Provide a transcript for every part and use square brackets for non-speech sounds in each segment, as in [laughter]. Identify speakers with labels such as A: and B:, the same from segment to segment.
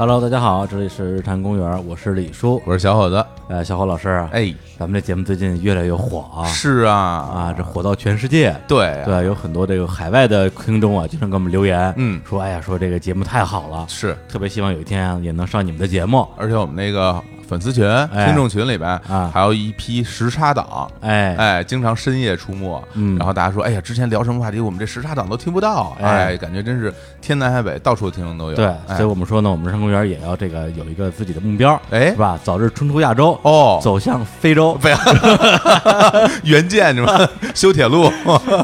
A: Hello，大家好，这里是日坛公园，我是李叔，
B: 我是小伙子。
A: 呃，小侯老师啊，
B: 哎，
A: 咱们这节目最近越来越火啊，
B: 是啊，
A: 啊，这火到全世界。
B: 对啊
A: 对，有很多这个海外的听众啊，经常给我们留言，
B: 嗯
A: 说哎呀，说这个节目太好了，
B: 是。
A: 特别希望有一天啊也能上你们的节目。
B: 而且我们那个粉丝群、
A: 哎
B: 听众群里边
A: 啊
B: 还有一批时差党，
A: 哎，
B: 哎，经常深夜出没。
A: 嗯
B: 然后大家说，哎呀，之前聊什么话题，我们这时差党都听不到，
A: 哎
B: 哎，感觉真是天南海北，到处听众都有。
A: 对，
B: 哎
A: 所以我们说呢，我们日坛公园也要这个有一个自己的目标，
B: 哎
A: 是吧？早日冲出亚洲，
B: 哦，
A: 走 [laughs] 向非洲。
B: 不要 [laughs] 原件是吧？修铁
A: [laughs]
B: 路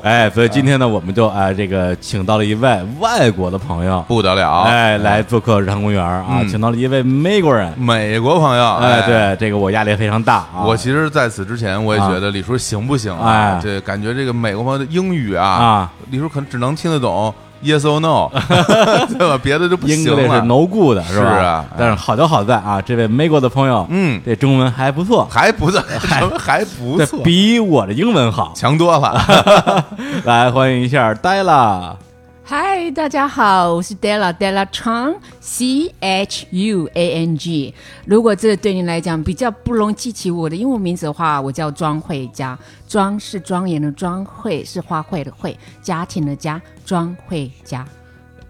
A: 哎，所以今天呢，我们就啊、这个请到了一位外国的朋友，
B: 不得了，
A: 哎，来做客日坛公园啊，
B: 嗯
A: 请到了一位美国人。
B: 美国朋友，
A: 哎，。对，这个我压力非常大啊。
B: 我其实在此之前，我也觉得李叔行不行
A: 哎
B: 对，感觉这个美国朋友的英语啊，
A: 啊
B: 李叔可能只能听得懂 yes or
A: [laughs]
B: no，对吧？别的就不
A: 英
B: 行
A: 格兰是
B: 了。
A: no good 是吧？
B: 是啊
A: 但是好就好在啊，这位美国的朋友，
B: 嗯
A: 这中文还不错，
B: 还不错，
A: 哎
B: 什么还不
A: 对
B: 错，
A: 比我的英文好。
B: 强多
A: 哎
B: 了。
A: 来，欢迎一下呆
B: 啊
A: 啦。
C: 嗨，大家好，我是 Della Della Chang，C H U A N G。如果这对你来讲比较不容易记起我的英文名字的话，我叫庄慧佳。庄是庄严的庄，慧是花卉的慧，家庭的家，庄慧佳。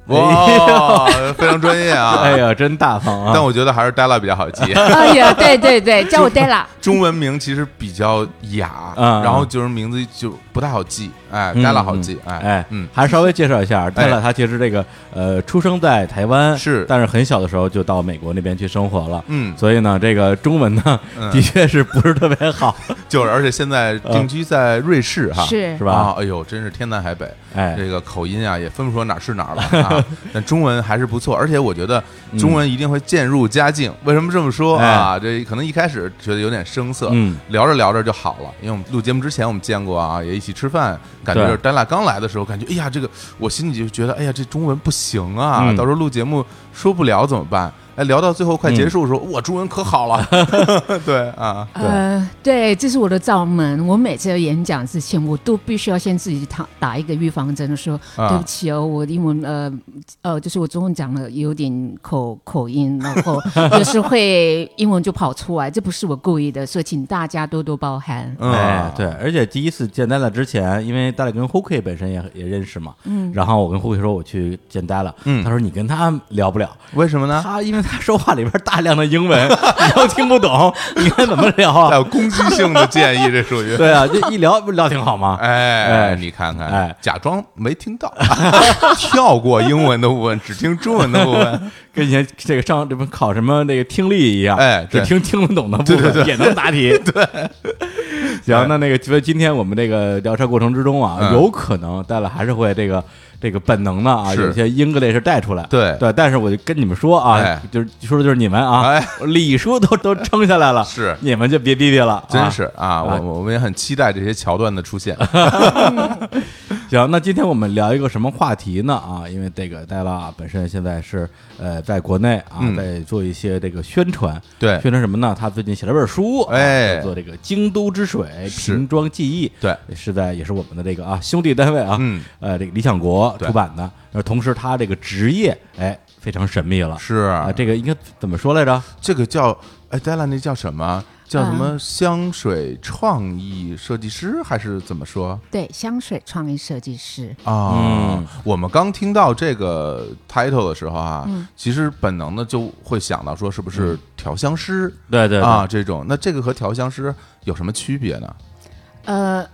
B: 哇，非常专业
A: 哎
B: 啊！
A: 呀，真大方啊！
B: [laughs] 但我觉得还是 Della 比较好
A: [laughs]
B: 记。
C: 哎呀，对对对，叫我 Della。
B: 中文名其实比较雅，
A: 嗯
B: 然后就是名字就不太好记，哎
A: 嗯
B: ，Della 好记，
A: 嗯
B: 哎
A: 哎，，
B: 嗯，
A: 还是稍微介绍一下，戴拉他其实这个呃，出生在台湾，
B: 是
A: 但是很小的时候就到美国那边去生活了，
B: 嗯
A: 所以呢，这个中文呢，
B: 嗯
A: 的确是不是特别好，
B: 就是而且现在定居在瑞士哈，
C: 是
A: 是
B: 啊
A: 吧？，
B: 哎呦，真是天南海北，
A: 哎，
B: 这个口音啊也分不出哪儿是哪儿了
A: [laughs]
B: 啊。但中文还是不错，而且我觉得
A: 嗯
B: 中文一定会渐入佳境。为什么这么说啊？这可能一开始觉得有点生涩，
A: 哎嗯
B: 聊着聊着就好了。因为我们录节目之前我们见过啊，也一起吃饭，感觉
A: 对
B: 就是丹娜刚来的时候，感觉哎呀，这个我心里就觉得哎呀，这中文不行啊，
A: 嗯
B: 到时候录节目说不了怎么办？哎，聊到最后快结束的时候，
A: 嗯
B: 我中文可
A: [laughs]
B: 好了。对啊，
A: 对
C: 呃，对，这是我的罩门。我每次要演讲之前，我都必须要先自己打打一个预防针，说、
B: 啊
C: 对不起哦，我英文呃呃，就是我中文讲了有点口口音，然后 [laughs] 有时会英文就跑出来，这不是我故意的，所以请大家多多包涵。
B: 嗯
A: 哎，对，而且第一次见 Della 之前，因为 Della 跟 Hooky 本身也也认识嘛，嗯，然后我跟 Hooky 说我去见 Della，
B: 嗯啊
A: 他说你跟他聊不了，
B: 为什么呢？
A: 他因为他说话里边大量的英文，你又听不懂，你该怎么聊
B: [laughs] 带
A: 啊？
B: 有攻击性的建议，这属于
A: 对啊，这一聊不聊挺好吗？
B: 哎
A: 哎
B: 你看看，
A: 哎
B: 假装没听到， [laughs] 跳过英文的部分，只听中文的部
A: [laughs]
B: 分。
A: 跟以前这个上这不考什么那个听力一样，
B: 哎
A: 只
B: 对
A: 听听得懂的部分
B: 对 [laughs] 对对
A: 也能答题。对， [laughs] 行
B: 对，
A: 那那个所以今天我们这个聊天过程之中啊，
B: 嗯
A: 有可能带了还是会这个这个本能的啊，
B: 是
A: 有一些 English 带出来。
B: 对
A: 对，但是我就跟你们说啊
B: 哎，
A: 就是说的就是你们啊
B: 哎，
A: 李叔都都撑下来了，
B: 是
A: 你们就别逼逼了，啊
B: 真是啊，
A: 哎
B: 我我们也很期待这些桥段的出
A: [laughs]
B: 现。
A: 行，那今天我们聊一个什么话题呢？啊，因为这个戴拉啊本身现在是呃在国内啊、
B: 嗯
A: 在做一些这个宣传，
B: 对
A: 宣传什么呢？他最近写了本书，啊
B: 哎
A: 叫做这个《京都之水
B: 是
A: 瓶装记忆》，
B: 对，
A: 是在也是我们的这个啊兄弟单位啊，
B: 嗯，
A: 呃这个理想国
B: 对
A: 出版的，而同时他这个职业哎非常神秘了，
B: 是
A: 啊，这个应该怎么说来着？
B: 这个叫哎，Della，那叫什么？叫什么香水创意设计师还是怎么说
C: 对，香水创意设计师，
B: 啊
A: 嗯？
B: 我们刚听到这个 title 的时候啊，其实本能的就会想到说是不是调香师
A: 嗯对对对
B: 啊这种？那这个和调香师有什么区别呢？
C: 呃，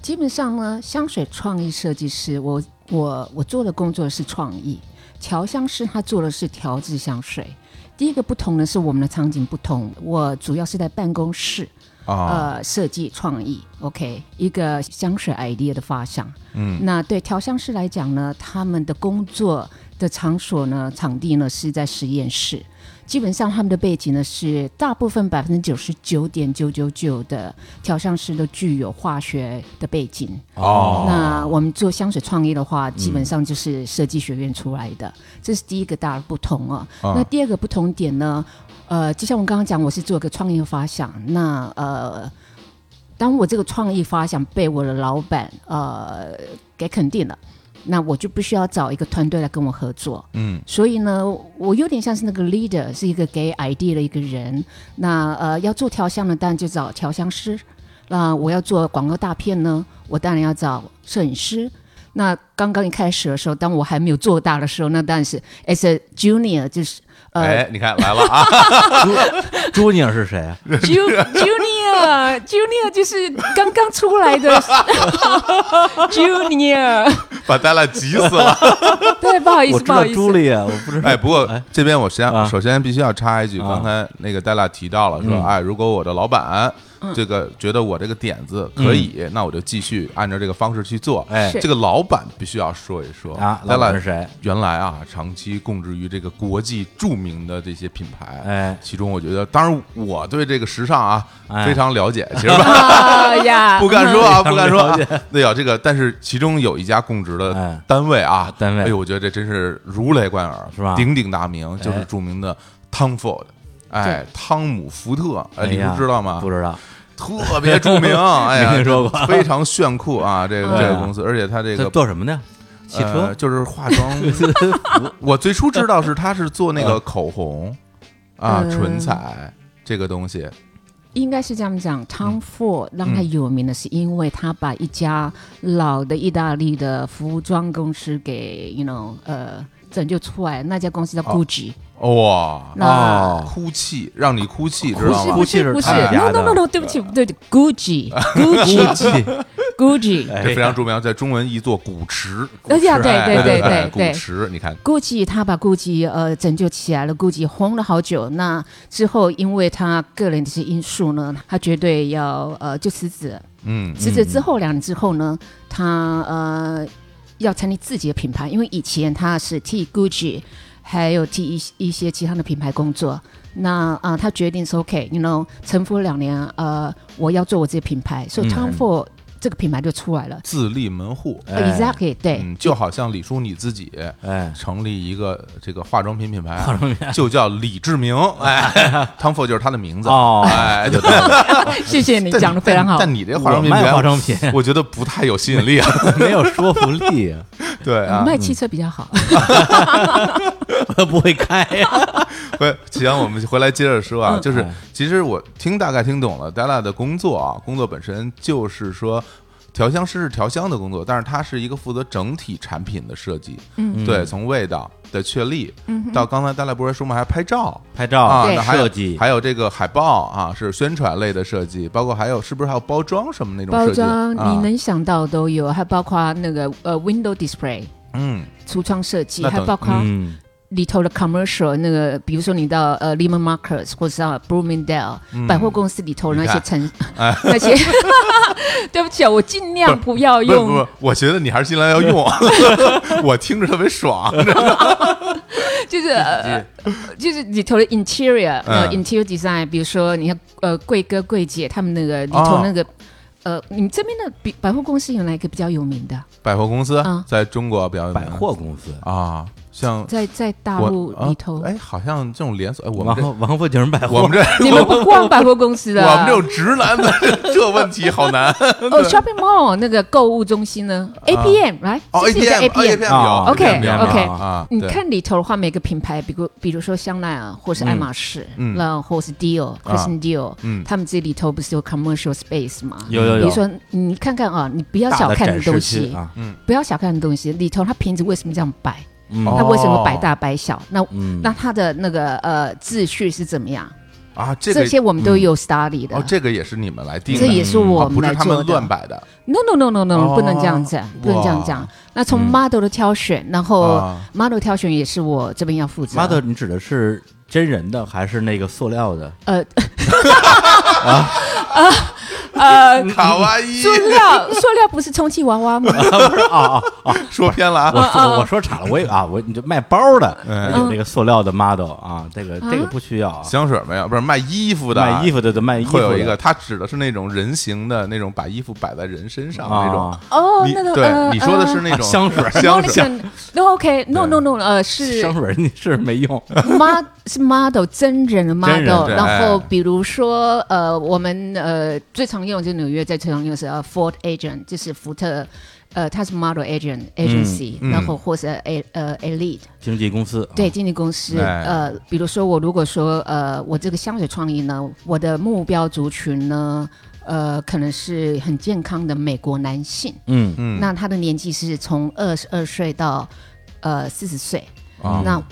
C: 基本上呢，香水创意设计师，我我我做的工作是创意，调香师他做的是调制香水。第一个不同的是我们的场景不同，我主要是在办公室，
B: 啊，
C: 呃，设计创意，OK，一个香水 idea 的发想。嗯，那对调香师来讲呢，他们的工作的场所呢，场地呢是在实验室。基本上他们的背景呢是大部分百分之九十九点九九九的调香师都具有化学的背景。
B: 哦嗯
C: 那我们做香水创意的话，基本上就是设计学院出来的，这是第一个大的不同啊。
B: 啊
C: 那第二个不同点呢，呃，就像我刚刚讲，我是做个创意的发想，那呃。当我这个创意发想被我的老板呃给肯定了，那我就必须要找一个团队来跟我合作。
B: 嗯，
C: 所以呢，我有点像是那个 leader，是一个给 idea 的一个人。那呃，要做调香呢，当然就找调香师；那我要做广告大片呢，我当然要找摄影师。那刚刚一开始的时候，当我还没有做大的时候，那当然是 as a junior，就是呃、 [laughs]
B: 哎，你看来了啊，
A: 朱尼尔是谁啊？
C: ju- junior junior 就是刚刚出来的 [laughs] junior。
B: 把大家急死
C: [laughs]
B: 了。
C: 对，不好意
A: 我
C: 思，
A: 知
C: 不好
A: 道
C: 意
A: 朱
C: 思，
A: 丽啊，我不知道。
B: 哎，不过这边我先
A: 啊
B: 首先必须要插一句，刚才那个戴拉提到了说，
A: 嗯
B: 哎，如果我的老板
C: 嗯
B: 这个觉得我这个点子可以，那我就继续按照这个方式去做。
A: 嗯哎
C: 是
B: 这个老板必须要说一说
A: 啊
B: 戴
A: 老
B: 拉
A: 板是谁？
B: 原来啊，长期供职于这个国际著名的这些品牌，
A: 哎
B: 其中我觉得，当然我对这个时尚啊
A: 哎
B: 非常了解，其实
C: 啊嗯呀，
B: 不敢说啊，
A: 非常
B: 不敢说
A: 了
B: 啊
A: 解。
B: 对啊，这个但是其中有一家供职
A: 哎
B: 的单位啊，
A: 单位
B: 哎呦，我觉得这真是如雷贯耳，
A: 是吧哎
B: 鼎鼎大名，就是著名的汤 Ford。哎，汤姆福特，哎，你不知道吗？
A: 不知道，
B: 特别
A: [laughs]
B: 著名，哎呀，
A: 没听说过
B: 非常炫
A: [laughs]
B: 酷啊！这个
A: 嗯
B: 这个公司，而且它这
A: 他
B: 个
A: 做什么的？汽
B: 呃
A: 车？
B: 就是化
A: [laughs]
B: 妆
A: 哦
B: 我最初知道是他是做那个
A: 嗯
B: 口红啊，
C: 嗯
B: 唇彩这个东西，
C: 应该是这样
A: 嗯
C: 讲。Tom Ford 让他有名的是因为他把一家老的意大利的服装公司给 you know 呃拯救出来，那家公司叫
A: 哦
C: Gucci。
B: 哇，
C: 那
B: 哭泣让你哭泣，知
A: 是
B: 道
A: 哭泣
B: 吗？
A: 是
C: 不是不是
A: 他们家
C: ，no
A: 的啊
C: no no no，对不起对不起，Gucci
A: [laughs]
C: Gucci
A: 气
C: Gucci。
A: 哎
B: 这非常著名，在中文译作古驰。
C: 哎呀对
B: 哎
C: 对
B: 对
C: 对
B: 哎
C: 对
B: 古
C: 对
B: 驰，你看，
C: Gucci 他把 Gucci 呃拯救起来了，Gucci 红了好久。那之后，因为他个人的一些因素呢，他绝对要呃就辞职了
B: 嗯
C: 辞职之后两年之后呢，他呃要成立自己的品牌，因为以前他是替 Gucci 还有替一一些其他的品牌工作。那啊、呃他决定说 OK，you、know，沉浮两年，呃，我要做我自己的品牌，
B: 嗯
C: 所以 Tom Ford 这个品牌就出来了。
B: 自立门户，
A: 哎
C: exactly，对，
B: 嗯，就好像李叔你自己
A: 哎，
B: 成立一个这个化妆品品牌，化妆品就叫李志明，
A: [laughs]
B: 哎，Tom Ford 就是他的名字，
A: 哦
B: 哎，对
C: 谢谢 [laughs] 你讲的非常好。
B: 但你这化
A: 我
B: 妆
C: 哦
B: 品品
A: 卖
B: 牌，
A: 化妆品
B: 我觉得不太有吸引力啊。 [laughs]
A: 没有说服力啊，
B: 对啊，
C: 卖汽车比较好，
A: 我不会开呀。
B: 回启阳，我们回来接着说
C: 嗯
B: 啊，就是
A: 哎
B: 其实我听大概听懂了 Della 的工作啊，工作本身就是说。调香师是调香的工作，但是他是一个负责整体产品的设计，嗯，对，从味道的确立，嗯，到刚才大赖博士说嘛，还拍照
A: [laughs] 拍照
B: 啊，
C: 对
B: 那还有
A: 设计，
B: 还有这个海报啊，是宣传类的设计，包括还有是不是还有包装什么那种
C: 包
B: 设计
C: 装
B: 啊
C: 你能想到都有，还包括那个呃 window display
B: 嗯，
C: 橱窗设计，
B: 那等
C: 还包括
A: 嗯，
C: 里头的 commercial 那个，比如说你到呃 Lehman Marcus 或者到 Bloomingdale、百货公司里头的
B: 嗯你
C: 那些
B: 看 [laughs] 啊
C: 城、那些， [laughs] 对不起，啊，我尽量不要
B: 不是不
C: 哦用
B: 是，，我觉得你还是尽量要
C: [laughs]
B: 用， [laughs] 我听着特别爽，
C: 嗯就是、呃、就是里头的 interior 呃、
B: 嗯
C: interior design，比如说你看呃贵哥贵姐他们那个里头
B: 哦
C: 那个、呃，你们这边的比百货公司有哪一个比较有名的？
B: 百货公司
C: 嗯
B: 在中国比较有名
A: 百货公司，
B: 啊，像
C: 在在大陆
B: 我啊
C: 里头，
B: 哎，好像这种连锁，哎，我们
A: 王
B: 这
A: 王府井百货，
B: 我们这
C: [laughs] 你们不逛百货公司的？
B: 我们这种直男的这问题好难。
C: 哦，shopping mall 那个购物中心呢？APM 来，
B: 啊哦
C: 是不是有个
B: ，APM
C: APM
B: 有
C: OK，
B: 有
C: OK
B: 啊，
C: 你
A: 嗯
B: 对，
C: 看里头的话，每个品牌，比如比如说香奈儿，啊或是爱马仕，
B: 嗯
C: 然后或是 Dior、Christian Dior，
B: 嗯
C: 他们这里头不是有 commercial space 吗？
A: 有有有
C: 比如说，你看看啊，你不要
A: 大
C: 小
A: 的
C: 看
A: 展
C: 东
A: 示区
C: 西，
A: 啊，
C: 不要小看东西，里头它瓶子为什么这样摆？
A: 嗯
B: 哦
C: 它为什么摆大摆小？那
A: 嗯
C: 那它的那个呃秩序是怎么样？
B: 啊，这
C: 这
B: 个
C: 些我们都有 study 的
B: 哦，。这个也是你们来定的，
C: 这也是我
B: 啊
C: 们
B: 不是
C: 来
B: 他
C: 做
B: 们
C: 的
B: 乱摆的
C: No no no no no，
B: 哦
C: 不能这样讲，不能这样
B: 哇嗯
C: 讲。那从 model 的挑选，然后
B: 啊。
C: model 挑选也是我这边要负责。
A: 妈的，你指的是真人的还是那个塑料的？ [laughs]
C: 呃 [laughs] 啊呃
B: 卡哇伊
C: 塑料塑料不是充气娃娃吗？
A: 不是啊啊，
B: 说偏了
A: 我
B: 啊，
A: 说我说岔了，我以为啊，我你就卖包的，
B: 嗯
A: 有那个塑料的 model 啊，这个这个不需要啊，
B: 香水没有，不是卖衣服的，啊
A: 卖衣服的就卖衣服
B: 会
A: 的
B: 有一个，它指的是那种人形的那种，把衣服摆在人身上的那种
A: 啊。
C: 哦，
B: 你
C: 那个
B: 对
C: 呃，
B: 你说的是那
A: 啊
B: 种
A: 香水
B: 香水，
C: No OK，No No No，呃
A: [laughs]
C: 是
A: 香水你是没用，
C: mod 是 model 真人的
A: 真人
C: model，
B: 对
C: 然后
B: 哎
C: 比如说呃我们呃最常用就纽约最常用是呃 Ford Agent，就是福特呃，它是 model agent agency，、
B: 嗯哦
C: 然后或是 a 呃 elite，
A: 经纪公司，啊
C: 对，经纪公司，
B: 哎
C: 呃，比如说我如果说呃，我这个香水创意呢，我的目标族群呢，呃，可能是很健康的美国男性，
A: 嗯，
B: 嗯
C: 那他的年纪是从二十二岁到呃四十岁，
A: 嗯
B: 啊
C: 那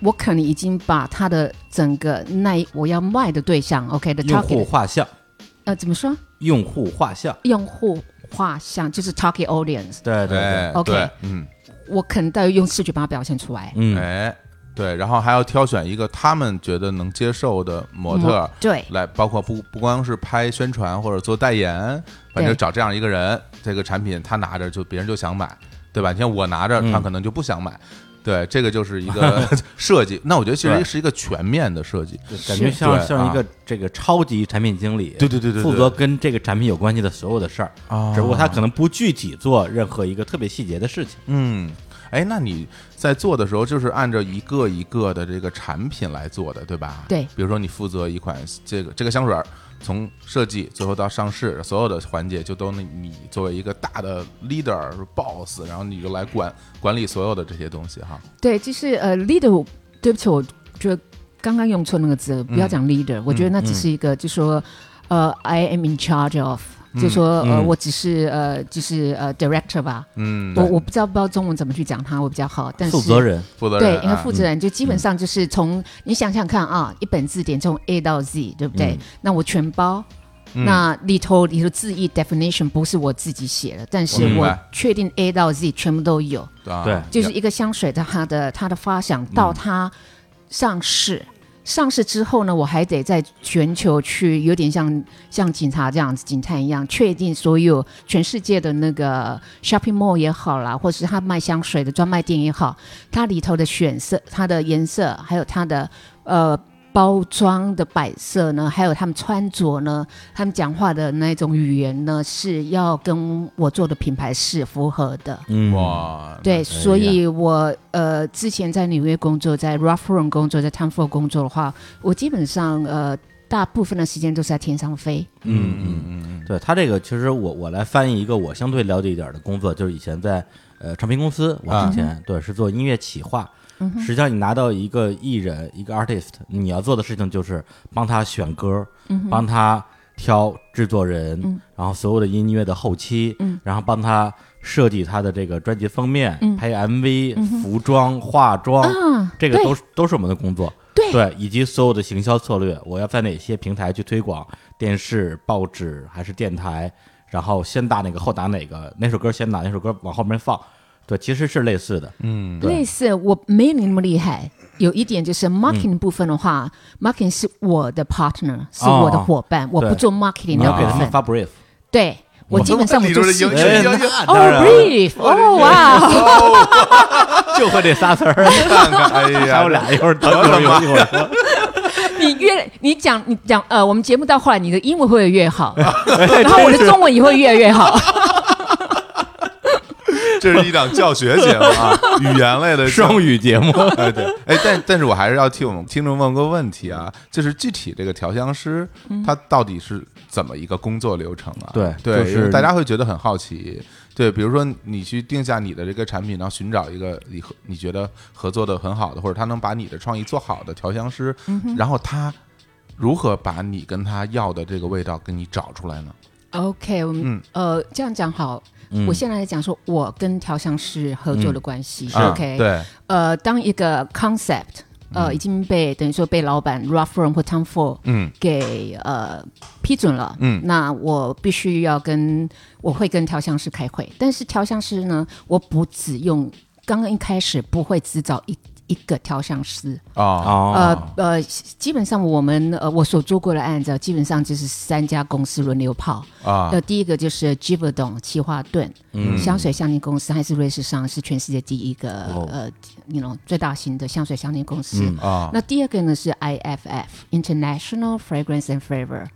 C: 我可能已经把他的整个那一我要卖的对象，OK 的
A: 用户
C: target，
A: 画像，
C: 呃，怎么说？
A: 用户画像，
C: 用户画像就是 target audience，
A: 对对对
B: 哎，
C: OK
B: 对，嗯，
C: 我可能都要用视觉把它表现出来。
A: 嗯，
B: 哎，对，然后还要挑选一个他们觉得能接受的模特儿，
C: 嗯对
A: 嗯
B: 来，包括不不光是拍宣传或者做代言，反正
C: 对
B: 找这样一个人，这个产品他拿着就别人就想买，对吧？你像我拿着，他
A: 嗯
B: 可能就不想买。对，这个就是一
A: [laughs]
B: 个设计。那我觉得其
A: 对
B: 实是一个全面的设计。
A: 感觉像
B: 对
A: 像
B: 啊
A: 一个这个超级产品经理，
B: 对对对对对
A: 负责跟这个产品有关系的所有的事儿，
B: 哦
A: 只不过他可能不具体做任何一个特别细节的事情，
B: 嗯，哎，那你在做的时候，就是按照一个一个的这个产品来做的，对吧？
C: 对
B: 比如说你负责一款这个这个香水儿，从设计最后到上市，所有的环节就都你你作为一个大的 leader boss，然后你就来管管理所有的这些东西哈。
C: 对，就是呃，leader，对不起，我觉得刚刚用错那个字，不要讲
A: 嗯
C: leader，、我觉得那只是一个，就说呃，I am in charge of，、就说呃，
A: 嗯
C: 我只是呃，就是呃，director 吧。
B: 嗯，
C: 我我不知道不知道中文怎么去讲它，我比较好，但是
A: 负责人，
B: 负责
C: 对
B: 人，
C: 因为
B: 啊
C: 负责人就基本上就是从、你想想看啊，一本字典从 A 到 Z，对不对？
B: 嗯
C: 那我全包。那里头里头字义 definition 不是我自己写的，但是
B: 我明
C: 我
B: 白
C: 确定 A 到 Z 全部都有，
B: 啊
A: 对
C: 就是一个香水的它的它的发想到它上市。上市之后呢，我还得在全球去，有点像像警察这样子，警探一样，确定所有全世界的那个 shopping mall 也好啦，或是他卖香水的专卖店也好，它里头的选色、它的颜色，还有它的呃包装的摆设呢，还有他们穿着呢，他们讲话的那种语言呢，是要跟我做的品牌是符合的。
A: 嗯，
B: 哇，
C: 对，
A: 以
C: 所
A: 啊
C: 以我呃之前在纽约工作，在 Ralph Lauren 工作，在 Tom Ford 工作的话，我基本上呃大部分的时间都是在天上飞。
A: 嗯嗯嗯，对他这个，其实我我来翻译一个我相对了解一点的工作，就是以前在呃唱片公司，我
B: 啊
A: 之前、对是做音乐企划。实际上，你拿到一个艺人，一个 artist，你要做的事情就是帮他选歌，帮他挑制作人，然后所有的音乐的后期，然后帮他设计他的这个专辑封面、拍 MV、服装、化妆，这个
C: 对
A: 都是都是我们的工作。
C: 对
A: 对，以及所有的行销策略，我要在哪些平台去推广，电视、报纸还是电台，然后先打哪个后打哪个，哪首歌先打，哪首歌往后面放，对，其实是类似的，嗯，对，
C: 类似我没你那么厉害，有一点就是 marketing 部分的话、m a r k e t i n g 是我的 partner，是我
A: 哦
C: 的伙伴，我不做 marketing
A: 你
C: 的
A: 要给他
C: 部
A: 们
C: 分。
A: 发 brief，
C: 对，我基本上我
B: 你
C: 就
B: 说这
C: 是
B: 英语
A: 哎
B: 要
C: [laughs]
A: 那
C: 哦
A: 当然了
C: brief，哦哇，
A: 就会这仨词儿，
B: 看看，哎呀，
A: 还有俩一会儿等一会儿有一会儿说，
C: 你越你讲你讲呃，我们节目到后来，你的英文会
A: [laughs]
C: 越好，
A: 哎
C: 然后我的中文也会越来越好。
B: 这是一档教学节目啊，语言类的教
A: 双语节目，
B: 哎 [laughs] 对，哎，但但是我还是要替我们听众问个问题啊，就是具体这个调香师
C: 嗯
B: 他到底是怎么一个工作流程啊？
A: 对
B: 对，
A: 就是
B: 因为大家会觉得很好奇。对，比如说你去定下你的这个产品，然后寻找一个你合你觉得合作的很好的，或者他能把你的创意做好的调香师，
C: 嗯
B: 然后他如何把你跟他要的这个味道给你找出来呢？
C: OK，我们、
B: 嗯
C: 呃这样讲好。我现在来讲说，我跟调香师合作的关系。
B: 啊
C: OK，、
B: 对，
C: 呃，当一个 concept 呃、已经被等于说被老板 Ralph Lauren 或 Tom Ford
B: 嗯
C: 给呃批准了，
B: 嗯
C: 那我必须要跟我会跟调香师开会，但是调香师呢，我不只用刚刚一开始不会只找一一个调香师，
B: 哦，
A: 哦，
C: [laughs] 呃呃，基本上我们呃我所做过的案子啊，基本上就是三家公司轮流跑。
B: 啊
C: 呃，第一个就是 Giverdon 奇华顿，香水香精公司，还是瑞士上是全世界第一个、
A: 哦
C: 呃，你 know 最大型的香水香精公司。
B: 啊，
C: 那第二个呢是 IFF International Fragrance and Flavor，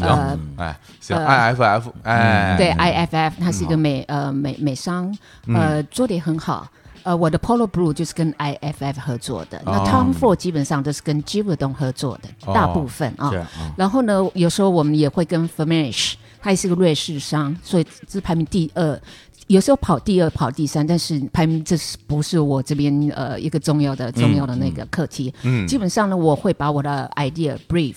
C: 呃，
B: 行，哎，行，IFF，哎，
C: 对 IFF 它是一个美、呃美美商，呃做的也很好。呃，我的 Polo Blue 就是跟 IFF 合作的，那 Tom Ford 基本上都是跟 Giverdon 合作的，大部分啊。
A: 这样啊，
C: 然后呢，有时候我们也会跟 Fermish，它也是个瑞士商，所以是排名第二。有时候跑第二、跑第三，但是排名这是不是我这边呃一个重要的、重要的那个课题？
B: 嗯
C: 基本上呢，我会把我的 idea brief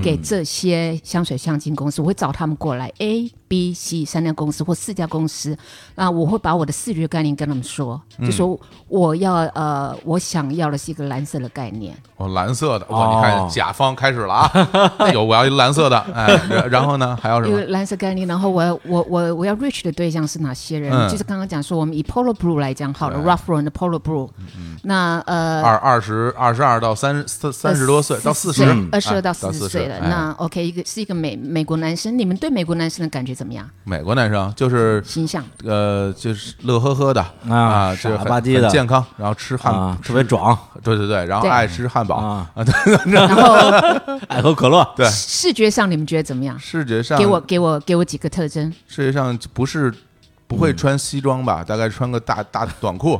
C: 给这些香水香精公司，我会找他们过来 A、B、C 三家公司或四家公司，那我会把我的视觉概念跟他们说，就说我要呃，我想要的是一个蓝色的概念，
B: 哦，蓝色的，哇，你看
A: 哦
B: 甲方开始了啊， [laughs] 有我要一蓝色的，哎，然然后呢还有什
C: 有
B: 么？
C: 蓝色概念，然后我要我我我要 reach 的对象是哪些人？
B: 嗯
C: 就是刚刚讲说，我们以 Polo Blue 来讲好了，Ralph Lauren 的 Polo Blue，、那呃
B: 嗯二二十二十二到三三三十多岁到四十嗯
C: 二十二呃到呃四
B: 四
C: 十
B: 十
C: 岁
B: 哎
C: 了。那 OK，一个是一个美美国男生，你们对美国男生的感觉怎么样？
B: 美国男生就是
C: 形象？
B: 呃就是乐呵呵的
A: 啊
B: 啊，就是
A: 傻
B: 很
A: 了吧唧的
B: 很健康，然后吃汉
A: 啊，特别壮
B: 对对对，然后
C: 对
B: 爱吃汉堡，
A: 啊，
C: 然后
A: 爱喝可乐，
B: 对，
C: 视觉上你们觉得怎么样？
B: 视觉上
C: 给我给我给我几个特征
B: 视觉上不是。不会穿西装吧？大概穿个大大短裤，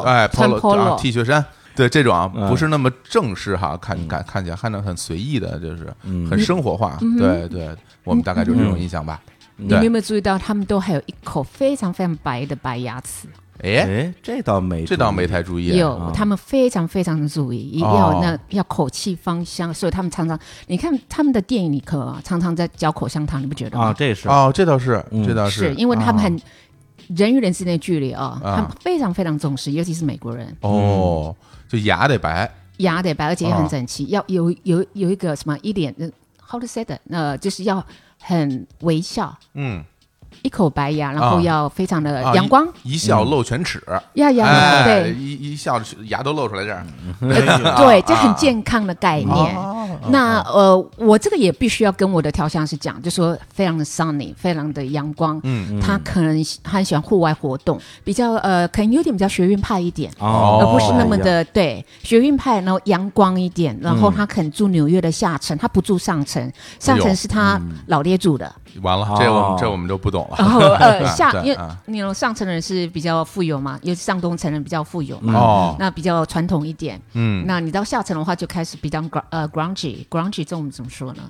B: [laughs]哎
C: 穿
B: ，polo 啊 T 恤衫，对这种啊，
A: 嗯
B: 不是那么正式哈，看看看起来看着很随意的，就是
A: 嗯
B: 很生活化。对对，我们大概就这种印象吧。
C: 你们有
B: 对，
C: 没有注意到他们都还有一口非常非常白的白牙齿？
B: 哎，
A: 哎，这倒没注意，
B: 这倒没太注意。
C: 有，他们非常非常的注意，一定要
B: 哦
C: 那要口气芳香，所以他们常常你看他们的电影里可啊常常在嚼口香糖，你不觉得
A: 啊，
C: 吗？
A: 这是嗯
B: 哦，这倒是，啊这倒
C: 是因为他们很人与人之间的距离啊，
B: 啊
C: 他们非常非常重视，尤其是美国人。
A: 嗯
B: 哦，就牙得白，
C: 牙得白，而且也
B: 啊
C: 很整齐，要有有有一个什么一点呃，how to say that？呃，就是要很微笑，
B: 嗯，
C: 一口白牙，然
B: 啊
C: 后要非常的
B: 啊
C: 阳光，
B: 一笑露全齿，
C: 呀呀呀，
B: 哎，啊
C: 对
B: 一一笑牙都露出来
A: [laughs]
B: 这样。
A: 哎
C: 对，这很健康的概念。
B: 哦
C: 那呃，我这个也必须要跟我的调香师讲，就说非常的 sunny，非常的阳光。
B: 嗯，
C: 他可能喜他很喜欢户外活动，比较呃，可能有点比较学院派一点。
A: 哦，
C: 而呃不是那
B: 哎
C: 么的、对学院派，然后阳光一点，然
B: 嗯
C: 后他肯住纽约的下层，他不住上
B: 哎
C: 层，上层是他
B: 嗯
C: 老
B: [laughs]
C: 爹住的，
B: 完了，这我
A: 哦
B: 们这我们就不懂了。
C: 然后呃
B: 对
C: 下
B: 对
C: 因为
B: 啊
C: 你know，上层人是比较富有嘛，尤其上东层人比较富有嘛，
B: 哦，
C: 那比较传统一点，
B: 嗯，
C: 那你到下层的话就开始比较 gr 呃 grungy grungy 这我们怎么说呢？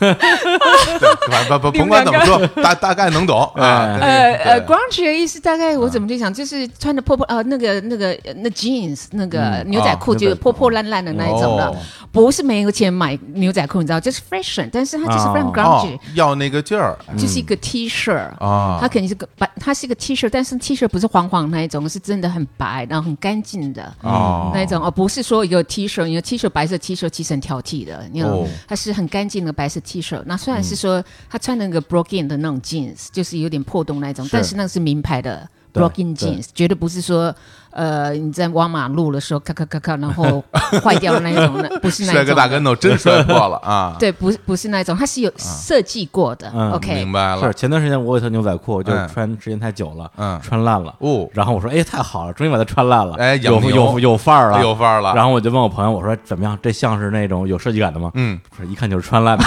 B: 对，不不
C: [laughs]
B: 不，甭管怎么说，大大概能懂
A: 哎
B: 啊。
C: 呃
B: 对
C: 呃，grunge 的意思大概我怎么去想，就是穿的破破呃那个那个呃那 jeans 那个牛仔裤
A: 啊
C: 就是
A: 那个
C: 破破烂烂的那一种了
B: 哦，
C: 不是没有钱买牛仔裤，你知道，就是 fashion，但是它就是非常
A: 哦
C: grunge，
B: 要那个劲儿哎
C: 就是一个 T 恤。
B: 啊
C: 它肯定是个白，它是一个 T 恤，但是 T 恤不是黄黄那一种，是真的很白，然后很干净的
B: 哦
C: 那一种，而不是说一个 T 恤，因为 T 恤白色 T 恤其实很挑剔的，你知道
B: 哦
C: 吗，它是很干净的白色 T 恤。那虽然是说他穿那个 Brooklyn 的那种 jeans，就是有点破洞那一种，
A: 是
C: 但是那是名牌的
A: 对
C: Brooklyn
A: 对
C: jeans，绝对不是说呃你在挖马路的时候咔咔咔咔然
B: [laughs]
C: 后坏掉的那一种的，不是那
B: 摔
C: 一
B: 个
C: 种
B: 大跟
C: 的。
B: 头，真摔破了啊！
C: 对，不是不是那一种，它是有设计过的。
A: 嗯
C: [laughs] OK，
B: 明白了
A: 是，前段时间我有一条牛仔裤，就
B: 嗯
A: 是穿时间太久了，
B: 嗯
A: 穿烂了，
B: 哦，
A: 然后我说，哎，太好了，终于把它穿烂了，
B: 哎
A: 有
B: 养牛
A: 有有范儿了，
B: 哎有范儿了。
A: 然后我就问我朋友，我说怎么样？这像是那种有设计感的吗？
B: 嗯，
A: 不是，一看就是穿烂的，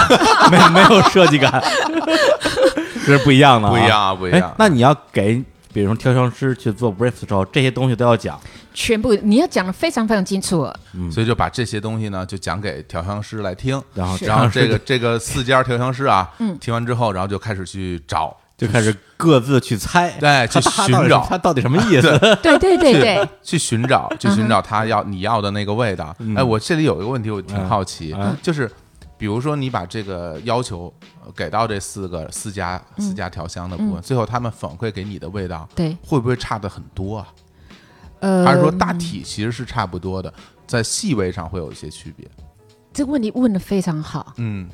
A: 没 [laughs] 没有设计感， [laughs] 这是不一样的、
B: 不一样。啊，不一
A: 哎
B: 样，。
A: 那你要给，比如说调香师去做 brief 的时候，这些东西都要讲。
C: 全部你要讲的非常非常清楚。
B: 嗯所以就把这些东西呢，就讲给调香师来听。
A: 嗯然后是
B: 然后这个这个四家调香师啊，
C: 嗯
B: 听完之后，然后就开始去找，
A: 就开始各自去猜，
B: 对
A: [laughs] 他
B: 去
A: 他
B: 寻
A: 到底
B: 找
A: 他到底什么意
B: [laughs]
A: 思？
C: 对对对
B: 去
C: 对，
B: 去寻找，
C: 嗯
B: 去寻找他要你要的那个味道。
A: 嗯
B: 哎，我这里有一个问题，我挺好奇，
C: 嗯
B: 就是比如说你把这个要求呃给到这四个四家四
C: 嗯
B: 家调香的部分，最后他们反馈给你的味道，
C: 对
B: 会不会差的很多啊？
C: 呃，
B: 还是说大体其实是差不多的，在细微上会有一些区别？
C: 这个问题问的非常好，
B: 嗯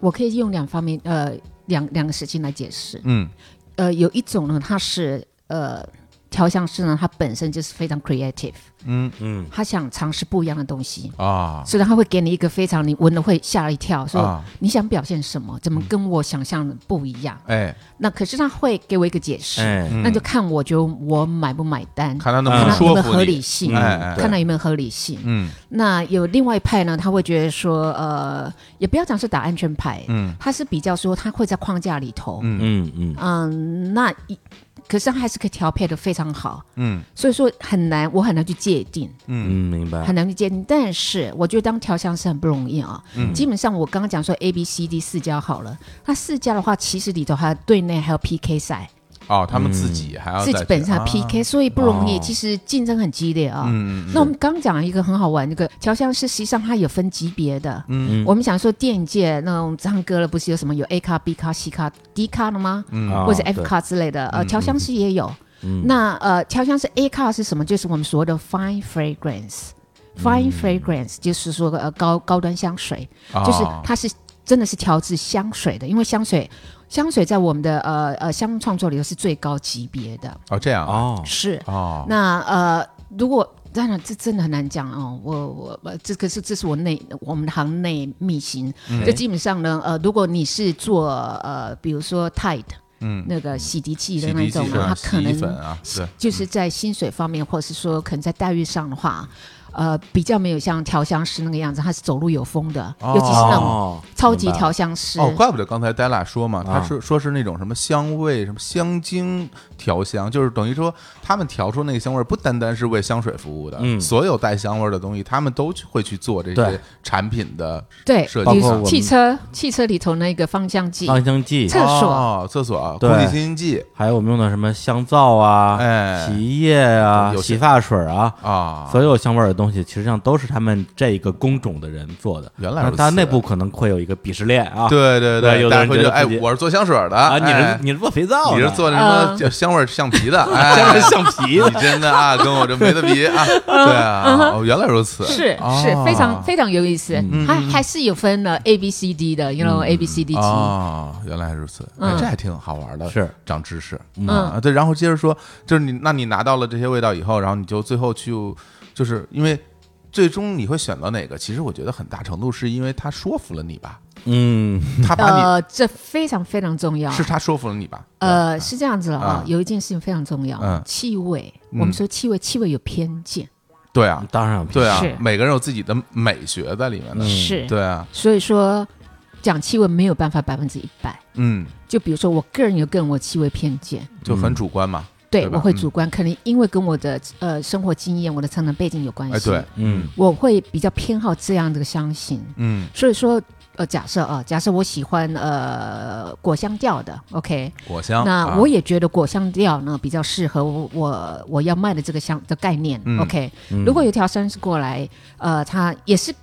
C: 我可以用两方面呃两两个事情来解释。
B: 嗯
C: 呃，有一种呢，它是呃调香师呢，他本身就是非常 creative，
B: 嗯
A: 嗯，
C: 他想尝试不一样的东西，
B: 啊
C: 所以他会给你一个非常你闻了会吓一跳，说、
B: 啊嗯
C: 你想表现什么，怎么跟我想象的不一样？
B: 哎，
C: 那可是他会给我一个解释，
A: 哎，
B: 嗯
C: 那就看我就我买不买单，
B: 看他能
C: 看
B: 不能
C: 他有
B: 说
C: 没有
B: 服
C: 合
B: 你
C: 理，性，
B: 嗯哎哎，
C: 看他
B: 对
C: 有没有合理性。
B: 嗯
C: 那有另外一派呢，他会觉得说，呃，也不要讲是打安全牌，
B: 嗯
C: 他是比较说他会在框架里头，
B: 嗯
A: 嗯嗯
C: 嗯，那一可是它还是可以调配的非常好，
B: 嗯
C: 所以说很难，我很难去界定，
B: 嗯
A: 嗯，明白
C: 很。难去界定。但是我觉得当调香师很不容易啊、
B: 嗯
C: 基本上我刚刚讲说 A、B、C、D 四家好了，那四家的话，其实里头还有对内还有 PK 赛，
B: 哦，他们自己还要
C: 嗯自
B: 再
C: 己
B: 去
C: 本身的
B: 啊
C: PK，、所以不容易。
A: 哦
C: 其实竞争很激烈啊、
B: 嗯嗯
C: 那我们刚讲一个很好玩，那个调香师实际上它有分级别的。
B: 嗯
C: 我们想说电影界那种唱歌的，不是有什么有 A 咖、B 咖、C 咖、D 咖的吗？
A: 啊
C: 或者 F
A: 对
C: 卡之类的，呃，
B: 嗯
C: 调香师也有。
A: 嗯
C: 那呃，调香师 A 卡是什么？就是我们所谓的 fine fragrance。fine fragrance 就是说呃高高端香水，
B: 嗯
C: 就是
B: 哦
C: 它是真的是调制香水的，因为香水香水在我们的呃呃香创作里头是最高级别的，
B: 哦这样啊
A: 哦，
C: 是。
B: 哦，
C: 那呃，如果当然这真的很难讲哦，我我我这可是这是我内我们行内秘辛，
B: 嗯
C: 就基本上呢，呃，如果你是做呃，比如说 Tide。
B: 嗯，
C: 那个洗涤剂的
B: 洗
C: 那
B: 涤
C: 种
B: 剂
C: 呢，它
B: 啊，
C: 可
B: 洗衣粉
C: 能
B: 啊，对，
C: 就是在薪水方面，或者是说可能在待遇上的话，呃，比较没有像调香师那个样子，他是走路有风的，
B: 哦
C: 尤其是那种
A: 哦，
C: 超级
A: 明白
C: 调香师。
B: 哦，怪不得刚才 Della 说嘛，
A: 啊
B: 他说说是那种什么香味、什么香精调香，就是等于说他们调出那个香味儿，不单单是为香水服务的，
A: 嗯
B: 所有带香味儿的东西，他们都去会去做这
A: 对
B: 些产品的
C: 对，
B: 设
A: 包
B: 计
C: 比如
A: 括
B: 上
A: 我
C: 说
A: 们
C: 汽车汽车里头那个芳香剂，
A: 芳香剂，
C: 厕所
B: 哦、厕所、
A: 对
B: 空气清新剂
A: 还有我们用的什么香皂啊、
B: 哎
A: 洗衣液啊、
B: 有些
A: 洗发水啊，
B: 啊，
A: 所有香味儿的东西，其实上都是他们这个工种的人做的。
B: 原来
A: 那
B: 如
A: 它
B: 此
A: 内部可能会有一个鄙视链啊。
B: 对对
A: 对有的
B: 大
A: 人
B: 家
A: 觉
B: 会
A: 得
B: 哎
A: 自己，
B: 我是做香水的
A: 啊，你是、
B: 哎
A: 你是做肥皂的，
B: 你是做什
C: 嗯
B: 么香味儿橡皮
A: [laughs]
B: 的，哎
A: 香味橡皮
B: 你真的啊，跟我这没得比
C: [laughs]
B: 啊！对啊，哦，原来如此，
C: 嗯是
B: 哦嗯
C: 是非常非常有意思，它还是有分了 A B C D 的，you know A B C D 级。
B: 哦，原来如此，哎，
C: 嗯
B: 这还挺好玩的，
A: 是
B: 长知识。
A: 嗯
B: 啊，对，然后接着说，就是你，那你拿到了这些味道以后，然后你就最后去，就是因为最终你会选择哪个？其实我觉得很大程度是因为他说服了你吧，
A: 嗯
B: 他把你、
C: 呃，这非常非常重要。
B: 是他说服了你吧？
C: 呃，是这样子的啊
B: 啊，
C: 有一件事情非常重要
B: 嗯，
C: 气味。
B: 嗯
C: 我们说气味，气味有偏见，
B: 对啊，
A: 当然有
B: 对啊
C: 嗯是，
B: 每个人有自己的美学在里面的，
C: 是，
B: 对啊，
C: 所以说讲气味没有办法百分之一百。
B: 嗯，
C: 就比如说，我个人有个人我气味偏见，
B: 就很主观嘛，
C: 对
B: 对吧
C: 我会主观，可能因为跟我的呃生活经验、我的成长背景有关
B: 哎，
C: 系，
B: 对，
A: 嗯
C: 我会比较偏好这样的香型。
B: 嗯，
C: 所以说，呃，假设啊，假设我喜欢呃果香调的，OK，
B: 果香，
C: 那
B: 啊
C: 我也觉得果香调呢比较适合我我我要卖的这个香的概念、
B: 嗯
C: o k
A: 嗯
C: 如果有条香是过来，呃，它也是。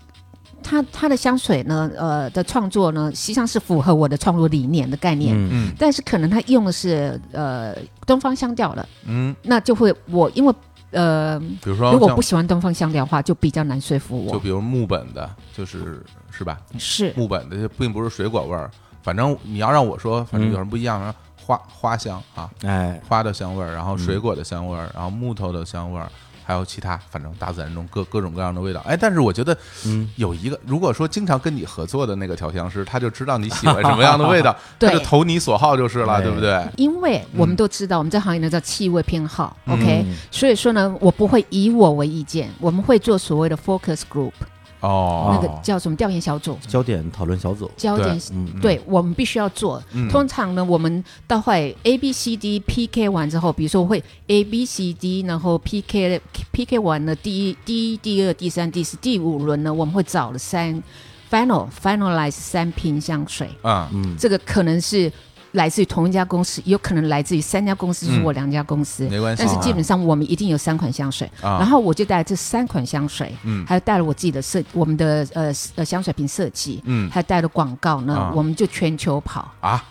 C: 它它的香水呢，呃的创作呢，实际上是符合我的创作理念的概念，
A: 嗯
B: 嗯
C: 但是可能它用的是呃东方香调的，
B: 嗯，
C: 那就会我因为呃
B: 比如说
C: 如果
B: 像
C: 不喜欢东方香调的话，就比较难说服
B: 就
C: 我。
B: 比如木本的，就是是吧？
C: 是
B: 木本的并不是水果味儿，反正你要让我说，反正有什么不一样，然后花花香啊，
A: 哎
B: 花的香味儿，然后水果的香味儿，然后木头的香味儿，还有其他，反正大自然中各各种各样的味道。哎，但是我觉得
A: 嗯
B: 有一个，如果说经常跟你合作的那个调香师，他就知道你喜欢什么样的味道，他
C: 对
B: 就投你所好就是了，
A: 哎
B: 对不对？
C: 因为我
B: 嗯
C: 们都知道，我们这行业呢叫气味偏好、o k
A: 嗯
C: 所以说呢，我不会以我为意见，我们会做所谓的 focus group，、那
B: 哦，
C: 个叫什么调研小组、
A: 焦点讨论小组，
C: 焦点。
A: 嗯
C: 对我们必须要做。
B: 嗯
C: 通常呢，我们到后来 A B C D P K 完之后，比如说我会 A B C D，然后 P K P K 完了第一、第一、第二、第三、第四、第五轮呢，我们会找了三 final finalize 三瓶香水。
B: 啊，
A: 嗯
C: 这个可能是来自于同一家公司，也有可能来自于三家公司
B: 嗯
C: 或两家公司。
B: 没关系
C: 但是基本上我们一定有三款香水，
B: 啊
C: 然后我就带了这三款香水，
B: 嗯
C: 还有带了我自己的设，我们的呃呃香水瓶设计，
B: 嗯
C: 还有带了广告呢，
B: 啊
C: 我们就全球跑，
B: 啊，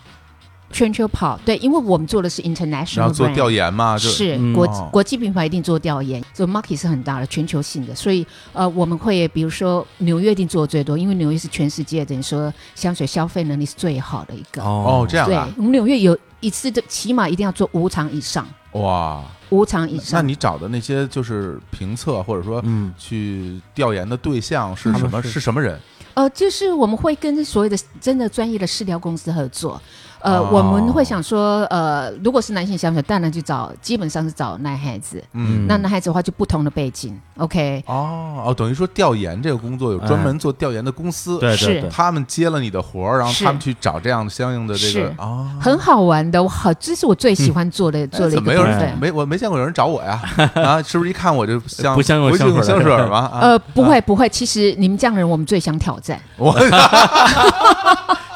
C: 全球跑，对，因为我们做的是 international，
B: 然后做
C: brand
B: 调研嘛，就是
A: 嗯
C: 国、
B: 哦
C: 国际品牌一定做调研，这 market 是很大的，全球性的，所以呃，我们会比如说纽约一定做得最多，因为纽约是全世界等于说香水消费能力是最好的一个。
B: 哦，这样
C: 对
B: 啊，，
C: 我们纽约有一次的起码一定要做五场以上，
B: 哇，
C: 五场以
B: 那
C: 上。
B: 你找的那些就是评测或者说
A: 嗯
B: 去调研的对象是
A: 嗯
B: 什
A: 他
B: 么？
A: 们是
C: 哦
B: 是什么人？
C: 呃，就是我们会跟所有的真的专业的试调公司合作，呃，
B: 哦
C: 我们会想说，呃，如果是男性香水，当然就找，基本上是找男孩子。
B: 嗯
C: 那男孩子的话就不同的背景，OK，
B: 哦哦，等于说调研这个工作有专
C: 嗯
B: 门做调研的公司，
A: 对对
C: 是
A: 对，
B: 他们接了你的活儿，然后
C: 是
B: 他们去找这样相应的这个
C: 是
B: 啊。
C: 很好玩的，我好，这是我最喜欢做的、做
B: 哎
C: 的一
B: 怎
C: 个
B: 么没
C: 部
B: 有
C: 分
B: 人。没我没见过有人找我呀？ [laughs] 啊，是不是一看我就
A: [laughs]
B: 像
A: 不像有
B: 不像有
A: 香
B: 香
A: 水
B: 水
A: 儿
B: 儿吗？啊，
C: 呃，不会不会，其实你们这样的人，我们最想挑战。
B: 我
C: [laughs]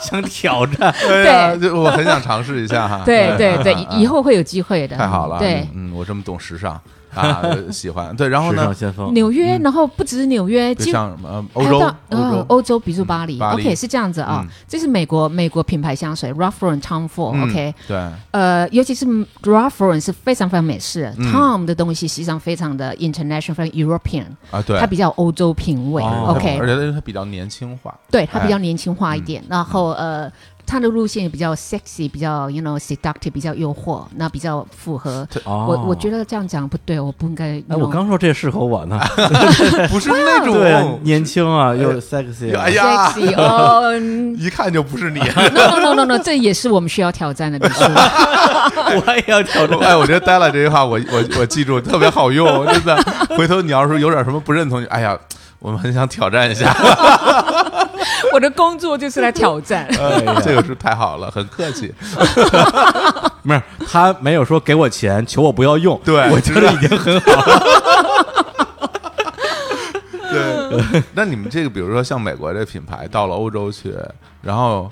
A: 想挑战
B: 对呀，就我很想尝试一下哈。
C: [laughs] 对对对
B: 啊，啊
C: 以以后会有机会的。
B: 太好了，
C: 对，
B: 嗯，嗯我这么懂时尚啊，喜欢。对，然后
A: 时
B: 呢
A: 尚，先锋，
C: 纽约，然后不只是纽约，
B: 就
C: 基
B: 嗯像什么呃欧
C: 还
B: 洲
C: 到，嗯
B: 欧洲，
C: 欧洲，比如巴黎。
B: 巴黎
C: OK，是这样子啊
B: 嗯，
C: 这是美国美国品牌香水 Ralph Lauren、Tom
B: 嗯
C: Ford。OK，
B: 对，
C: 呃，尤其是 Ralph Lauren 是非常非常美式
B: 嗯
C: ，Tom 的东西实际上非常的 international，非常 European，
B: 啊，对，
C: 它比较有欧洲品味。
A: 哦
B: 它
C: OK，
B: 而且它比较年轻
C: [laughs]
B: 化，
C: 对，它
B: 哎嗯
C: 比较年轻化一点，然后呃，它的路线也比较 sexy，比较 you know seductive，比较诱惑，那比较符合。
A: 哦，
C: 我我觉得这样讲不对，我不应该。
A: 哎，我刚说这适合我呢，
B: 不是那种
A: 对啊，年轻啊，又 sexy，啊
B: 哎哦哎呀
C: sexy 哦
B: [laughs]
C: 嗯
B: 一看就不是你。啊
C: ，no no no no no，这也是我们需要挑战的，必
B: [laughs]
A: [laughs]
C: 须。
A: 我也要挑战。
B: 哎，我觉得 Della 这句话我，我我记住特别好用，真的。回头你要是有点什么不认同，你哎呀，我们很想挑战一下，
C: 我的工作就是来挑战。
A: 哎呀
B: 这个是太好了，很客气。
A: 没有，他没有说给我钱，求我不要用，
B: 对
A: 我觉
B: 知
A: 得
B: 道
A: 已经很好了。
B: 对，那你们这个，比如说像美国这品牌到了欧洲去，然后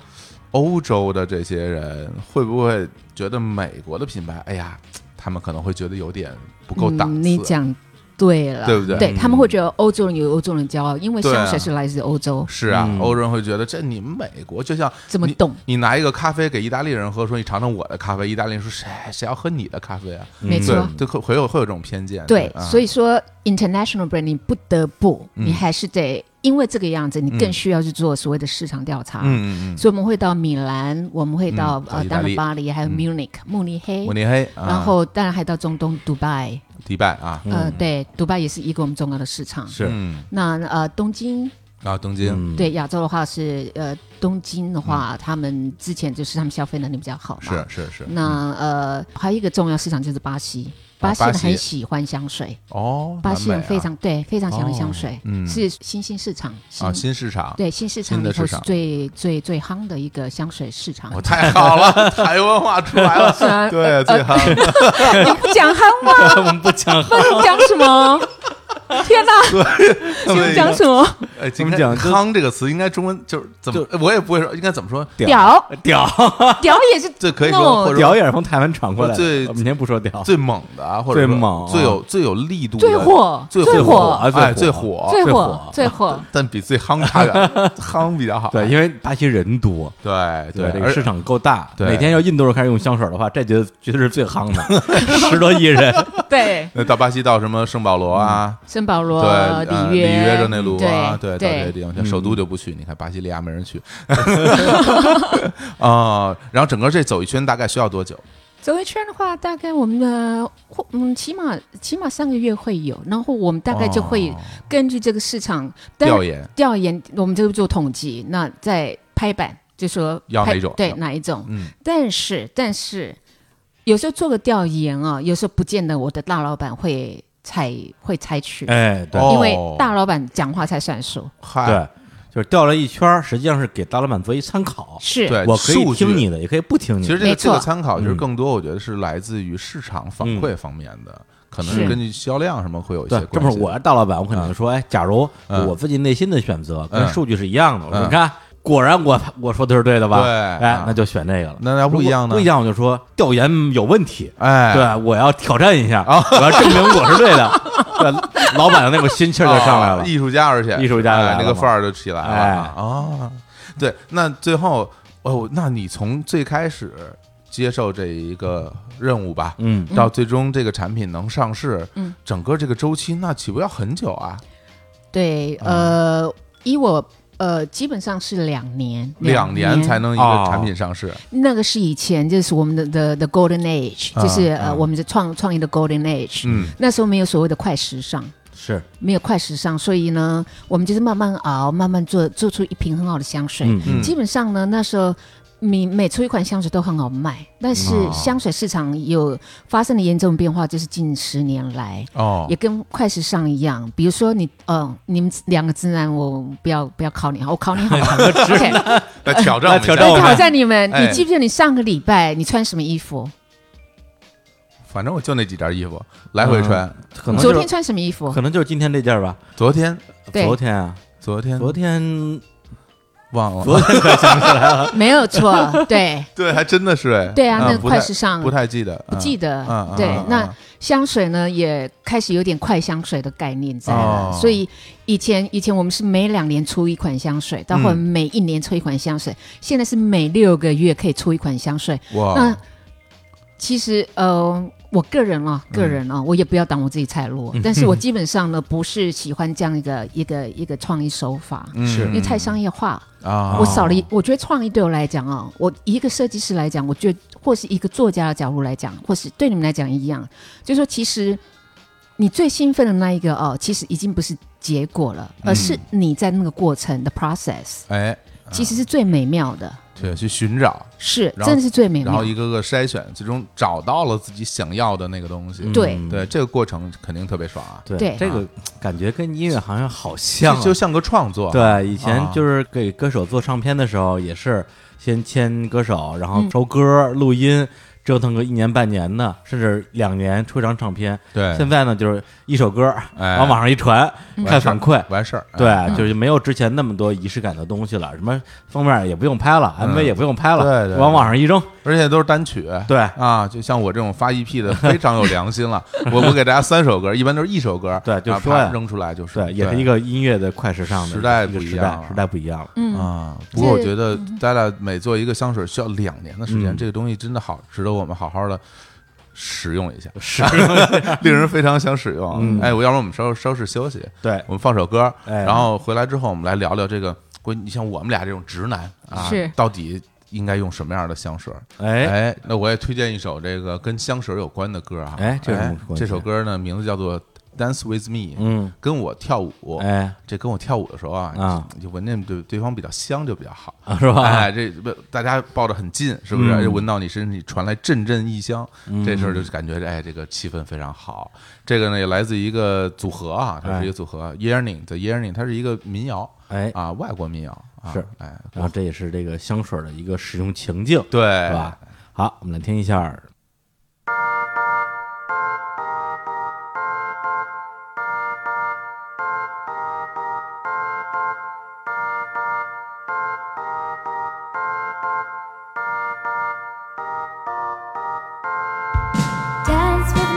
B: 欧洲的这些人会不会觉得美国的品牌，哎呀，他们可能会觉得有点不够档次？
C: 嗯，你讲对了，
B: 对不对
C: 对
A: 嗯
C: 他们会觉得欧洲人有欧洲人骄傲，因为
B: 对啊
C: 香水是来自欧洲，
B: 是啊，
A: 嗯
B: 欧洲人会觉得这你们美国就像
C: 怎么懂？
B: 你拿一个咖啡给意大利人喝，说你尝尝我的咖啡，意大利人说谁谁要喝你的咖啡啊？
C: 嗯没错
B: 对，就会会有会有这种偏见。
C: 对，
B: 啊、
C: 所
B: 以
C: 以说 international brand 你不得不，
B: 嗯
C: 你还是得因为这个样子，你更
B: 嗯
C: 需要去做所谓的市场调查。
B: 嗯嗯
C: 所以我们会到米兰，我们会到、
B: 嗯到
C: 呃，
B: 意大
C: 当然
B: 利
C: 巴黎，还有
B: 嗯
C: Munich、慕尼黑
B: 嗯，慕，尼黑，啊
C: 然后当然还到中东迪拜，
B: 迪拜啊，
C: 呃，
A: 嗯
C: 对，迪拜也是一个我们重要的市场。
A: 是
B: 嗯，
C: 那呃，东京
B: 然后东京，
A: 嗯
C: 对亚洲的话是呃，东京的话，他们之前就是他们消费能力比较好嘛。
B: 嗯是是是，
C: 那呃，还有一个重要市场就是巴西，
B: 哦
C: 巴西人
B: 巴西
C: 很喜欢香水，
B: 哦，
C: 巴西
B: 南
C: 人
B: 美啊
C: 非常对非常喜欢
A: 哦
C: 香水，
B: 嗯
C: 是新兴市场
B: 啊新市场，
C: 对新市场
B: 新的
C: 里头
B: 市
C: 是
B: 场
C: 最最最夯的一个香水市场
B: 我。哦太好了， [laughs] 台湾话出来
C: [laughs]
B: 了，
C: 啊呃
B: 对，最好。
C: 你不讲夯吗？
A: 我们不讲，
C: 你讲什 [laughs] 么？天哪！
B: 这么一个
C: 什么？
B: 哎，
A: 怎么讲就
B: 康”这个词应该中文就是怎么，我也不会说，应该怎么说？
C: 屌
A: 屌
C: 屌也是
B: 这可以
C: No，
B: 说，或者
A: 屌
B: 说
A: 也是从台湾传过来的。
B: 最
A: 我们先不说屌，
B: 最猛的啊，或者说
A: 最猛啊
B: 最有最有力度的、
C: 最火
B: 最
C: 最
A: 火
B: 火
A: 啊
B: 哎，
A: 最
B: 最
A: 火
B: 火，
C: 最
A: 最
C: 火
A: 火
C: 最火。
B: 但比最夯差
A: [laughs]
B: 点，夯比较好。
A: 对，因为巴西人多，
B: 哎对
A: 对，这个
B: 而
A: 市场够大。
B: 对
A: 每天要印度人开始用香水的话，这绝对绝对是最夯的，
B: [laughs]
A: 十多亿人。
C: [laughs] 对，
B: 那到巴西到什么圣保罗
A: 嗯
B: 啊，
C: 圣保罗
B: 对，呃
C: 约、嗯
B: 约热内卢啊，
C: 对嗯
B: 到这些地方，像首都就不去，你看巴西利亚没人
C: [laughs]
B: 去。啊，然后整个这走一圈大概需要多久？
C: 走一圈的话，大概我们的或嗯，起码起码三个月会有，然后我们大概就会
B: 哦
C: 根据这个市场当然
B: 调研，
C: 调研，我们就做统计，那再拍板，就说
B: 要
C: 拍
B: 哪种
C: 对
B: 要
C: 哪一种。
B: 嗯
C: 但是但是，有时候做个调研啊，有时候不见得我的大老板会采会采取，
A: 哎，对
B: 哦
C: 因为大老板讲话才算数。
B: 嗨，
A: 对，就是调了一圈儿，实际上是给大老板做一参考。
C: 是，
B: 对
A: 我可以
B: 数据
A: 听你的，也可以不听你
B: 其
A: 的。
B: 实这个
C: 没
B: 这
C: 错
B: 个参考就是
A: 嗯
B: 更多，我觉得是来自于市场反馈方面的，可能
C: 是
B: 是根据销量什么会有一些
A: 对，这
B: 关
A: 不
B: 系。
A: 是我是大老板，我可能说，哎，假如
B: 嗯
A: 我自己内心的选择跟
B: 嗯
A: 数据是一样的，我说
B: 嗯
A: 你看，果然我我说的是对的吧？
B: 对
A: 哎
B: 啊，
A: 那就选这个了。
B: 那要不一样
A: 如果
B: 呢
A: 不一样，我就说调研有问题。
B: 哎，哦
A: 对，我要挑战一下，我要证明我是对的。
B: [laughs]
A: 对，老板的那股心气儿就上来了
B: 哦。艺术家而且
A: 艺术家来了
B: 哎那个
A: 嘛
B: 范儿就起来
A: 哎
B: 了啊、哦对，那最后哦，那你从最开始接受这一个任务吧，
A: 嗯，
B: 到最终这个产品能上市，
C: 嗯，
B: 整个这个周期那岂不要很久啊？
C: 对，
B: 嗯
C: 呃，以我呃，基本上是两年，
B: 两
C: 年
B: 年才。能一个
A: 哦
B: 产品上市，
C: 那个是以前，就是我们的的的 golden age，、
B: 啊
C: 就是
B: 啊
C: 呃，我们的创创业的 golden age、
B: 嗯，
C: 那时候没有所谓的快时尚，
A: 是，
C: 没有快时尚，所以呢，我们就是慢慢熬，慢慢做，做出一瓶很好的香水。
A: 嗯嗯
C: 基本上呢，那时候每每出一款香水都很好卖，但是
B: 哦
C: 香水市场有发生了严重变化，就是近十年来。
B: 哦
C: 也，跟快时尚一样，比如说你，呃，你们两个直男，我不要不要考你，好，我考你好不好
B: [laughs]
C: ？OK，
B: 来挑
C: [laughs]
B: 战
A: 来
B: 哦我们一下
A: 挑战
C: 来
A: 我
C: 挑战你们，
B: 哎
C: 你记不记得你上个礼拜你穿什么衣服？
B: 反正我就那几件衣服，来回穿。
A: 可能
C: 昨
A: 就
C: 天
A: 是
C: 穿什么衣服
A: 可？能就是今天这件儿吧。
B: 昨天，
C: 对
A: 昨天啊，
B: 昨天，
A: 昨天
B: 忘了，
A: 昨天可想不起来了。
C: [laughs] 没有错，对
B: [laughs] 对，还真的是哎，
C: 对啊，那
B: 不
C: 快
B: 太
C: 时尚
B: 不太记得，
C: 不记
B: 得，
C: 得
B: 嗯，
C: 对
B: 嗯，
C: 那
B: 嗯
C: 香水呢也开始有点快香水的概念在了，
B: 哦
C: 所以以前以前我们是每两年出一款香水，到
B: 嗯
C: 后来每一年出一款香水，现在是每六个月可以出一款香水。
B: 哇
C: 那，其实呃，我个人啊，
B: 嗯
C: 个人啊，我也不要当我自己菜路，但是我基本上呢不是喜欢这样一
B: [laughs]
C: 个一个一个创意手法，
B: 嗯
A: 是
C: 因为太商业化。
B: 啊，
C: 我少了一，我觉得创意对我来讲啊、我一个设计师来讲，我觉得或是一个作家的角度来讲，或是对你们来讲一样，就是说其实你最兴奋的那一个哦，其实已经不是结果了，
B: 嗯
C: 而是你在那个过程的 process，、
B: 哎，
C: 其实是最美妙的，
B: 对，去寻找，
C: 是
B: 然后
C: 真的是最美
B: 然后
C: 妙。
B: 一个个筛选，最终找到了自己想要的那个东西。
C: 对
A: 嗯
B: 对，这个过程肯定特别爽啊，
A: 对
C: 对
A: 这个感觉跟音乐好像好像
B: 就
A: 啊。
B: 就像个创作。，
A: 对，以前
B: 啊
A: 就是给歌手做唱片的时候，也是先签歌手，然后收歌、录音，折腾个一年半年的，甚至两年出一张唱片。
B: 对
A: 现在呢，就是一首歌
B: 哎嗯
A: 往网上一传，看反馈。
B: 完事儿。哎，
A: 对，就是没有之前那么多仪式感的东西了，什么封面也不用拍了
B: 嗯
A: ，MV 也不用拍了，
B: 对对对
A: 往网上一扔，
B: 而且都是单曲。
A: 对
B: 啊，就像我这种发 EP 的，非常有良
A: [laughs]
B: 心了。我我给大家三首歌，一般都是一首歌，
A: 对就
B: 啊
A: 说
B: 啪
A: 呀
B: 扔出来就是，
A: 对，也是一个音乐的快时尚的
B: 时代
A: 一个
B: 不一
A: 时
B: 样啊
A: 代
B: 了，
A: 时代不一样了。
C: 嗯，
B: 啊。不过我
C: 这
B: 觉得咱俩每做一个香水需要两年的时间，
A: 嗯
B: 这个东西真的好，值得我们好好的使用一下，
A: 是，
B: [laughs] 令人非常想使用。
A: 嗯
B: 哎，我要不然我们稍稍事休息， [laughs]
A: 对，
B: 我们放首歌，
A: 哎
B: 然后回来之后我们来聊聊这个关于，你像我们俩这种直男啊
C: 是，
B: 到底应该用什么样的香水？
A: 哎，
B: 哎，那我也推荐一首这个跟香水有关的歌啊。
A: 哎这有什么关系
B: 这首歌呢名字叫做《Dance with Me》，
A: 嗯，
B: 跟我跳舞。
A: 哎，
B: 这跟我跳舞的时候啊，
A: 啊
B: 你就闻见对对方比较香就比较好，
A: 啊是吧？
B: 哎，这不大家抱得很近，是不是？
A: 嗯
B: 就闻到你身体传来阵阵异香，这时候就感觉哎，这个气氛非常好。这个呢也来自一个组合啊，它是一个组合，Yearning The Yearning，它是一个民谣
A: 哎，
B: 啊，外国民谣啊，
A: 是
B: 哎，
A: 然后这也是这个香水的一个使用情境，
B: 对，
A: 是吧？好，我们来听一下儿。
D: Dance with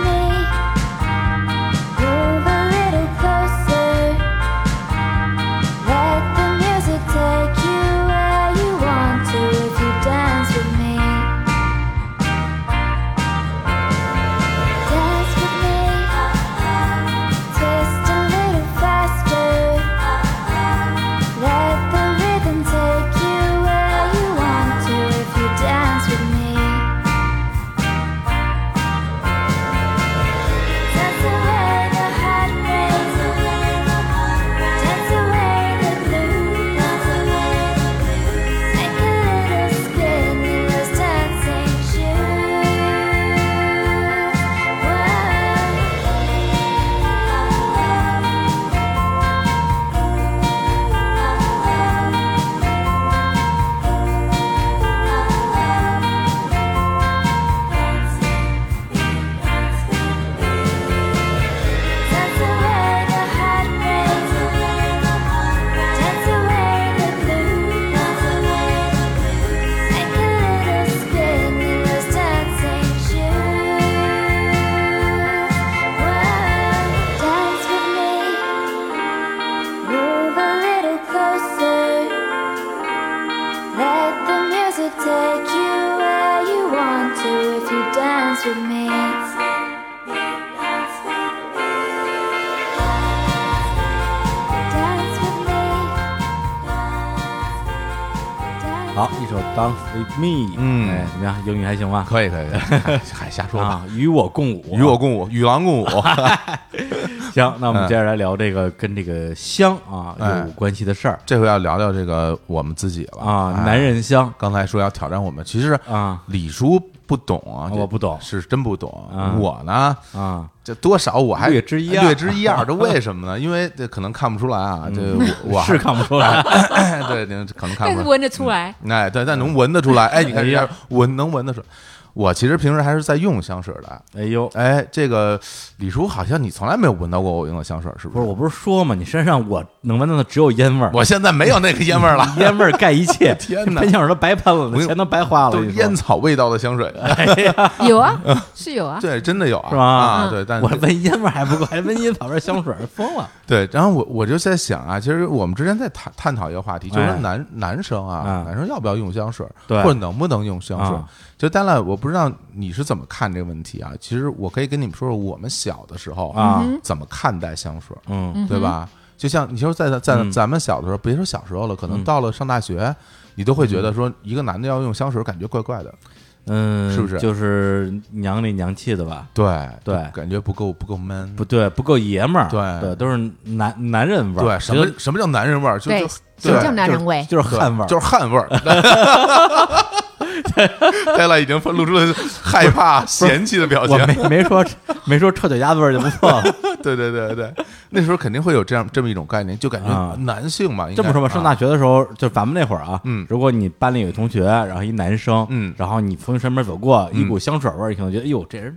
D: me, move a little closer. Let the music take you where you want to if you dance with me. Dance with me, twist a little faster. Let the rhythm take you where you want to if you dance with me. Dance away the heartbreak. Dance away the blues. Make a little spin in those dancing shoes. Dance away the heartbreak. Dance away the blues. Make a little spin in those dancing shoes. Dance with me. Move a little closer. Let the music take you where you want to if you dance with me. Dance with me. Dance
A: 好，一首《Dance with Me》，
B: 嗯
A: 哎，怎么样？英语还行吧？
B: 可以可以， [laughs] 可以还瞎说吧，
A: 啊，与我共舞，
B: 与我共嗯舞，与狼共舞， [laughs]
A: 行。那我们接着来聊这个跟这个香啊
B: 哎
A: 有关系的事儿
B: 这回要聊聊这个我们自己了
A: 啊，
B: 哎
A: 男人香
B: 刚才说要挑战我们，其实
A: 啊
B: 李叔不懂啊，
A: 我不懂
B: 是真不懂。
A: 嗯
B: 我呢，
A: 啊，
B: 这多少我还
A: 略知一二嗯
B: 略知一
A: [laughs]
B: 二。这为什么呢？因为这可能看不出来啊，这我我还
A: 是看不出来，
B: [laughs] 对，您可能看
C: 但
B: 不
C: 是
B: 出来。
C: 闻得出来，
B: 哎，对，但能闻得
A: [laughs]
B: 出来。哎，你看
A: 哎
B: 人
A: 呀
B: 家闻能闻得出来。我其实平时还是在用香水的。
A: 哎呦。
B: 哎，这个李叔好像你从来没有闻到过我用的香水，是
A: 不
B: 不
A: 是，
B: 是？
A: 我不是说嘛，你身上我能闻到的只有烟味儿，
B: 我现在没有那个烟味儿
A: [laughs]
B: 了，
A: 烟味儿盖一切。
B: [laughs] 天哪
A: 喷香水都白喷了，
B: 我用
A: 钱都白花了。
B: 都
A: 我
B: 是
A: 跟你说
B: 烟草味道的香水。
C: [laughs] 有啊，是有啊，
B: [laughs] 对，真的有啊，
A: 是吧
B: 啊，
C: 嗯
B: 对，
A: [laughs]
B: 但
A: 我闻烟味儿还不够，还闻烟草味儿香水儿，疯了
B: 对，然后我我就在想啊，其实我们之前在探探讨一个话题，就是说
A: 哎
B: 男、男生啊，
A: 嗯
B: 男生要不要用香水，
A: 对
B: 或者能不能用香水？
A: 啊
B: 就当然，我不知道你是怎么看这个问题啊。其实我可以跟你们说说我们小的时候
A: 啊！
B: 怎么看待香水，
A: 嗯，
B: 对吧？就像你说在在
A: 嗯
B: 咱们小的时候，别说小时候了，可能
A: 嗯
B: 到了上大学，你都会觉得说一个男的要用香水，感觉怪怪的，
A: 嗯，
B: 是不是
A: 就是娘里娘气的吧？
B: 对
A: 对
B: 就感觉不够不够 man，
A: 不对，不够爷们儿。
B: 对
A: 对，都是男男人味儿。
B: 对，什么什么叫男人味儿？就
C: 对
B: 就
C: 什
B: 对
C: 么叫男人味？
A: 就是汗味儿，
B: 就是汗味儿。 [laughs] 戴拉已经露出了害怕、嫌弃的表情
A: 我。没没说 [laughs] 没说臭脚丫子味儿就不错了。
B: 对对对对，那时候肯定会有这样这么一种概念，就感觉
A: 啊
B: 男性 [laughs] 嘛，应该
A: 这么说吧，上
B: 啊
A: 大学的时候，就咱们那会儿啊，
B: 嗯
A: 如果你班里有同学，然后一男生，
B: 嗯
A: 然后你从身边走过，一股香水味儿，你可能觉得，哎呦，这人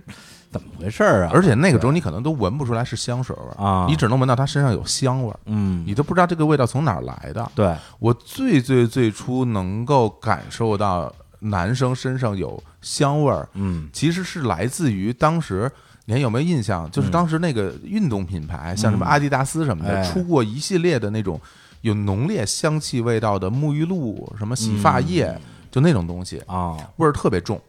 A: 怎么回事儿啊？
B: 而且那个时候你可能都闻不出来是香水味儿
A: 啊
B: 你只能闻到他身上有香味儿，
A: 嗯，
B: 你都不知道这个味道从哪儿来的。
A: 对，
B: 我最最最初能够感受到男生身上有香味儿，
A: 嗯
B: 其实是来自于当时。你还有没有印象？就是当时那个运动品牌，像什么阿迪达斯什么的，
A: 嗯哎
B: 出过一系列的那种有浓烈香气味道的沐浴露、什么洗发液，就那种东西，
A: 嗯啊，
B: 味儿特别重。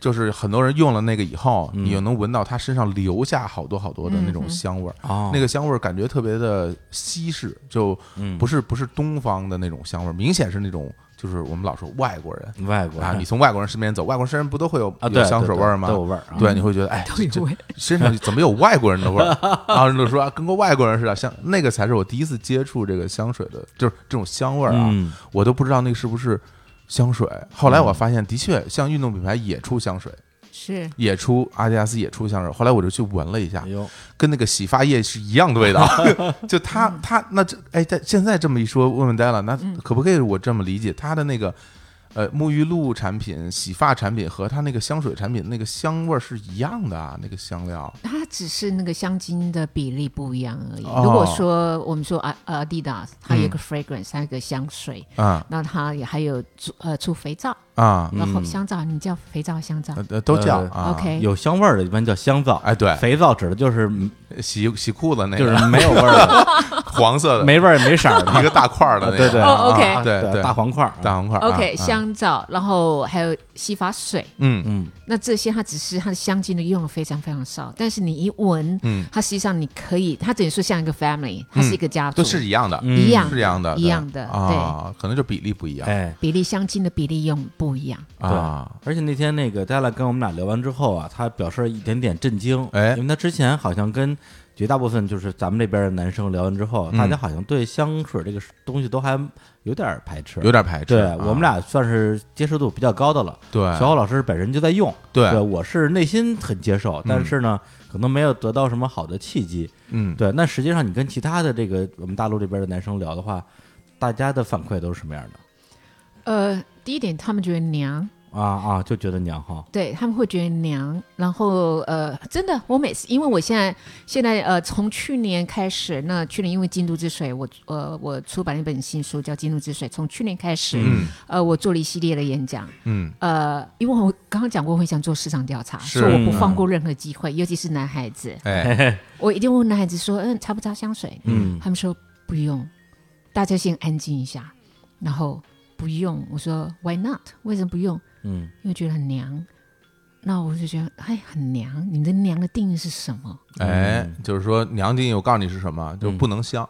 B: 就是很多人用了那个以后，你又能闻到他身上留下好多好多的那种香味儿，
A: 哦
B: 那个香味儿感觉特别的西式，就
A: 嗯
B: 不是不是东方的那种香味儿，明显是那种就是我们老说外国人
A: 外国
B: 啊，
A: 人
B: 你从外国人身边走，外国人身上不都会有
A: 啊，
B: 有
A: 对，
B: 香
A: 对
B: 水
A: 对
B: 味儿吗
A: 都？有味儿啊，
B: 对，你会觉得哎，
C: 都
B: 这
C: 有
B: 这
C: 味
B: [laughs] 身上怎么有外国人
A: [laughs]
B: 的味儿？然后人就说啊跟个外国人似的，像那个才是我第一次接触这个香水的，就是这种香味儿啊，
A: 嗯
B: 我都不知道那个是不是香水。后来我发现，的确像运动品牌也出香水，
C: 是
B: 也出阿迪达斯也出香水。后来我就去闻了一下
A: 哎，呦，
B: 跟那个洗发液是一样
A: [laughs]
B: 的味道。 [laughs] 就它
C: 嗯
B: 它那这哎，在现在这么一说，问问 Della，那可不可以我这么理解它的那个？呃，沐浴露产品、洗发产品和它那个香水产品那个香味儿是一样的啊，那个香料
C: 它只是那个香精的比例不一样而已。
B: 哦嗯
C: 如果说我们说啊呃 Adidas，它有一个 fragrance，、它有一个香水，
B: 啊
C: 那它也还有出呃出肥皂，
B: 啊，
C: 然后香皂，你叫肥皂香皂、
B: 呃呃都叫
A: 嗯呃
B: 啊
C: OK
A: 有香味儿的一般叫香皂，
B: 哎对
A: 肥皂指的就是
B: 洗洗裤子那
A: 就
B: 个
A: 是没有味儿的，
B: [laughs] 黄色的，
A: 没味儿也没色儿的，
B: 一个大块儿的那个，
A: 对对
C: 哦，OK
B: 啊 [laughs] 对对，
A: 大黄块儿，
B: 大黄块儿
C: o k
B: 啊啊
C: 香皂，然后还有洗发水。
B: 嗯嗯
A: 嗯，
C: 那这些它只是它的香精的用的非常非常少，但是你一闻，
B: 嗯
C: 它实际上你可以，它等于说像一个 family，它是一个家族，
B: 都是一样的，
A: 嗯
C: 一样
B: 是一样的，
C: 一样的，对，
B: 啊，可能就比例不一样
A: 哎。
C: 比例香精的比例用不一样，
B: 啊，
A: 而且那天那个戴拉跟我们俩聊完之后啊，他表示一点点震惊，
B: 哎
A: 因为他之前好像跟绝大部分就是咱们这边的男生聊完之后，
B: 嗯
A: 大家好像对香水这个东西都还有点儿排斥，
B: 有点排斥。
A: 对、
B: 啊
A: 我们俩算是接受度比较高的了。
B: 对
A: 小虎老师本人就在用，
B: 对
A: 我是内心很接受，但是呢，可能没有得到什么好的契机。
B: 嗯，
A: 对，那实际上你跟其他的这个我们大陆这边的男生聊的话，大家的反馈都是什么样的？
C: 呃，第一点，他们觉得娘，
A: 啊啊，就觉得娘哈，
C: 对他们会觉得娘。然后呃，真的，我每次因为我现在现在呃，从去年开始，那去年因为《京都之水》我，呃我出版了一本新书叫《京都之水》，从去年开始，
B: 嗯
C: 呃，我做了一系列的演讲。
B: 嗯
C: 呃，因为我刚刚讲过，我很想做市场调查，
B: 是
C: 所以我不放过任何机会，尤其是男孩子，
B: 哎，
A: [laughs]
C: 我一定问男孩子说：“嗯，擦不擦香水？”
A: 嗯
C: 他们说不用，大家先安静一下，然后不用。我说 Why not？为什么不用？
A: 嗯
C: 因为觉得很娘。那我就觉得，哎，很娘。你的娘的定义是什么？
B: 哎，
A: 嗯
B: 就是说娘精，我告诉你
A: [laughs]
B: 是什么，就不能香，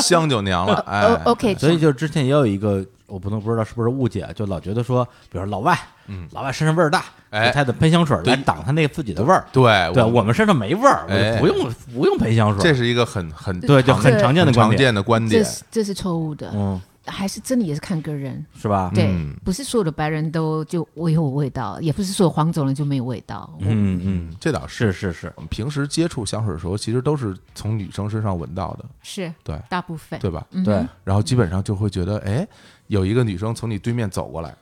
B: 香就娘了。哎
C: 呃，OK，
A: 哎所以就之前也有一个我不能不知道是不是误解，就老觉得说，比如老外，
B: 嗯
A: 老外身上味儿大，
B: 哎
A: 给他得喷香水
B: 对
A: 来挡他那个自己的味儿。
B: 对
A: 对
B: 我
A: 我们身上没味儿，我
B: 哎
A: 就不用不用喷香水
B: 这，是一个很很
A: 对，就很
C: 这
A: 常见的
B: 很
A: 观
B: 常
A: 点，
B: 见的观
C: 这
B: 点，
C: 是这是错误的，
A: 嗯，
C: 还是真的也是看个人。
A: 是吧？
C: 对，
B: 嗯
C: 不是所有的白人都就我有味道，也不是所有黄种人就没有味道。
A: 嗯嗯，
B: 这倒是。
A: 是是是，
B: 我们平时接触香水的时候，其实都是从女生身上闻到的，
C: 是
B: 对
C: 大部分嗯
B: 对吧？
A: 对，
B: 然后基本上就会觉得，哎，有一个女生从你对面走过来，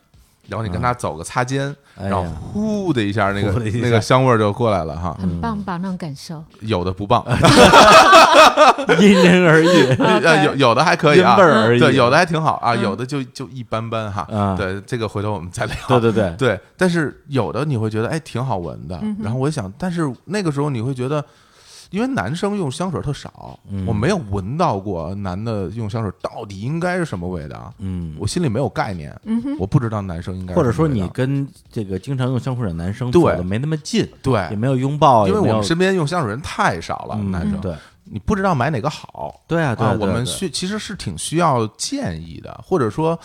B: 然后你跟她走个擦肩，
A: 嗯哎
B: 然后
A: 呀，
B: 呼的一下，那
A: 呼
B: 个
A: 的一下嗯
B: 那个香味儿就过来了哈。
C: 很棒吧？那种感受，
B: 有的不棒，
A: 因人而异，
B: [laughs] 呃，有有的还可以啊，
A: 因味儿而已嗯
B: 对，有的还挺好啊，有的就就一般般哈
A: 啊。
B: 对，这个回头我们再聊。
A: 对对对，
B: [laughs] 对，但是有的你会觉得哎挺好闻的，
A: 嗯
B: 然后我想，但是那个时候你会觉得，因为男生用香水特少，
A: 嗯
B: 我没有闻到过男的用香水到底应该是什么味道，
A: 嗯，
B: 我心里没有概念，我不知道男生应该是
A: 或者说
B: 什么味
A: 你
B: 道
A: 跟这个经常用香水的男生
B: 对
A: 走的没那么近，也
B: 对，
A: 没有拥抱，
B: 因为
A: 也没
B: 我
A: 有
B: 们身边用香水人太少了，
A: 嗯
B: 男生，
A: 对
B: 你不知道买哪个好。
A: 对啊，对
B: 啊，我们
A: 对
B: 需其实是挺需要建议的，或者说，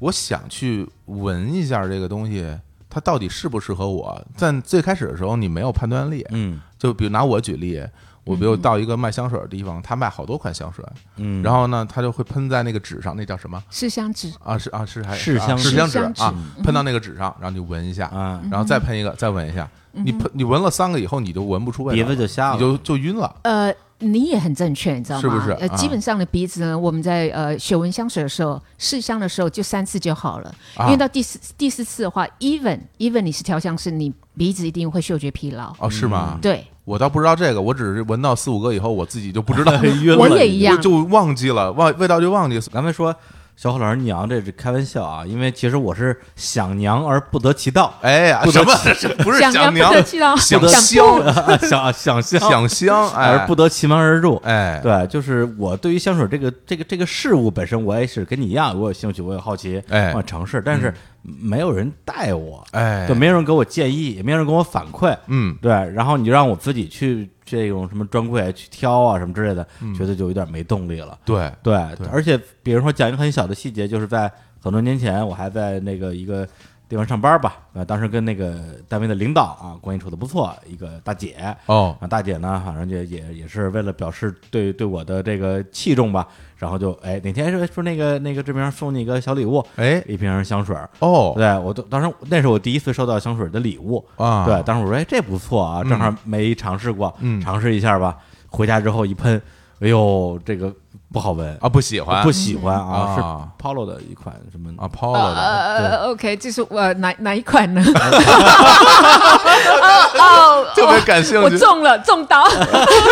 B: 我想去闻一下这个东西，它到底适不适合我。但最开始的时候，你没有判断力，
A: 嗯
B: 就比如拿我举例，我比如到一个卖香水的地方，他卖好多款香水，
A: 嗯，
B: 然后呢，他就会喷在那个纸上，那叫什么
C: 是香纸。
B: 啊？是啊，是还
A: 试
B: 啊
A: 香
B: 试
A: 纸
B: 香纸
C: 试香纸嗯
B: 啊，喷到那个纸上，然后你闻一下，
A: 啊，
B: 然后再喷一个，再闻一下。
C: 嗯
B: 你喷你闻了三个以后，你就闻不出味
A: 鼻
B: 道
A: 子
B: 了，
A: 就瞎
B: 你
A: 了，，
B: 就就晕了。
C: 呃，你也很正确，你知道吗？
B: 是不是
C: 呃，
B: 啊
C: 基本上的鼻子呢，我们在呃选闻香水的时候，试香的时候就三次就好了，
B: 啊
C: 因为到第四第四次的话，even even 你是调香师，你鼻子一定会嗅觉疲劳。
B: 哦，是吗？
C: 对，
B: 我倒不知道这个，我只是闻到四五个以后，我自己就不知道
A: [laughs] 晕了
C: 我也一样
B: 我就忘记了，忘味道就忘记了。
A: 刚才说小虎老师娘，这是开玩笑啊，因为其实我是想娘而不得其
B: [laughs]
A: 道，
B: 哎呀，
A: 不
B: 什
A: 得
B: 么？ [laughs] 这不是
C: 想
B: 想
C: 不得
A: [laughs]
C: 其
B: [laughs]
C: 劳，
B: 想
C: 不
B: 香，
A: 啊想 [laughs] 想香
B: 想香，哎，
A: 而不得其门而入。
B: 哎，
A: 对，就是我对于香水这个这个这个事物本身，我也是跟你一样，我有兴趣，我有好奇，
B: 哎
A: 我尝试，但是没有人带我，
B: 哎，
A: 对，没有人给我建议，也没有人给我反馈，
B: 嗯，
A: 对，然后你就让我自己去这种什么专柜去挑啊什么之类的，
B: 嗯
A: 觉得就有点没动力了。
B: 对，
A: 对，
B: 对
A: 而且比如说讲一个很小的细节，就是在很多年前，我还在那个一个地方上班吧，啊，当时跟那个单位的领导啊关系处的不错，一个大姐
B: 哦，
A: 啊，大姐呢，反正也也也是为了表示对对我的这个器重吧，然后就哎哪天说说那个那个志明送你一个小礼物，
B: 哎，
A: 一瓶香水儿，
B: 哦，
A: 对我都当时那是我第一次收到香水的礼物
B: 啊
A: 对，当时我说哎这不错啊，正好没尝试过，
B: 嗯
A: 尝试一下吧。回家之后一喷，哎呦这个不好闻
B: 啊，不喜
A: 我
B: 欢，
A: 不喜欢
B: 嗯
A: 啊，
B: 啊
A: 是 Polo 的一款什么
B: 啊，抛了的，
C: 呃，OK，这是我哪哪一款
B: [laughs]
C: 呢？哦
B: 特别感兴
C: 我
B: 趣。
C: 中了，中刀。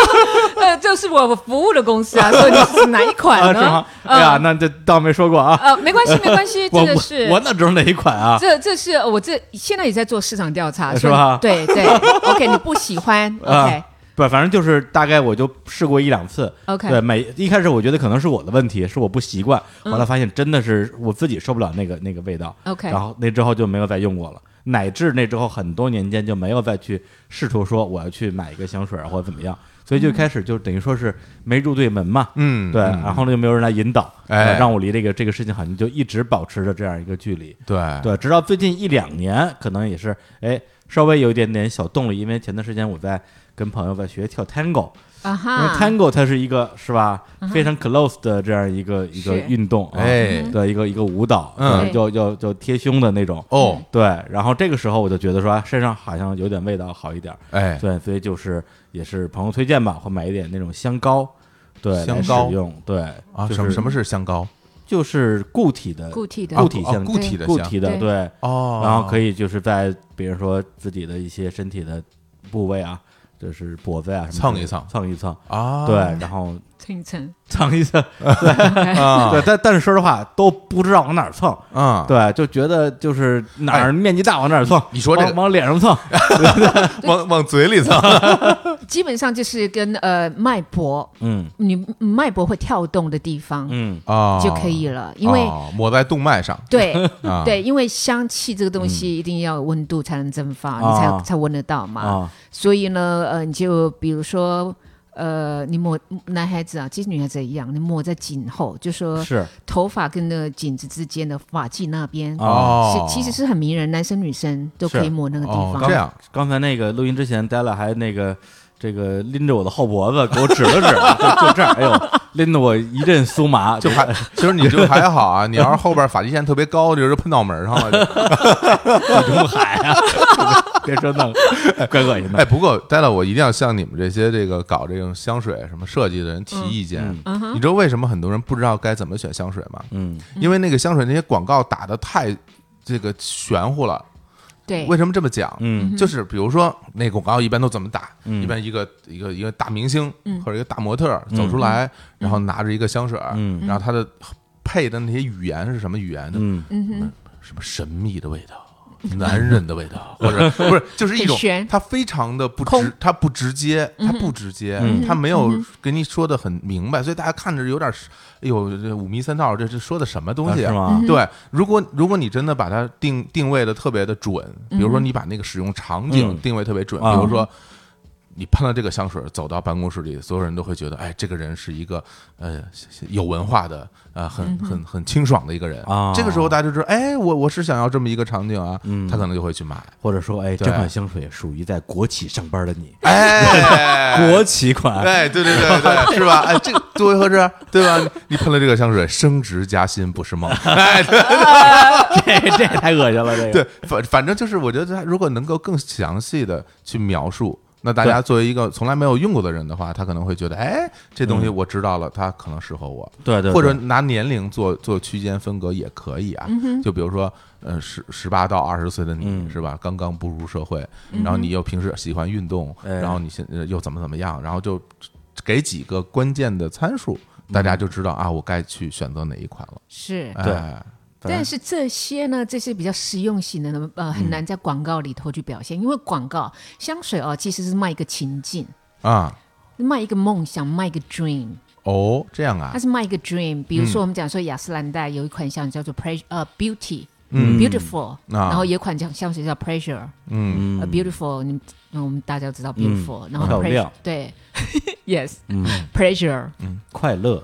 C: [laughs] 呃，这是我服务的公司啊，所以你是哪一
A: 啊
C: 款
A: 是
C: 呢
A: 吗？？哎呀，
C: 嗯
A: 那这倒没说过啊，
C: 呃，没关系，没关
B: [laughs]
C: 系，
A: 我
C: 这个
A: 我
C: 是
A: 我哪知道哪一款啊？
C: [laughs] 这这是呃我这现在也在做市场
A: [laughs]
C: 调查，
A: 是
C: 所以
A: 吧
C: 对对，OK，你不喜欢，OK，
A: [laughs] 啊，不，反正就是大概我就试过一两次。
C: OK
A: 对，每一开始我觉得可能是我的问题，是我不习惯，后来发现真的是我自己受不了那个那个味道。
C: 嗯 OK
A: 然后那之后就没有再用过了，乃至那之后很多年间就没有再去试图说我要去买一个香水啊或者怎么样，所以
C: 嗯
A: 就开始就等于说是没入对门嘛。
B: 嗯，
A: 对，啊
B: 嗯
A: 然后呢就没有人来引导，
B: 哎
A: 呃让我离这个这个事情好像就一直保持着这样一个距离。
B: 对
A: 对，直到最近一两年，可能也是哎，稍微有一点点小动力，因为前段时间我在跟朋友在学跳 tango，、
C: 啊
A: 因为
C: 哈，
A: tango 它是一个是吧，非常 close 的这样一个一个
C: 是
A: 运动啊，
B: 哎
A: 的一个一个舞蹈，
B: 嗯
A: 对就就就贴胸的那种。
B: 哦，
A: 对，然后这个时候我就觉得说啊身上好像有点味道好一点，
B: 哎，
A: 对，所以就是也是朋友推荐吧，会买一点那种香膏，对，来
B: 香膏
A: 使用，对
B: 啊，
A: 就是
B: 什么什么是香膏？
A: 就是固体的
C: 固体的
A: 固体
B: 啊
A: 香
B: 固体的
A: 固
B: 香
A: 体的
C: 对
A: 对，
B: 哦，
A: 然后可以就是在比如说自己的一些身体的部位啊，就是脖子啊什么
B: 蹭
A: 之类的
B: 一蹭
A: 蹭一蹭，
B: 啊，
A: 对，然
B: [laughs]
A: 后
C: 清晨，
A: 蹭一蹭，
B: 啊，
A: 对，但但是说实话都不知道往哪儿蹭，
B: 嗯，
A: 对，就觉得就是哪儿面积大往哪儿蹭，
B: 你说这
A: 往
B: 个
A: 往脸上蹭，
B: 往往
A: [laughs]
B: 嘴里蹭，
C: 基本上就是跟呃脉搏，
A: 嗯
C: 你脉搏会跳动的地方
A: 嗯
B: 啊
C: 就可以了，因为
B: 哦抹在动脉上
A: [laughs]
C: 对
B: 啊，，
C: 对，因为香气这个东
A: 嗯
C: 西一定要有温度才能蒸发，你
A: 啊
C: 才才闻得到嘛。
A: 啊
C: 所以呢，呃，你就比如说呃，你抹男孩子啊，其实女孩子也一样，你抹在颈后，就
B: 啊
C: 说
A: 是
C: 头发跟那颈子之间的发际那边，
B: 哦
C: 啊是其实是很迷人，男生女生都可以
A: 是
C: 抹那个地
B: 哦
C: 方。
B: 这样，
A: 刚才那个录音之前，Della 还那个这个拎着我的后脖子给我指了指，就就这儿，哎呦，拎得我一阵酥麻，
B: 就
C: [laughs]
B: 还其实你这还好啊，你要是后边发际线特别高，就是喷脑门
C: [laughs]
B: 上了就。
A: 东海啊，别说弄， [laughs] 怪恶心
B: 哎，
A: 的。
B: 不过待了，我一定要向你们这些这个搞这种香水什么设计的人提意见。
C: 嗯
B: 你知道为什么很多人不知道该怎么选香水吗？
A: 嗯，
B: 因为那个香水那些广告打的太这个玄乎了。
C: 对
B: 为，什么这么讲？
A: 嗯，
B: 就是比如说那广告一般都怎么打？一般一个一个一个大明星
C: 嗯
B: 或者一个大模特儿走出来，然后拿着一个香水儿，
A: 嗯
B: 然后他的配的那些语言是什么语言？就
A: 嗯
B: 什么神秘的味道。男人的味
A: [laughs]
B: 道，或者不是，就是一种
C: 很玄，
B: 它非常的不
C: 空嗯
B: 直，它不直接，它不直
A: 嗯
B: 接，它没有给你说的很明白，所以大家看着有点是，哎呦，这五迷三道，这这说的什么东
A: 啊
B: 西
A: 是
B: 啊？
A: 吗？
B: 对，如果如果你真的把它定定位的特别的准，比如说你把那个使用场景
A: 嗯
B: 定位特别准，
A: 啊
B: 比如说你喷了这个香水，走到办公室里，所有人都会觉得，哎，这个人是一个呃有文化的，呃，很很很清爽的一个人
A: 嗯啊嗯
B: 这个时候大家就知道，哎，我我是想要这么一个场景啊，他可能就会去买。
A: 或者说，哎，
B: 对
A: 这款香水属于在国企上班的你，[laughs]
B: 哎，
A: 国企款，
B: 哎，对对对对，是吧？哎，这个多为何止，对吧？你你喷了这个香水，升职加薪不是梦。哎，对
A: 这这也太恶心了，这个。
B: 对，反反正就是，我觉得他如果能够更详细的去描述，那大家作为一个从来没有用过的人的话，他可能会觉得，哎，这东西我知道了，它可能适合我。
A: 对嗯对，
B: 或者
A: 对
B: 拿年龄做做区间分隔也可以啊，就比如说，呃，十十八到二十岁的你、
A: 嗯
B: 是吧？刚刚步入社会，然后你又平时喜欢运动，
A: 哎
B: 然后你现呃又怎么怎么样，然后就给几个关键的参数，大
A: 嗯
B: 家就知道啊，我该去选择哪一款了。
C: 是。
A: 对
B: 哎
A: 对
C: 但是这些呢，这些比较实用性的呢，
B: 嗯
C: 呃，很难在广告里头去表现，因为广告香水哦，其实是卖一个情境，
B: 啊，
C: 卖一个梦想，卖一个 dream，
B: 哦，这样啊
C: 它，是卖一个 dream。比如说，我们讲说雅诗兰黛有一款香水叫做 Pressure，呃，Beauty。
B: 嗯
C: beautiful，、
B: 啊
C: 然后有一款香香水叫 Pressure，
B: 嗯，
C: 呃、b e a u t i f u l 你那我们大家都知道 beautiful，、然后
A: 漂
C: pressure
A: 亮
C: 对 [laughs] ，yes，pressure，yes，OK，、
A: 嗯
C: Pressure，
A: 快乐，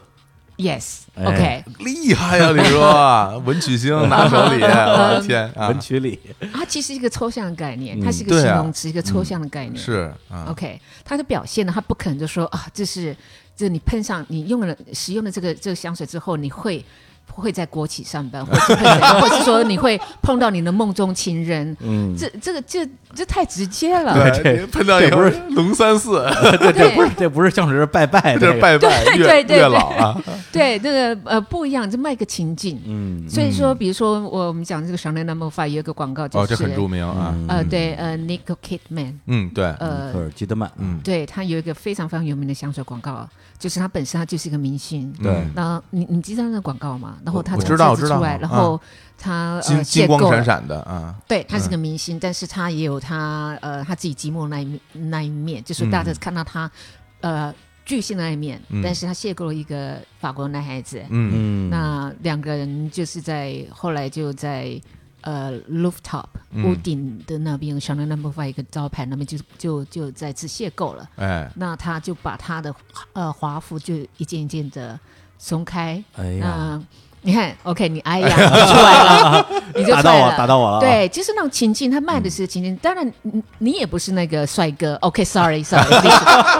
C: yes，
A: 哎
C: OK
B: 厉害呀、李叔，
A: [laughs]
B: 文曲星拿手里，我的天啊
A: 嗯文，曲里， [laughs]
C: 它其实是一个抽象的概念，它是一个
B: 对
C: 形
B: 啊
C: 容词，一个抽象的概念。
B: 是啊，
C: OK，它的表现呢，它不可能就说啊，这是这你喷上你用了使用了这个这个香水之后，你会会在国企上班，或是会
B: [laughs]
C: 怎样或是说你会碰到你的梦中情人，
A: 嗯，
C: 这这个这这太直接了，
A: 对
B: 对，喷到
A: 这
B: 以后
A: 不是
B: 龙三四，
A: 这这
C: 对
A: 不是这不是香水，是拜拜，
B: [laughs] 这
A: 这
B: 是
A: 个
B: 拜拜
C: 对
B: 月
C: 对对
B: 月老啊，
C: 对，这个呃不一样，这卖个情境。
A: 嗯
C: 所以说，比如说我我们讲这个 Chanel No. Five 有一个广告，就是、
B: 哦，这很著名啊，
A: 嗯
C: 呃，对，呃，Nicole Kidman，
B: 嗯，对，
C: 呃
A: 科，尔基德曼，嗯，
C: 对他有一个非常非常有名的香水广告，啊就是他本身他就是一个明星，
A: 对
C: 然后你你记得那个广告吗？然后
B: 嗯
C: 他
B: 我
C: 从
B: 知道我
C: 车子
B: 知道啊
C: 出来，然后他、
B: 金
C: 呃
B: 金
C: 邂
B: 光
C: 逅
B: 闪
C: 了，
B: 闪的啊，
C: 对他是个明星，但是他也有他呃他自己寂寞那一面那一面，就是大家看到他、呃巨星的那一面，
B: 嗯
C: 但是他邂逅了一个法国男孩子，
B: 嗯
A: 嗯，
C: 那两个人就是在后来就在呃 rooftop
B: 嗯
C: 屋顶的那边，小 n number five 一个招牌那边就就就再次邂逅了。
B: 哎，
C: 那他就把他的呃华服就一件一件的松开，
A: 哎
C: 那、哦
A: 呀，
C: 你看，OK，你
A: [laughs]
C: 哎呀，你就出来了，你就
A: 打
C: 出
A: 到
C: 来
A: 我，
C: 了，
A: 打到我了，，哦
C: 对，就是那种情境，他卖的是情境。当然，你你也不是那个帅
A: [laughs]
C: 哥，OK，sorry，sorry，、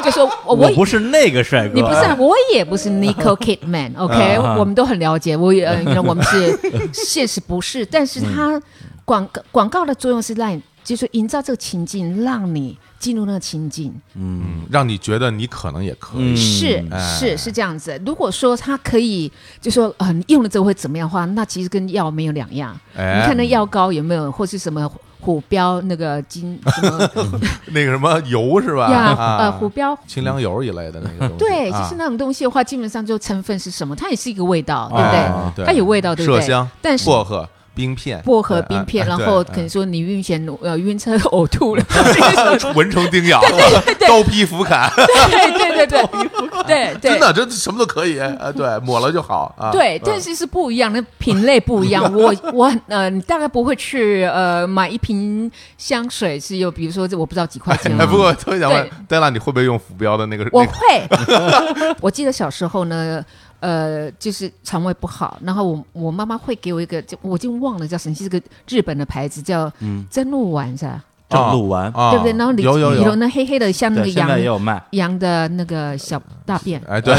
C: 就说我
A: 我
C: 我
A: 不是那个帅哥，
C: 你不是，我也不是 Nicole Kidman，OK，、
A: [laughs] 啊
C: 我们都很了解，我
A: [laughs]
C: 也、呃、我们是现实不是，但是
A: 嗯
C: 它广告广告的作用是让你，就是营造这个情境，让你进入那个情境，
B: 嗯，让你觉得你可能也可以，
A: 嗯
C: 是
B: 哎
C: 是是这样子。如果说它可以，就说嗯、你用了之后会怎么样的话，那其实跟药没有两样。
B: 哎
C: 你看那药膏有没有，或是什么虎标那个金什
B: [laughs]
C: 么
B: 那个什么油是吧？
C: 呀呃
B: 啊，
C: 虎标
B: 清凉油一类的那个东西，
C: 对，就
B: 啊
C: 是那种东西的话，基本上就成分是什么，它也是一个味道，对不
B: 哎
C: 对？
B: 对
C: 它有味道，对不
B: 麝
C: 对？
B: 香、
C: 但是
B: 薄荷、冰片，
C: 薄荷
B: 对
C: 冰片，
B: 哎
C: 然
B: 对
C: 后
B: 哎
C: 可能说你晕眩呃晕车呕吐了， [laughs]
B: 蚊虫叮咬了，刀劈斧砍，
C: 对对对对对对，
B: 真的，这什么都可以，呃，对，抹了就好啊。
C: 对
B: 嗯，
C: 但是是不一样，那品类不
B: [laughs]
C: 一样。我我呃，你大概不会去呃买一瓶香水是有，比如说这我不知道几块钱
B: 哎，[laughs]
C: 啊。
A: 嗯
B: 不过我特别想问
C: 对，
B: 戴娜，你会不会用浮标的那个？
C: [laughs] 我
B: 那个
C: 会， [laughs] 我记得小时候呢，呃，就是肠胃不好，然后我我妈妈会给我一个，就我已经忘了叫什么，是个日本的牌子叫真露丸是吧？
A: 正录完，
B: 嗯啊，
C: 对不对？然后里
B: 有有
C: 里头
B: 有，
C: 那黑黑的，像那个
A: 哦对，现在也
C: 羊
A: 有卖
C: 羊的那个小大便。
B: 哎，对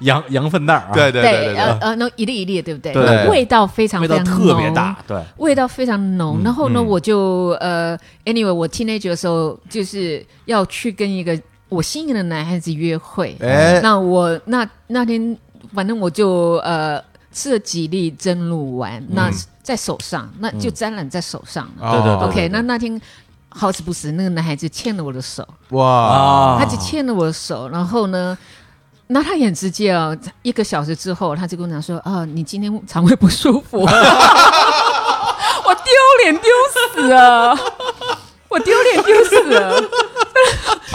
A: 羊羊粪袋儿啊，
B: 对对对
C: 呃
B: 对，
C: 呃，那一粒一粒，对不对？
A: 对
B: 对对
C: 味道非常
A: 味
C: 非
A: 道
C: 常
A: 特别
C: 浓
A: 大，对，
C: 味道非常浓。
A: 嗯
C: 然后呢，
A: 嗯
C: 我就呃，anyway，我 teenager 的时候就是要去跟一个我心仪的男孩子约会。
B: 哎，
C: 那我那那天反正我就呃吃了几粒蒸鹿丸，
A: 嗯
C: 那在手上，那就沾染在手上
B: 哦
A: 对
C: 了。
A: 对对
C: OK，那那天。好死不死，那个男孩子牵了我的手，
B: 哇，
A: 啊，
C: 他只牵了我的手，然后呢，那他也很直接哦。一个小时之后，他就跟我讲说：“啊，你今天肠胃不舒服。”我丢脸丢死了，我丢脸丢死了。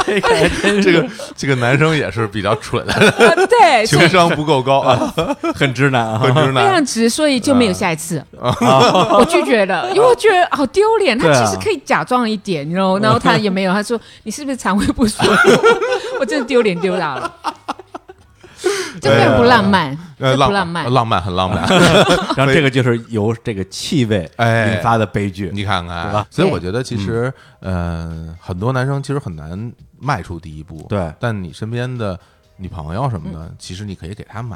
A: 这个还真
B: 这
A: 是
B: 个这个男生也是比较蠢，
C: 啊 [laughs] 对，所
B: 情
C: 以
B: 商不够高
C: [laughs]
B: 啊，
A: 很直男啊，
B: 很直
C: 非
B: 男
C: 常直，所以就没有下一次。 [laughs] 我拒绝了，因为我觉得好丢脸。他
A: 对啊
C: 其实可以假装一点，然后然后他也没有，他说：“你是不是肠胃不舒服？”我真的丢脸丢大了。这非常不浪漫，
B: 呃，
C: 这
B: 浪
C: 不浪漫，
B: 浪漫很浪漫。
A: 然后这个就是由这个气味
B: 哎
A: 引发的悲剧，
B: 你看看，
A: 对吧嗯
B: 所以我觉得其实，呃，很多男生其实很难迈出第一步。
A: 对
B: 但你身边的女朋友什么的，其实你可以给她买。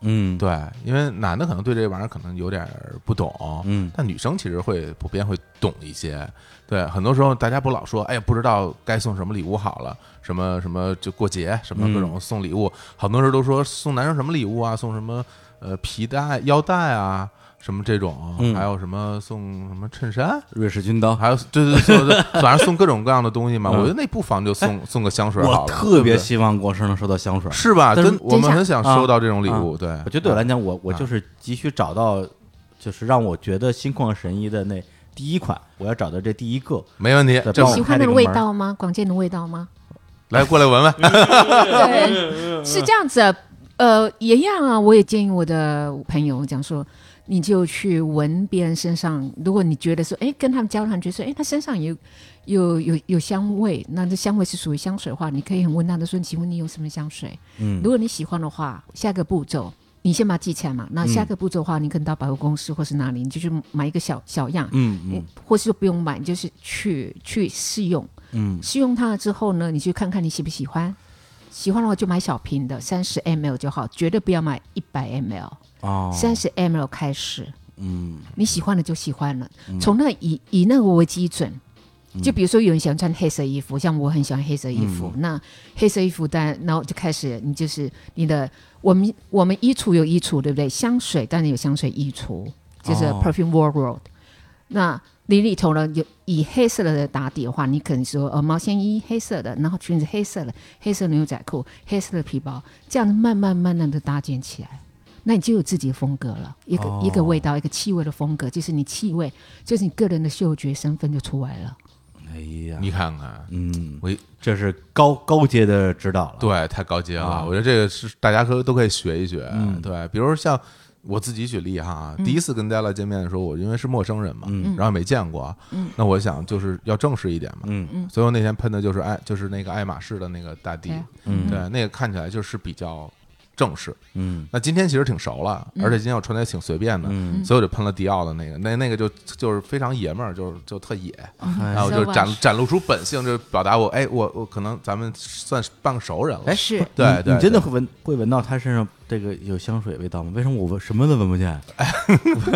A: 嗯，
B: 对，因为男的可能对这玩意儿可能有点儿不懂，
A: 嗯
B: 但女生其实会普遍会懂一些。对，很多时候大家不老说，哎呀，不知道该送什么礼物好了，什么什么就过节什
A: 嗯
B: 么各种送礼物，很多时候都说送男生什么礼物啊，送什么呃皮带、腰带啊，什么这种，
A: 嗯
B: 还有什么送什么衬衫，
A: 瑞士军刀，
B: 还有对对
A: [laughs]
B: 对对，反正送各种各样的东西嘛。
A: 嗯哎
B: 我觉得那不妨就送送个香水好
A: 我
B: 了，
A: 特
B: 对
A: 别
B: 不对
A: 希望过生日收到香水儿，
B: 是吧？
A: 但是
B: 真我们
C: 真
B: 很想
A: 啊
B: 收到这种礼
A: 啊
B: 物，对，
A: 我觉得对我来讲，
B: 嗯
A: 我我就是急需找到，就是让我觉得心旷神怡的那第一款，我要找到这第一个，
B: 没问题
A: 对，
B: 这
A: 帮
C: 喜
A: 我
C: 欢那个味道吗？广见的味道吗？
B: 来过
A: [laughs]
B: 来闻闻。
A: 嗯
C: 对，是这样子啊。呃，一样啊，我也建议我的朋友讲说，你就去闻别人身上，如果你觉得说，哎，跟他们交谈，觉得说，哎，他身上有有有有香味，那这香味是属于香水的话，你可以很问他的说，请问你有什么香水？
A: 嗯
C: 如果你喜欢的话，下个步骤。你先把它记起来嘛，那下个步骤的话，你可能到百货公司或是哪里，你就去买一个小小样，
A: 嗯
C: 嗯
A: 嗯，
C: 或是不用买，你就是去去试用，
A: 嗯，
C: 试用它了之后呢，你去看看你喜不喜欢，喜欢的话就买小瓶的，三十 ml 就好，绝对不要买一百 ml，
A: 哦，
C: 三十 ml 开始，
A: 嗯
C: 你喜欢的就喜欢了，从那以以那个为基准。
A: 嗯
C: 就比如说有人喜欢穿黑色衣服，像我很喜欢黑色衣服，那黑色衣服当然，然后就开始你就是你的，我们我们衣橱有衣橱，对不对？香水当然有香水衣橱，就是
A: 哦
C: perfume wardrobe。那你里头呢，有以黑色的打底的话，你可能说呃毛线衣黑色的，然后裙子黑色的，黑色牛仔裤，黑色的皮包，这样慢慢慢慢的搭建起来。那你就有自己的风格了，一
B: 哦
C: 个、一个味道，一个气味的风格，就是你气味，就是你个人的嗅觉身份就出来
B: [laughs]
C: 了。
A: 哎呀，
B: 你看看，
A: 嗯，
B: 我一
A: 这是高高阶的指导了，
B: 对太高阶了
A: 啊，嗯
B: 我觉得这个是大家可都可以学一学。对，比如像我自己举例哈，第一次跟 Della 见面的时候，我因为是陌生人嘛，
A: 嗯
B: 然后也没见过，那我想就是要正式一点嘛，嗯，所以我那天喷的就是爱，就是那个爱马仕的那个大地
C: 对啊，
A: 嗯
B: 对，那个看起来就是比较正式，
A: 嗯
B: 那今天其实挺熟了，而且今天我穿的也挺随便的，
A: 嗯
B: 所以我就喷了迪奥的那个，那那个就就是非常爷们儿，就是就特野，
A: 哎
B: 然后
C: So
B: 就展
C: much
B: 展露出本性，就表达我哎，我我可能咱们算是半个熟人了。
A: 哎
C: 是
A: 不
B: 对
A: 你
B: 对
A: 你真的
B: 对
A: 会闻会闻到他身上这个有香水味道吗？为什么我闻什么都闻不见？啊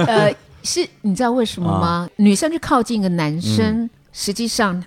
C: 呃，是你知道为什么
B: 啊
C: 吗？女生去靠近一个男生，
B: 嗯
C: 实际上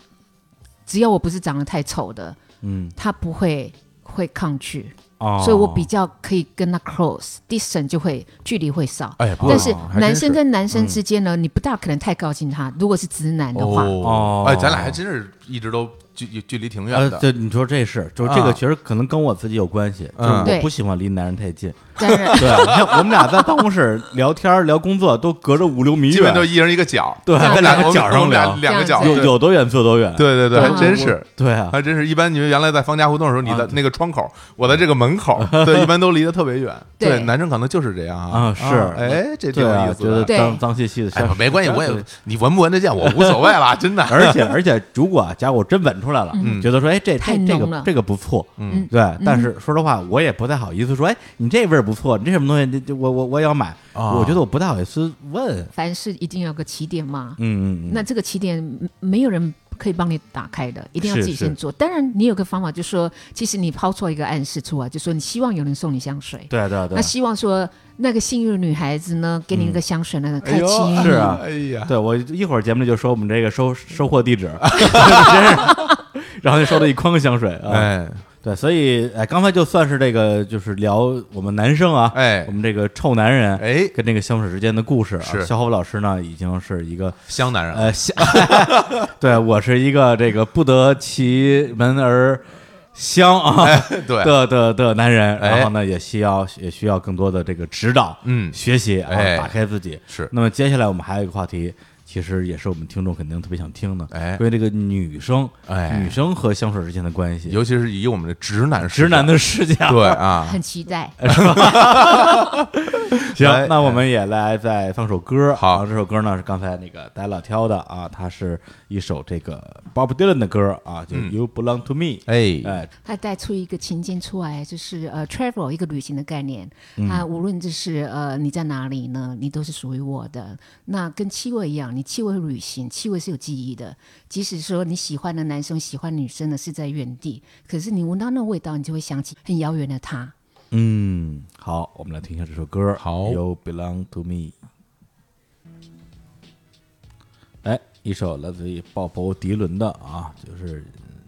C: 只要我不是长得太丑的，
A: 嗯，
C: 他不会会抗拒，
A: 哦，
C: 所以我比较可以跟他 close，distance 就会距离会少。
B: 哎呀，不过
C: 但是
B: 还真嗯
C: 男生跟男生之间呢，你不大可能太靠近他。如果是直男的话，
B: 哦
A: 哦
B: 哎，咱俩还真是一直都距距距离挺远
A: 呃，
B: 的。
A: 对，你说这是，就是这
B: 啊
A: 个确实可能跟我自己有关系，就是
B: 嗯
A: 我
E: 对
A: 不喜欢离男人太近。
E: 当然，
A: 对，啊你看我们俩在办公室聊天儿聊工作，都隔着五六米
B: 基本都
A: 远，
B: 一人一个角，
A: 对
B: 我们
A: 在两个
B: 我们
A: 角上
B: 我们俩
A: 聊
B: 两个
C: 这
B: 角，
C: 样子
A: 有
B: 对
A: 有多远坐多远。
B: 对对对，还
A: 对
B: 真是。
A: 对啊，
B: 还真是一般，你们原来在方家胡同的时候，你的
A: 啊
B: 那个窗口，我在这个门口，对，一般都离得特别远。
C: 对
B: 对，男生可能就是这样啊。
A: 啊是
B: 哎，这挺
A: 对
B: 有
A: 啊，
B: 意
A: 觉
B: 思
A: 得
B: 的。
C: 对
A: 脏脏兮兮的，
B: 哎
A: 像，
B: 没关系，
A: 对
B: 我也 [laughs]
A: 对
B: 你闻不闻得见，我无所谓啦，真的。
A: [laughs] 而且而且，如果假如我真闻出来了，觉得说，哎，这
C: 嗯太
A: 这这
C: 浓
A: 个
C: 了
A: 这个不错，
B: 嗯，
A: 对。但是说实话，我也不太好意思说，哎，你这味儿不错，你这什么东西，这这我我我也要买。
B: 啊
A: 我觉得我不太好意思问，
C: [laughs] 凡事一定要有个起点嘛。
A: 嗯嗯嗯，
C: 那这个起点嗯没有人可以帮你打开的，一定要
A: 是
C: 自己先
A: 是
C: 做。当然，你有个方法，就说其实你抛错一个暗示出来，就说你希望有人送你香水，
A: 对对对
C: 那，希望说那个幸运女孩子呢，给你一个香水呢，
B: 哎
C: 开
B: 呦
C: 启运。
A: 是啊
B: 哎呀，
A: 对我一会儿节目里就说我们这个收收货地址， [laughs] 真是然后就收了一筐香水啊。
B: 哎
A: 对，所以哎，刚才就算是这个就是聊我们男生啊，
B: 哎
A: 我们这个臭男人
B: 哎，
A: 跟这个香水之间的故事啊。
B: 是
A: 小虎老师呢，已经是一个
B: 香男人啊了，
A: 呃，香 [laughs] 对我是一个这个不得其门而香啊。
B: 哎对，
A: 的的的男人，
B: 哎
A: 然后呢，也需要也需要更多的这个指导，
B: 嗯
A: 学习，然
B: 哎
A: 后打开自己。
B: 是
A: 那么接下来我们还有一个话题，其实也是我们听众肯定特别想听的，
B: 哎
A: 关于这个女生，
B: 哎
A: 女生和香水之间的关系，
B: 尤其是以我们的直男视
A: 直男
B: 角
A: 的视角。
B: 对
A: [laughs]
B: 啊，
C: 很期待，
A: 行
B: 哎，
A: 那我们也来再放首歌。
B: 好
A: 然后这首歌呢是刚才那个戴老挑的啊，它是一首这个 Bob Dylan 的歌啊，就
B: 嗯
A: You Belong to Me。
B: 哎
A: 哎，
C: 他带出一个情境出来，就是呃，travel 一个旅行的概念。
A: 嗯
C: 它无论就是呃你在哪里呢，你都是属于我的。那跟气味一样，你气味旅行，气味是有记忆的。即使说你喜欢的男生、喜欢女生呢是在原地，可是你闻到那味道，你就会想起很遥远的
A: [laughs]
C: 他。
A: 嗯，好，我们来听一下这首歌。
B: 好
A: ，You Belong to Me。哎，一首来自于鲍勃迪伦的啊，就是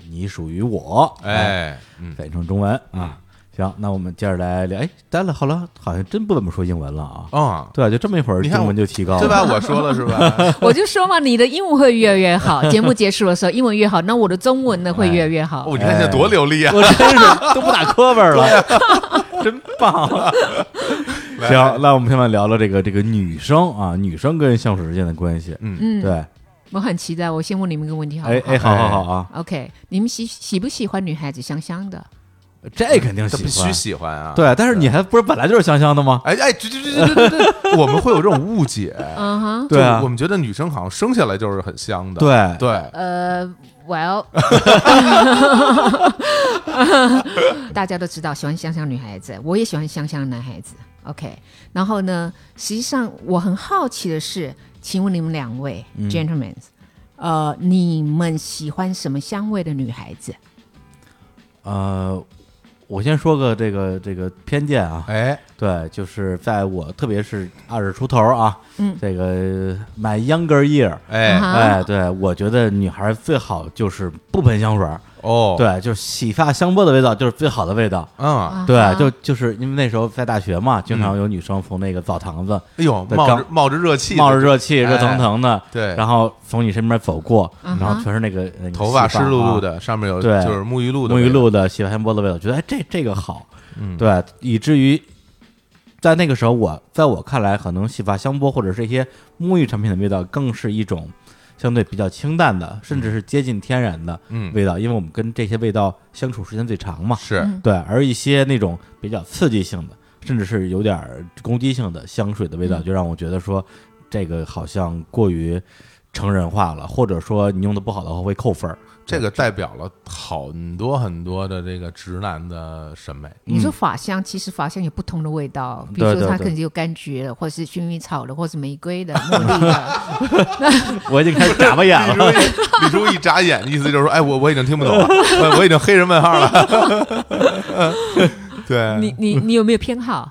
A: 你属于我。，
B: 哎，嗯，
A: 翻译成中文啊。行，那我们接着来聊。哎，待了，好了，好像真不怎么说英文了啊。
B: 啊，
A: 对啊，就这么一会儿，
B: 你看
A: 中
B: 我
A: 文就提高了，
B: 对吧？我说了是
A: [laughs]
B: 吧？
C: 我就说嘛，你的英文会越来越好。节目结束的时候，英文越好，那我的中文呢会
A: 哎
C: 越来越好。
B: 哦，你看这多流利
A: [laughs]
B: 啊！
A: 我真是都不打磕巴了， [laughs] 真棒！啊 [laughs] 行，那我们现在聊聊这个这个女生啊，女生跟香水之间的关系。
B: 嗯
A: 对，
C: 我很期待。我先问你们一个问题，好不
A: 哎
C: 好？
A: 哎，好好好啊，
C: OK，你们喜喜不喜欢女孩子香香的？
A: 这肯定
B: 这必
A: 喜
B: 须
A: 欢。
B: 喜欢啊！，
A: 对，但是你还不是本来就是香香的吗？
B: 哎哎，这这这这这这，我们会有这种误解，
C: 嗯哼，
A: 对啊
B: 就我们觉得女生好像生下来就是很香的，
A: 对
B: 对，
C: 呃，Well，大家都知道喜欢香香女孩子，我也喜欢香香男孩子。OK，然后呢，实际上我很好奇的是，请问你们两位、gentlemen，呃，你们喜欢什么香味的女孩子？
A: 呃，我先说个这个这个偏见啊，
B: 哎，
A: 对，就是在我特别是二十出头啊，嗯，这个买 younger year，
B: 哎，
C: 啊
A: 哎，对我觉得女孩最好就是不喷香水儿，
B: 哦，，
A: 对，啊就是洗发香波的味道就是最好的味道。
B: 嗯，
C: 啊
A: 对，就就是因为那时候在大学嘛，经常有女生从那个澡堂子
B: 哎呦，
A: 对
B: 冒着
A: 刚
B: 冒着热气，
A: 冒着热气、
B: 哎
A: 热腾腾的，
B: 对
A: 然后从你身边走过，
C: 嗯
A: 然
C: 哼
A: 后全是那个那个
B: 头发
A: 洗
B: 湿漉漉
A: 啊
B: 的，上面有
A: 对
B: 就是沐浴露的
A: 沐浴
B: 味道，
A: 露的洗发香波的味道，觉得哎这这个好，
B: 嗯
A: 对，以至于在那个时候我在我看来，可能洗发香波或者是一些沐浴产品的味道，更是一种相对比较清淡的，甚至是接近天然的
B: 嗯，
A: 味道，因为我们跟这些味道相处时间最长嘛，
B: 是，
A: 对，而一些那种比较刺激性的，甚至是有点儿攻击性的香水的味道，
B: 嗯
A: 就让我觉得说这个好像过于成人化了，或者说你用的不好的话会扣分儿。
B: 这个代表了很多很多的这个直男的
A: [laughs]
B: 审美，
C: 你说法香，其实法香有不同的味道，比
A: 嗯
C: 如
A: 对
C: 说
A: 对
C: 它
A: 对
C: 可能有柑橘的，或是薰衣草的，或是玫瑰的、茉
A: [laughs]
C: 莉的。
A: 我已经开始眨巴眼
B: [laughs] 李
A: 了。
B: 叔一李叔一眨眼，意思就是说，哎，我我已经听不
A: [laughs]
B: 懂了，我我已经黑人问号了。 [laughs] 对，
C: 你你你有没有
A: [laughs]
C: 偏好？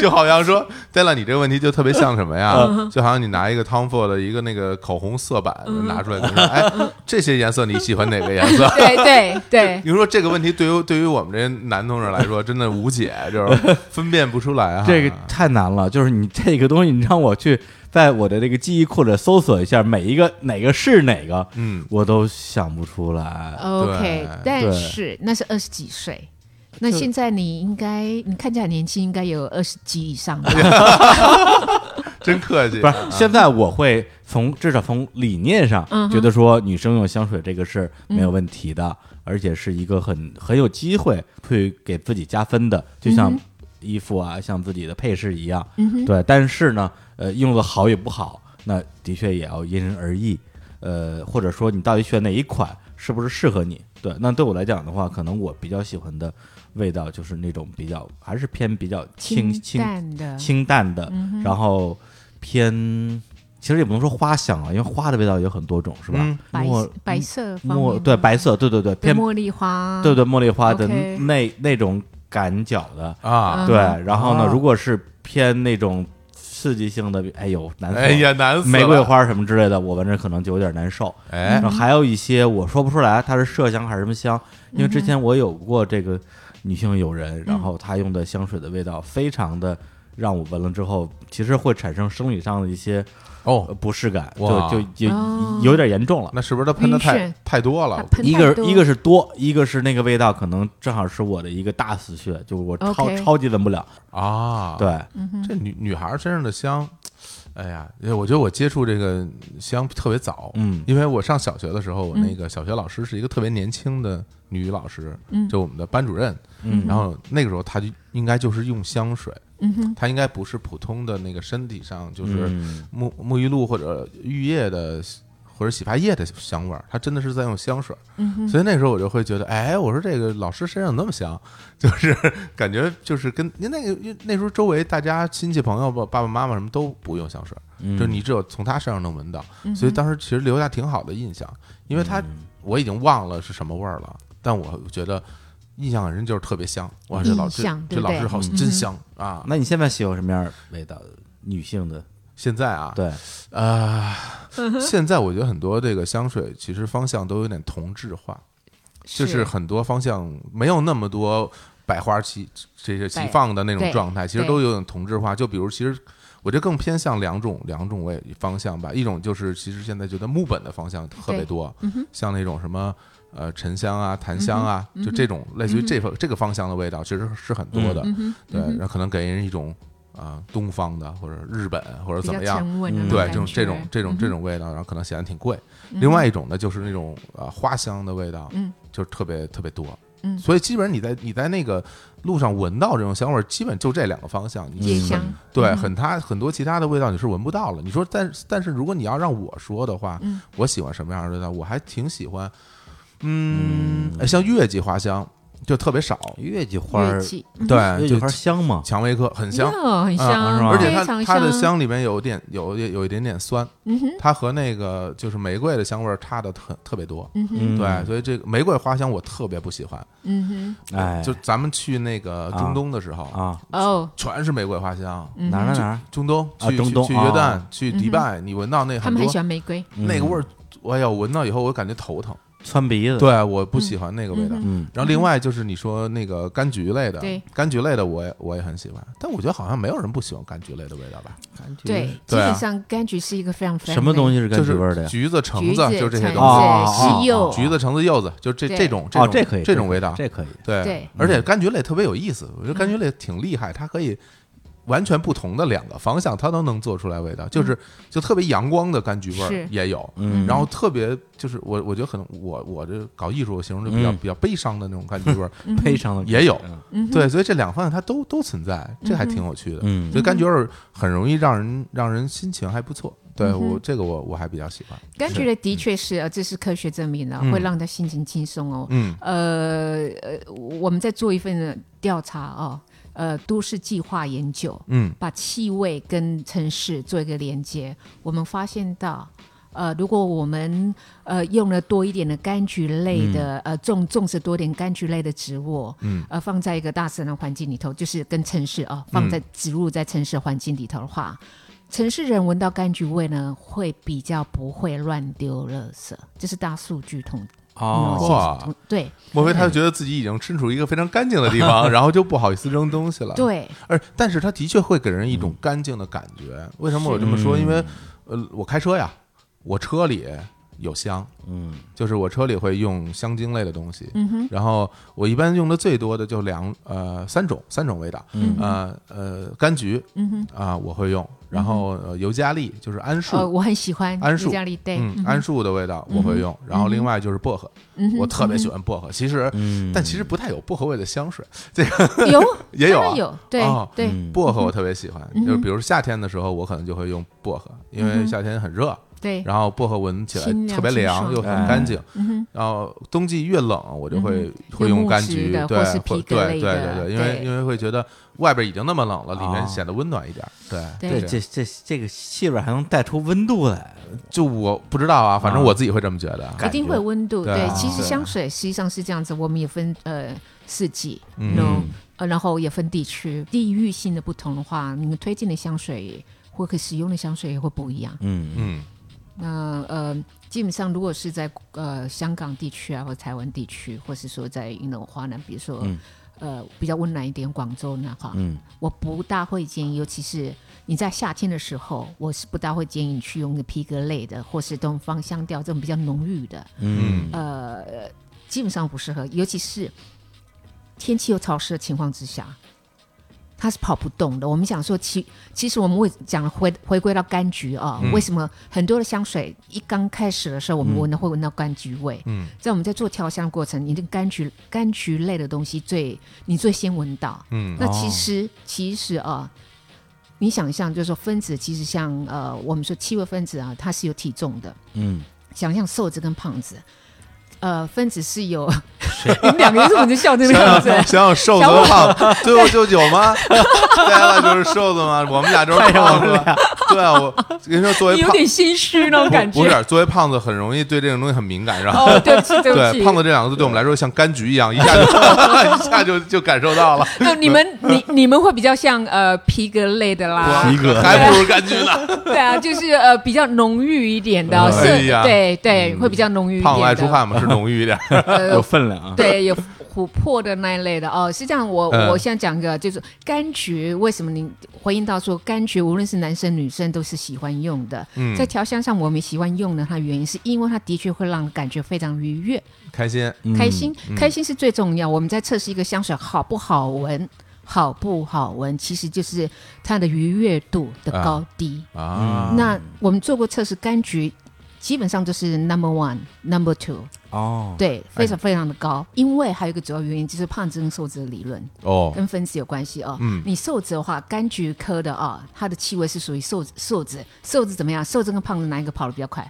B: 就好像说，对了，你这个问题就特别像什么
A: 嗯
B: 呀？就好像你拿一个 Tom Ford 的一个那个口红色板拿出来，跟你说，哎，
A: 嗯
B: 这些颜色你喜欢哪个颜色？ [laughs]
C: 对对对，
B: 你说这个问题对于对于我们这些男同志来说，真的无解，就是分辨不出来啊。
A: 这个太难了，就是你这个东西，你让我去在我的这个记忆库里搜索一下每一个哪个是哪个，
B: 嗯，
A: 我都想不出来。
C: OK，
B: 对
A: 对
C: 但是那是二十几岁。那
A: 就
C: 现在你应该，你看起来年轻，应该有二十几
B: [laughs]
C: 以上吧？
B: 真客气，
A: 不是，现在我会从至少从理念上觉得说，女生用香水这个是没有问题的，而且是一个很很有机会会给自己加分的，就像衣服啊，像自己的配饰一样。对，但是呢，呃，用的好与不好，那的确也要因人而异。呃，或者说你到底选哪一款是不是适合你？对，那对我来讲的话，可能我比较喜欢的味道就是那种比较还是偏比较清清
C: 淡的，
A: 清淡的，
C: 嗯
A: 然后偏，其实也不能说花香啊，因为花的味道有很多种，是吧？
B: 嗯
C: 白
A: 茉
C: 白色方面
A: 茉
C: 吗
A: 对白色，对对对，
C: 对
A: 偏
C: 茉莉花，
A: 对对茉莉花的
C: OK
A: 那那种感脚的，
B: 啊，
C: 嗯
A: 对。然后呢
B: 啊，
A: 如果是偏那种刺激性的，哎呦难死了，
B: 哎呀，难死了
A: 玫瑰，花什么之类的，我闻着可能就有点难受。
B: 哎
A: 然，
C: 嗯
A: 后还有一些我说不出来它是麝香还是什么香，因
C: 嗯
A: 为之前我有过这个女性友人，然后她用的香水的味道非常的让我闻了之后，其实会产生生理上的一些呃
B: 哦，
A: 不适感，
B: 哇
A: 就就就
C: 哦
A: 有点严重了。
B: 那是不是他喷的
C: 晕
B: 太
C: 眩
B: 太多
C: 它
B: 了？
C: 喷
A: 一
C: 太
A: 个
C: 多
A: 一个是多，一个是那个味道，可能正好是我的一个大死穴，就是我超
C: OK
A: 超级闻不了。
B: 啊，
A: 对，
B: 这女女孩身上的香，哎呀，因为我觉得我接触这个香特别早，
A: 嗯
B: 因为我上小学的时候，我
C: 嗯
B: 那个小学老师是一个特别年轻的女老师，就我们的班主任，
A: 嗯
B: 然后那个时候她就应该就是用香水，
C: 嗯哼，
B: 她应该不是普通的那个身体上就是
A: 嗯
B: 沐沐浴露或者浴液的。或者洗发液的香味儿，她真的是在用香水儿，
C: 嗯
B: 所以那时候我就会觉得，哎，我说这个老师身上有那么香， [laughs] 就是感觉就是跟因为那个因为那时候周围大家亲戚朋友爸爸爸妈妈什么都不用香水儿，
A: 嗯
B: 就是你只有从他身上能闻到，
C: 嗯
B: 所以当时其实留下挺好的印象，因为他我已经忘了是什么味儿了，但我觉得印象很深，就是特别香。哇，这老
C: 印
B: 师
C: 象
B: 这
C: 对不
B: 老
C: 对
B: 师好
C: 嗯
B: 真香啊！
A: 那你现在喜欢什么样的味道？女性的，
B: 现在啊，
A: 对，
B: 啊，
C: [laughs]
B: 现在我觉得很多这个香水其实方向都有点同质化，就是很多方向没有那么多百花齐这些齐
C: 对
B: 放的那种
C: 对
B: 状态，其实
C: 对
B: 都有点同质化。就比如，其实我觉得更偏向两种两种位方向吧，一种就是其实现在觉得木本的方向特别
C: 对
B: 多，像那种什么。呃，沉香啊，檀香啊，
C: 嗯
B: 就这种类似于这方、这个方向的味道，其实是很多
C: 嗯
B: 的。呃对，然后可能给人一种啊、东方的或者日本或者
C: 比
B: 怎
C: 较
B: 么样，
C: 沉稳的
A: 嗯
C: 那
B: 对，这
C: 感
B: 种这种
C: 觉嗯
B: 这种这种味道，然后可能显得挺贵。另外一种呢，就是那种呃花香的味道，
C: 嗯，
B: 就是特别特别多，
C: 嗯
B: 所以基本上你在你在那个路上闻到这种香味儿，基本就这两个方向，你
C: 夜
B: 是
C: 香嗯
B: 对很它很多其他的味道你是闻不到了。你说，但但是如果你要让我说的话，
C: 嗯
B: 我喜欢什么样的味道？我还挺喜欢，嗯，呃像月季花香就特别少，
A: 月季花
C: 嗯乐
A: 儿，
C: 器，
B: 对，
A: 月季
B: 就
A: 花香吗？
B: 蔷薇科很香，
C: 哟
A: 啊是
C: 很香，
A: 吗
B: 而且
C: 非
B: 它
C: 常
B: 它的
C: 香，嗯
B: 香里面有点有有有一点点酸，它和那个就是玫瑰的香味儿差的特特别多。
A: 嗯，
B: 对，，所以这个玫瑰花香我特别不喜欢。
C: 嗯
A: 哎，
B: 就咱们去那个中东的时候，
A: 啊，
C: 哼，哦，
B: 全是玫瑰花香。
C: 嗯
A: 哪儿哪儿哪儿，
B: 中东
A: 啊
B: 去
A: 中
B: 去
A: 东
B: 去约旦
A: 啊嗯
B: 去迪拜，你闻到那
C: 他
B: 很
C: 们
B: 多
C: 很喜欢玫瑰，
B: 那个味儿，哎呀，我闻到以后我感觉头疼。
A: 窜鼻子，，
B: 对，我不喜欢那个味道。
A: 嗯，
B: 然后另外就是你说那个柑橘类的
C: 对，
B: 柑橘类的我也我也很喜欢，但我觉得好像没有人不喜欢柑橘类的味道吧？
C: 对，基
B: 对啊
C: 本上柑橘是一个非常
A: 什么东
C: 西？
A: 西是柑橘
B: 就是
A: 味儿的呀？
B: 橘子、橙
C: 橘
B: 子，啊就这些
C: 橙
B: 东西。啊
A: 哦
C: 子
A: 哦哦
C: 西柚，
B: 橘子、橙子、柚子，就这
C: 对
B: 这种
A: 哦，这
B: 这种
A: 可以，
B: 这种味道，
A: 这可以。
B: 对
C: 对，
B: 而且柑橘类特别有意思，我觉得柑橘类挺厉害，它可以完全不同的两个方向，它都能做出来味道，就是就特别阳光的柑橘味儿
C: 嗯是
B: 也有，
A: 嗯
B: 然后特别就是我我觉得可能我我这搞艺术，我形容就比较
A: 嗯
B: 比较悲伤的那种柑橘味儿，
A: [laughs] 悲伤的
B: 也有
A: 嗯
B: 对，所以这两方向它都都存在，这还挺有趣的，
A: 嗯
B: 所以柑橘味儿很容易让人让人心情还不错，
C: 嗯
B: 对我这个我我还比较喜欢，
C: 柑橘类的确是，呃，这是科学证明的，会让他心情轻松哦。
B: 嗯
C: 呃呃，我们在做一份调查哦，呃，都市计划研究，
B: 嗯
C: 把气味跟城市做一个连接，我们发现到。呃，如果我们呃用了多一点的柑橘类的，呃种种植多点柑橘类的植物，
B: 嗯，
C: 呃放在一个大自然环境里头，就是跟城市啊、放在植入在城市环境里头的话，
B: 嗯
C: 城市人闻到柑橘味呢，会比较不会乱丢垃圾，这是大数据统
B: 哦
C: 嗯
B: 哇
C: 同对
B: 莫非他就觉得自己已经身处一个非常干净的
A: [laughs]
B: 地方，然后就不好意思扔东西了？，
C: 对，
B: 而但是他的确会给人一
A: 嗯
B: 种干净的感觉。为什么我这么说？因为呃，我开车呀，我车里有香，
A: 嗯，
B: 就是我车里会用香精类的东西，
C: 嗯哼，
B: 然后我一般用的最多的就两呃三种三种味道，
A: 嗯
B: 呃呃柑橘
C: 嗯哼，
B: 啊、我会用，然后
C: 嗯
B: 呃尤加利就是桉树。
C: 呃，我很喜欢
B: 桉树
C: 尤加利，对，
B: 嗯，桉树的味道我会用，然后另外就是薄荷，
C: 嗯哼
B: 我特别喜欢薄荷。其实，
A: 嗯
B: 但其实不太有薄荷味的香水，
C: 有
B: [laughs] 也有
C: 当然
B: 啊
C: 有，对
B: 哦
C: 对，
A: 嗯
B: 薄荷我特别喜欢。
C: 嗯
B: 就是比如夏天的时候，我可能就会用薄荷，因
C: 嗯
B: 为
C: 哼
B: 夏天很热，
C: 对，
B: 然后薄荷闻起来
C: 清凉
B: 特别凉
C: 清
B: 又
C: 爽
B: 很
A: 哎
B: 干净。
C: 嗯哼，嗯
B: 然后冬季越冷，我就会
C: 哼
B: 会
C: 用
B: 用
C: 木
B: 柑
C: 质
B: 橘
C: 的，
B: 对，
C: 或是
B: 会
C: 皮
B: 对
C: 革
B: 对
C: 类
B: 对
C: 的
B: 对，因为
C: 对
B: 因为会觉冷外边已经那么冷了，里面
A: 哦
B: 显得温暖一点。对
C: 对
A: 对，这这这个气味还能带出温度来，
B: 就我不知道啊，反正
A: 啊
B: 我自己会这么觉得。
C: 一定会有温度。
B: 对
C: 对
B: 啊，
C: 其实
B: 对
C: 香水实际上是这样子，我们也分呃四季，
B: 嗯
C: 然后呃，然后也分地区，地域性的不同的话，你们推荐的香水或可使用的香水也会不一样。
A: 嗯，
B: 嗯
C: 那呃，基本上如果是在呃香港地区啊，或台湾地区，或是说在云南华南，比如说、
A: 嗯
C: 呃比较温暖一点广州那话，
A: 嗯
C: 我不大会建议，尤其是你在夏天的时候，我是不大会建议你去用皮革类的，或是东方香调这种比较浓郁的，
A: 嗯
C: 呃，基本上不适合，尤其是天气又潮湿的情况之下，它是跑不动的。我们想说其，其实我们会讲回回归到柑橘啊、
B: 嗯
C: 为什么很多的香水一刚开始的时候，我们闻到会闻到柑橘味？
B: 嗯
C: 在我们在做调香的过程，你的柑橘柑橘类的东西最你最先闻到，
B: 嗯
C: 那其实、其实啊，你想象就是说分子其实像呃，我们说气味分子啊，它是有体重的。
A: 嗯，
C: 想象瘦子跟胖子，呃，分子是有。 [laughs] 你们两个为什么就笑这个 [laughs] 样子？
B: 想想瘦子和胖子，最后就有吗？ [laughs] 对了，就是瘦子嘛，我们俩就是胖子。对啊，我跟你说，作为
C: 你有
B: 胖
C: 点心虚那种感
B: 不不
C: 觉。
B: 是作为胖子，很容易对这种东西很敏感，是吧？
C: 哦，对不起，对不
B: 对，
C: 起。
B: 胖子这两个字对我们来说像柑橘一样，一下就 [laughs] 一下就就感受到了。
C: 那你们你你们会比较像呃皮革类的啦，
A: 皮革
B: 还不如
C: [laughs]
B: 柑橘呢。
C: 对啊，就是呃比较浓郁一点的，是
B: 哎呀，
C: 对对，会比较浓郁一嗯点的。
B: 胖子爱出汗嘛，是浓郁一点。
A: 有分量啊，
C: 对，有琥珀的那一类的哦，是这样。我、
B: 嗯
C: 我现在讲个，就是柑橘，为什么你回应到说柑橘，无论是男生女生都是喜欢用的，
B: 嗯
C: 在调香上我们喜欢用的它原因是因为它的确会让感觉非常愉悦、
B: 开心，
A: 嗯
C: 开心，
B: 嗯
C: 开心是最重要。我们在测试一个香水好不好闻，好不好闻，其实就是它的愉悦度的
B: 啊
C: 高低。
B: 啊，
C: 那我们做过测试，柑橘基本上都是 number one、number two。
A: 哦，
C: 对，非
B: 哎
C: 常非常的高，因为还有一个主要原因就是胖子跟瘦子的理论
B: 哦，
C: 跟分子有关系哦。
B: 嗯
C: 你瘦子的话，柑橘科的啊、它的气味是属于瘦子瘦子，瘦子怎么样？瘦子跟胖子哪一个跑得比较快？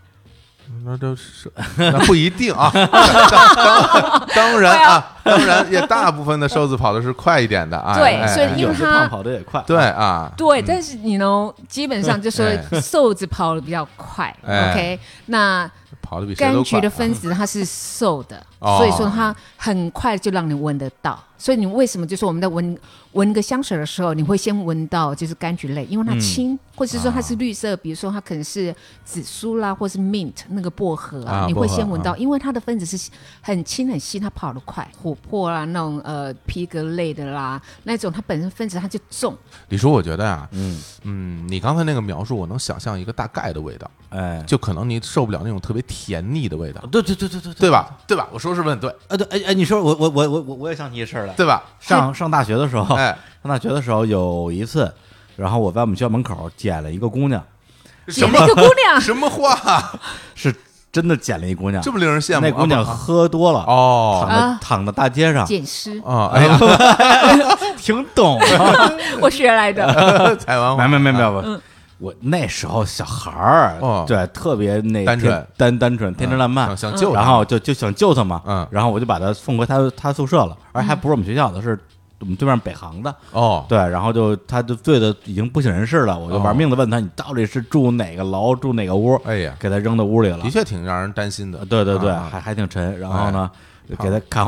C: 嗯
B: 那都是那不一定啊， [laughs] 当当当
C: 哎
B: 然啊，当然也大部分的瘦子跑的是快一点的啊，
C: 对
B: 哎
C: 所以
B: 哎
C: 因为
A: 有
C: 他
A: 的胖跑得也快，
B: 对啊，
C: 对，但是你呢，基本上就说
B: 哎
C: [laughs] 瘦子跑得比较快。
B: 哎
C: OK，那
B: 跑的比谁
C: 柑
B: 都
C: 橘
B: 快
C: 的分子它是瘦的，
B: [laughs] 哦
C: 所以说它很快就让你闻得到。所以你为什么就是我们在闻闻个香水的时候，你会先闻到就是柑橘类，
B: 嗯
C: 因为它轻，或者是说它是绿色，比如说它可能是紫苏啦，或是 mint 那个薄荷啊，
B: 啊
C: 你会
B: 薄荷
C: 先闻到，因为它的分子是很轻很细，它跑得快。琥珀啦，那种呃皮革类的啦，那种它本身分子它就重，
B: 李叔，我觉得啊，
A: 嗯，
B: 嗯，你刚才那个描述，我能想象一个大概的味道，
A: 哎，
B: 就可能你受不了那种特别甜腻的味道，
A: 哦对对对对对对，
B: 对吧？对吧？我说是不是很对？
A: 啊对，哎哎，你说我我我我我我也想起一事儿来，
B: 对吧？
A: 上上大学的时候，
B: 哎，
A: 上大学的时候有一次，然后我在我们学校门口捡了一个姑娘，
C: 姐
B: 什
C: 那
B: 么
C: 个姑
B: [laughs]
C: 娘
B: 什么
C: [laughs]
B: 话？
A: 是真的捡了一姑娘
B: 这，么令人羡慕？
A: 那姑娘
B: 啊
A: 喝多了，躺
B: 哦
A: 在
C: 啊
A: 躺在大街上，
C: 捡尸，
B: 啊，哎呀，
A: 挺懂啊，
C: 我学来的。
B: [laughs] 哎台湾
A: [laughs] 没
B: 话
A: 没没没有。我那时候小孩儿，
B: 啊哦
A: 对，特别那
B: 单纯啊
A: 天单单纯、天真烂漫，
B: 想想救他
A: 然后就就想救他嘛，
B: 嗯
A: 然后我就把他送回他他宿舍了，而还不是我们学校的，是我们对面北航的，
B: 哦，
A: 对，然后就他就醉的已经不省人事了，我就
B: 哦
A: 玩命的问他，你到底是住哪个楼，住哪个屋？
B: 哎呀，
A: 给他扔到屋里了，
B: 的确挺让人担心的。
A: 呃对对对，
B: 啊哎
A: 还还挺 [laughs] 沉。然后呢，就给他看，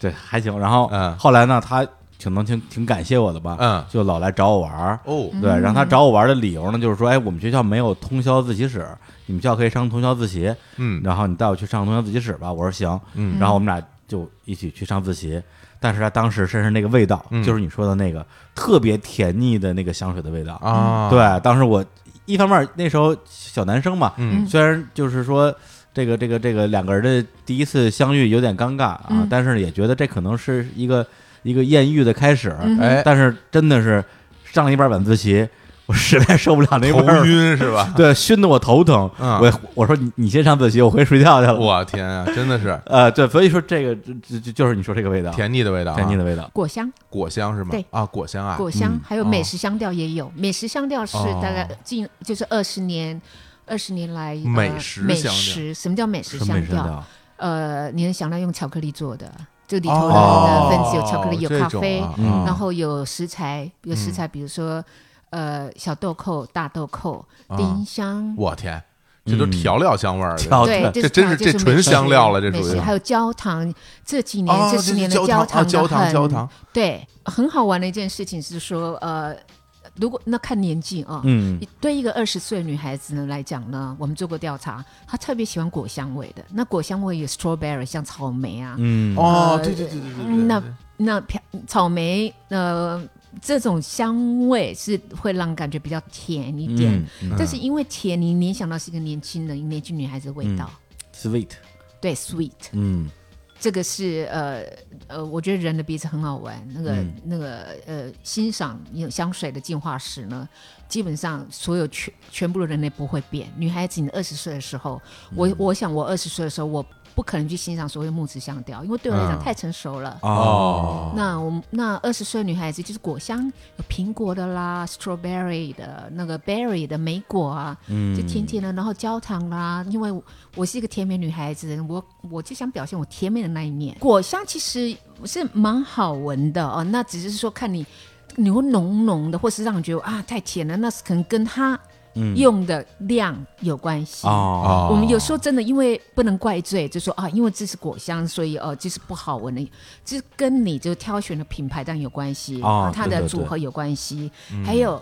A: 对，还行。然后
B: 嗯
A: 后来呢，他挺能挺挺感谢我的吧，
B: 嗯
A: 就老来找我玩儿。
B: 哦，
C: 嗯
A: 对，然后他找我玩儿的理由呢，就是说，哎，我们学校没有通宵自习室，你们学校可以上通宵自习，
B: 嗯
A: 然后你带我去上通宵自习室吧。我说行，
B: 嗯
A: 然后我们俩就一起去上自习。但是他当时身上那个味道，
B: 嗯
A: 就是你说的那个特别甜腻的那个香水的味道。
B: 啊，，
A: 对，当时我一方面那时候小男生嘛，
B: 嗯
A: 虽然就是说这个这个这个两个人的第一次相遇有点尴尬啊，
C: 嗯
A: 但是也觉得这可能是一个一个艳遇的开始。
C: 嗯
B: 哎，
A: 但是真的是上了一半晚自习，我实在受不了那味
B: 头
A: 儿，
B: 晕
A: [laughs]
B: 是吧？
A: 对，熏得我头疼。
B: 嗯
A: 我我说你你先上自习，我回去睡觉去了。
B: 我天啊，真的是
A: 呃，对，所以说这个就就就是你说这个味道，
B: 甜腻的味道啊，
A: 甜腻的味道。
C: 果香、
B: 果香是吗？
C: 对
B: 啊，果香啊，
C: 果香
A: 嗯，
C: 还有美食香调也有。美食香调是
B: 哦
C: 大概近就是二十年，二十年来呃
B: 美食
C: 美
B: 香调
C: 食，什么叫美食
A: 什么
C: 香
A: 味
C: 调？
A: 道？
C: 呃，你的香料用巧克力做的，就里头
B: 哦
C: 的分子有巧克力，有
B: 这
C: 咖
B: 种
C: 啡，
B: 啊嗯
A: 嗯
C: 然后有食材，有食材，比如说呃小豆蔻、大豆蔻、
B: 啊
C: 丁香，
B: 我天，这都
A: 嗯
B: 调料香味儿的，
A: 调
C: 对，
A: 这
C: 是
B: 真
C: 它
B: 是
C: 就是
B: 这
C: 美
B: 纯
C: 食
B: 香料了这
C: 美
B: 属于
C: 食还有焦糖，这几年
B: 啊
C: 这
B: 这
C: 十
B: 是
C: 年的
B: 焦糖啊
C: 糖
B: 焦
C: 的
B: 糖
C: 很
B: 焦糖，
C: 对，很好玩的一件事情是说呃，如果那看年纪啊。
A: 嗯，
C: 对一个二十岁女孩子呢来讲呢，我们做过调查，她特别喜欢果香味的。那果香味有 strawberry，像草莓啊，
A: 嗯，
B: 哦，
C: 呃
B: 对对对对对对，
C: 那那飘草莓，呃，这种香味是会让感觉比较甜一点，
A: 嗯嗯
C: 但是因为甜，你联想到是一个年轻人、年轻女孩子的味道，
A: 嗯，sweet，
C: 对，sweet，
A: 嗯
C: 这个是呃呃，我觉得人的鼻子很好玩。那个、
A: 嗯
C: 那个呃，欣赏一种香水的进化史呢，基本上所有全全部的人类不会变。女孩子，你二十岁的时候，我、我想我二十岁的时候，我不可能去欣赏所谓木质香调，因为对我来
B: 嗯
C: 讲太成熟了。
B: 哦，
C: 那我们那二十岁女孩子就是果香，有苹果的啦，strawberry 的那个 berry 的莓果啊，
A: 嗯
C: 就甜甜的，然后焦糖啦。因为我我是一个甜美女孩子，我我就想表现我甜美的那一面。果香其实是蛮好闻的哦，那只是说看你你会浓浓的，或是让你觉得啊太甜了，那是可能跟它
A: 嗯
C: 用的量有关系。
A: 哦，
B: 哦，
C: 我们有时候真的因为不能怪罪，就说啊，因为这是果香，所以哦、呃就是不好闻的，这跟你就挑选的品牌当然有关系，
A: 哦
C: 啊它
A: 对
C: 的
A: 对
C: 组
A: 对
C: 合有关系，还有。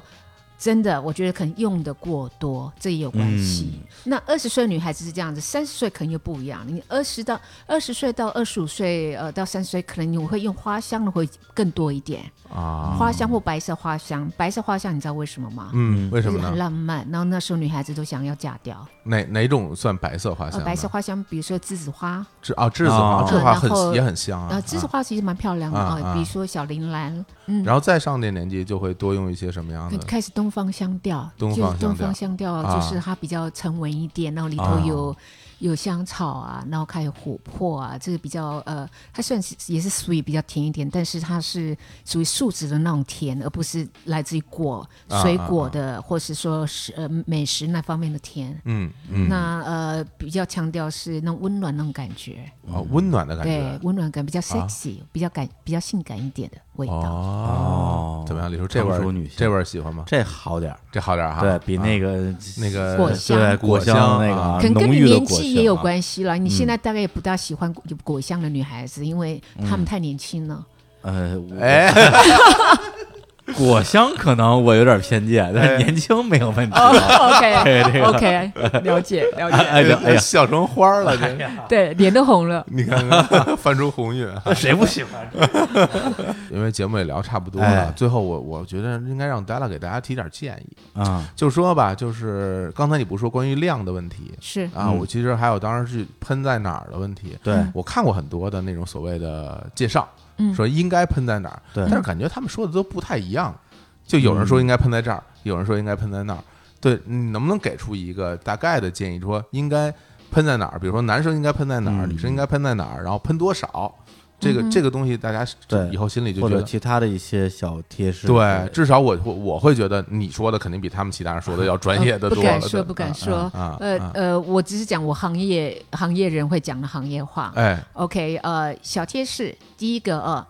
C: 真的，我觉得可能用的过多，这也有关系。
B: 嗯
C: 那二十岁女孩子是这样子，三十岁可能又不一样。你二十到二十岁到二十五岁，呃，到三十岁，可能你会用花香的会更多一点，
B: 啊，
C: 花香或白色花香。白色花香你知道为什么吗？
B: 嗯，为
C: 就
B: 什
C: 是
B: 么
C: 很
B: 呢？
C: 浪漫，然后那时候女孩子都想要嫁掉。
B: 哪哪种算白色花
C: 呃，
B: 香呢？
C: 白色花香，比如说栀子花，
B: 栀啊，栀子花，
A: 哦
B: 栀子花
C: 嗯然后
B: 很也很香啊
C: 呃，。栀子嗯
B: 啊
C: 花其实蛮漂亮的
B: 啊啊
C: 啊，比如说小铃兰，
B: 然后再上点年纪就会多用一些什么样的？
C: 开始东方香调，
B: 东
C: 就是
B: 方香
C: 东
B: 调
C: 方香调
B: 啊
C: 就是它比较沉稳一点，然后里头
B: 啊
C: 有有香草啊，然后还有琥珀啊，这个比较呃，它虽然是也是属于比较甜一点，但是它是属于树脂的那种甜，而不是来自于果
B: 啊
C: 水
B: 啊
C: 果
B: 啊
C: 的或是说是呃美食那方面的甜。
B: 嗯嗯，
C: 那呃，比较强调是那种温暖那种感觉，
B: 啊，温暖的感
C: 对
B: 觉，。
C: 温暖感比较
B: 啊
C: sexy，、比较感比较性感一点的味道。
B: 哦，怎么样，李叔这味
A: 成熟
B: 儿
A: 女性
B: 这味儿喜欢吗？
A: 这好点儿，
B: 这好点儿哈，
A: 对比那
B: 啊
A: 个
B: 那个
C: 果香
A: 对
B: 果
A: 香
B: 香
A: 那个
B: 啊
A: 啊
C: 可能跟
A: 浓
C: 你
A: 郁的
C: 年
A: 果
C: 纪
A: 香
C: 也有
A: 啊
C: 关系了，
B: 嗯
C: 你现在大概也不大喜欢有果香的女孩子，因为她
B: 嗯
C: 们太年轻
B: [laughs]
C: 了。
A: 呃，我
B: 哎，
A: 果香可能我有点偏见，但
B: 哎
A: 是年轻没有问题。啊
B: [laughs]
A: 对这
C: OK
A: 个
C: [laughs] OK，了解了解，
A: 哎呀哎呀，
B: 笑成花儿
A: 哎
B: 了，这
C: 对，脸都红了。
B: 你看看 [laughs] 翻出红晕。啊
A: 那谁不喜欢？
B: 因为节目也聊差不多了，
A: 哎
B: 最后我我觉得应该让 Della 给大家提点建议，
A: 啊，
B: 就说吧，就是刚才你不是说关于量的问题
C: 是
B: 啊，
A: 嗯
B: 我其实还有当然是喷在哪儿的问题，
A: 对
B: 我看过很多的那种所谓的介绍，
C: 嗯
B: 说应该喷在哪儿，
A: 对
B: 但是感觉他们说的都不太一样，就有人说应该喷在这儿，有人说应该喷在那儿，对你能不能给出一个大概的建议，说应该喷在哪儿？比如说男生应该喷在哪儿，
A: 嗯
B: 女生应该喷在哪儿，然后喷多少？这个这个东西大家
A: 对
B: 以后心里就
A: 或
B: 觉
A: 者
B: 得。
A: 其他的一些小贴士。
B: 对，至少我我我会觉得你说的肯定比他们其他人说的要专业的
C: [laughs] 呃
B: 多
C: 不
B: 了。
C: 敢说
B: 对
C: 不敢
B: 啊
C: 说
B: 啊，
C: 呃
B: 啊
C: 呃，我只是讲我行业行业人会讲的行业话。
B: 哎，
C: OK，呃，小贴士，第一个呃，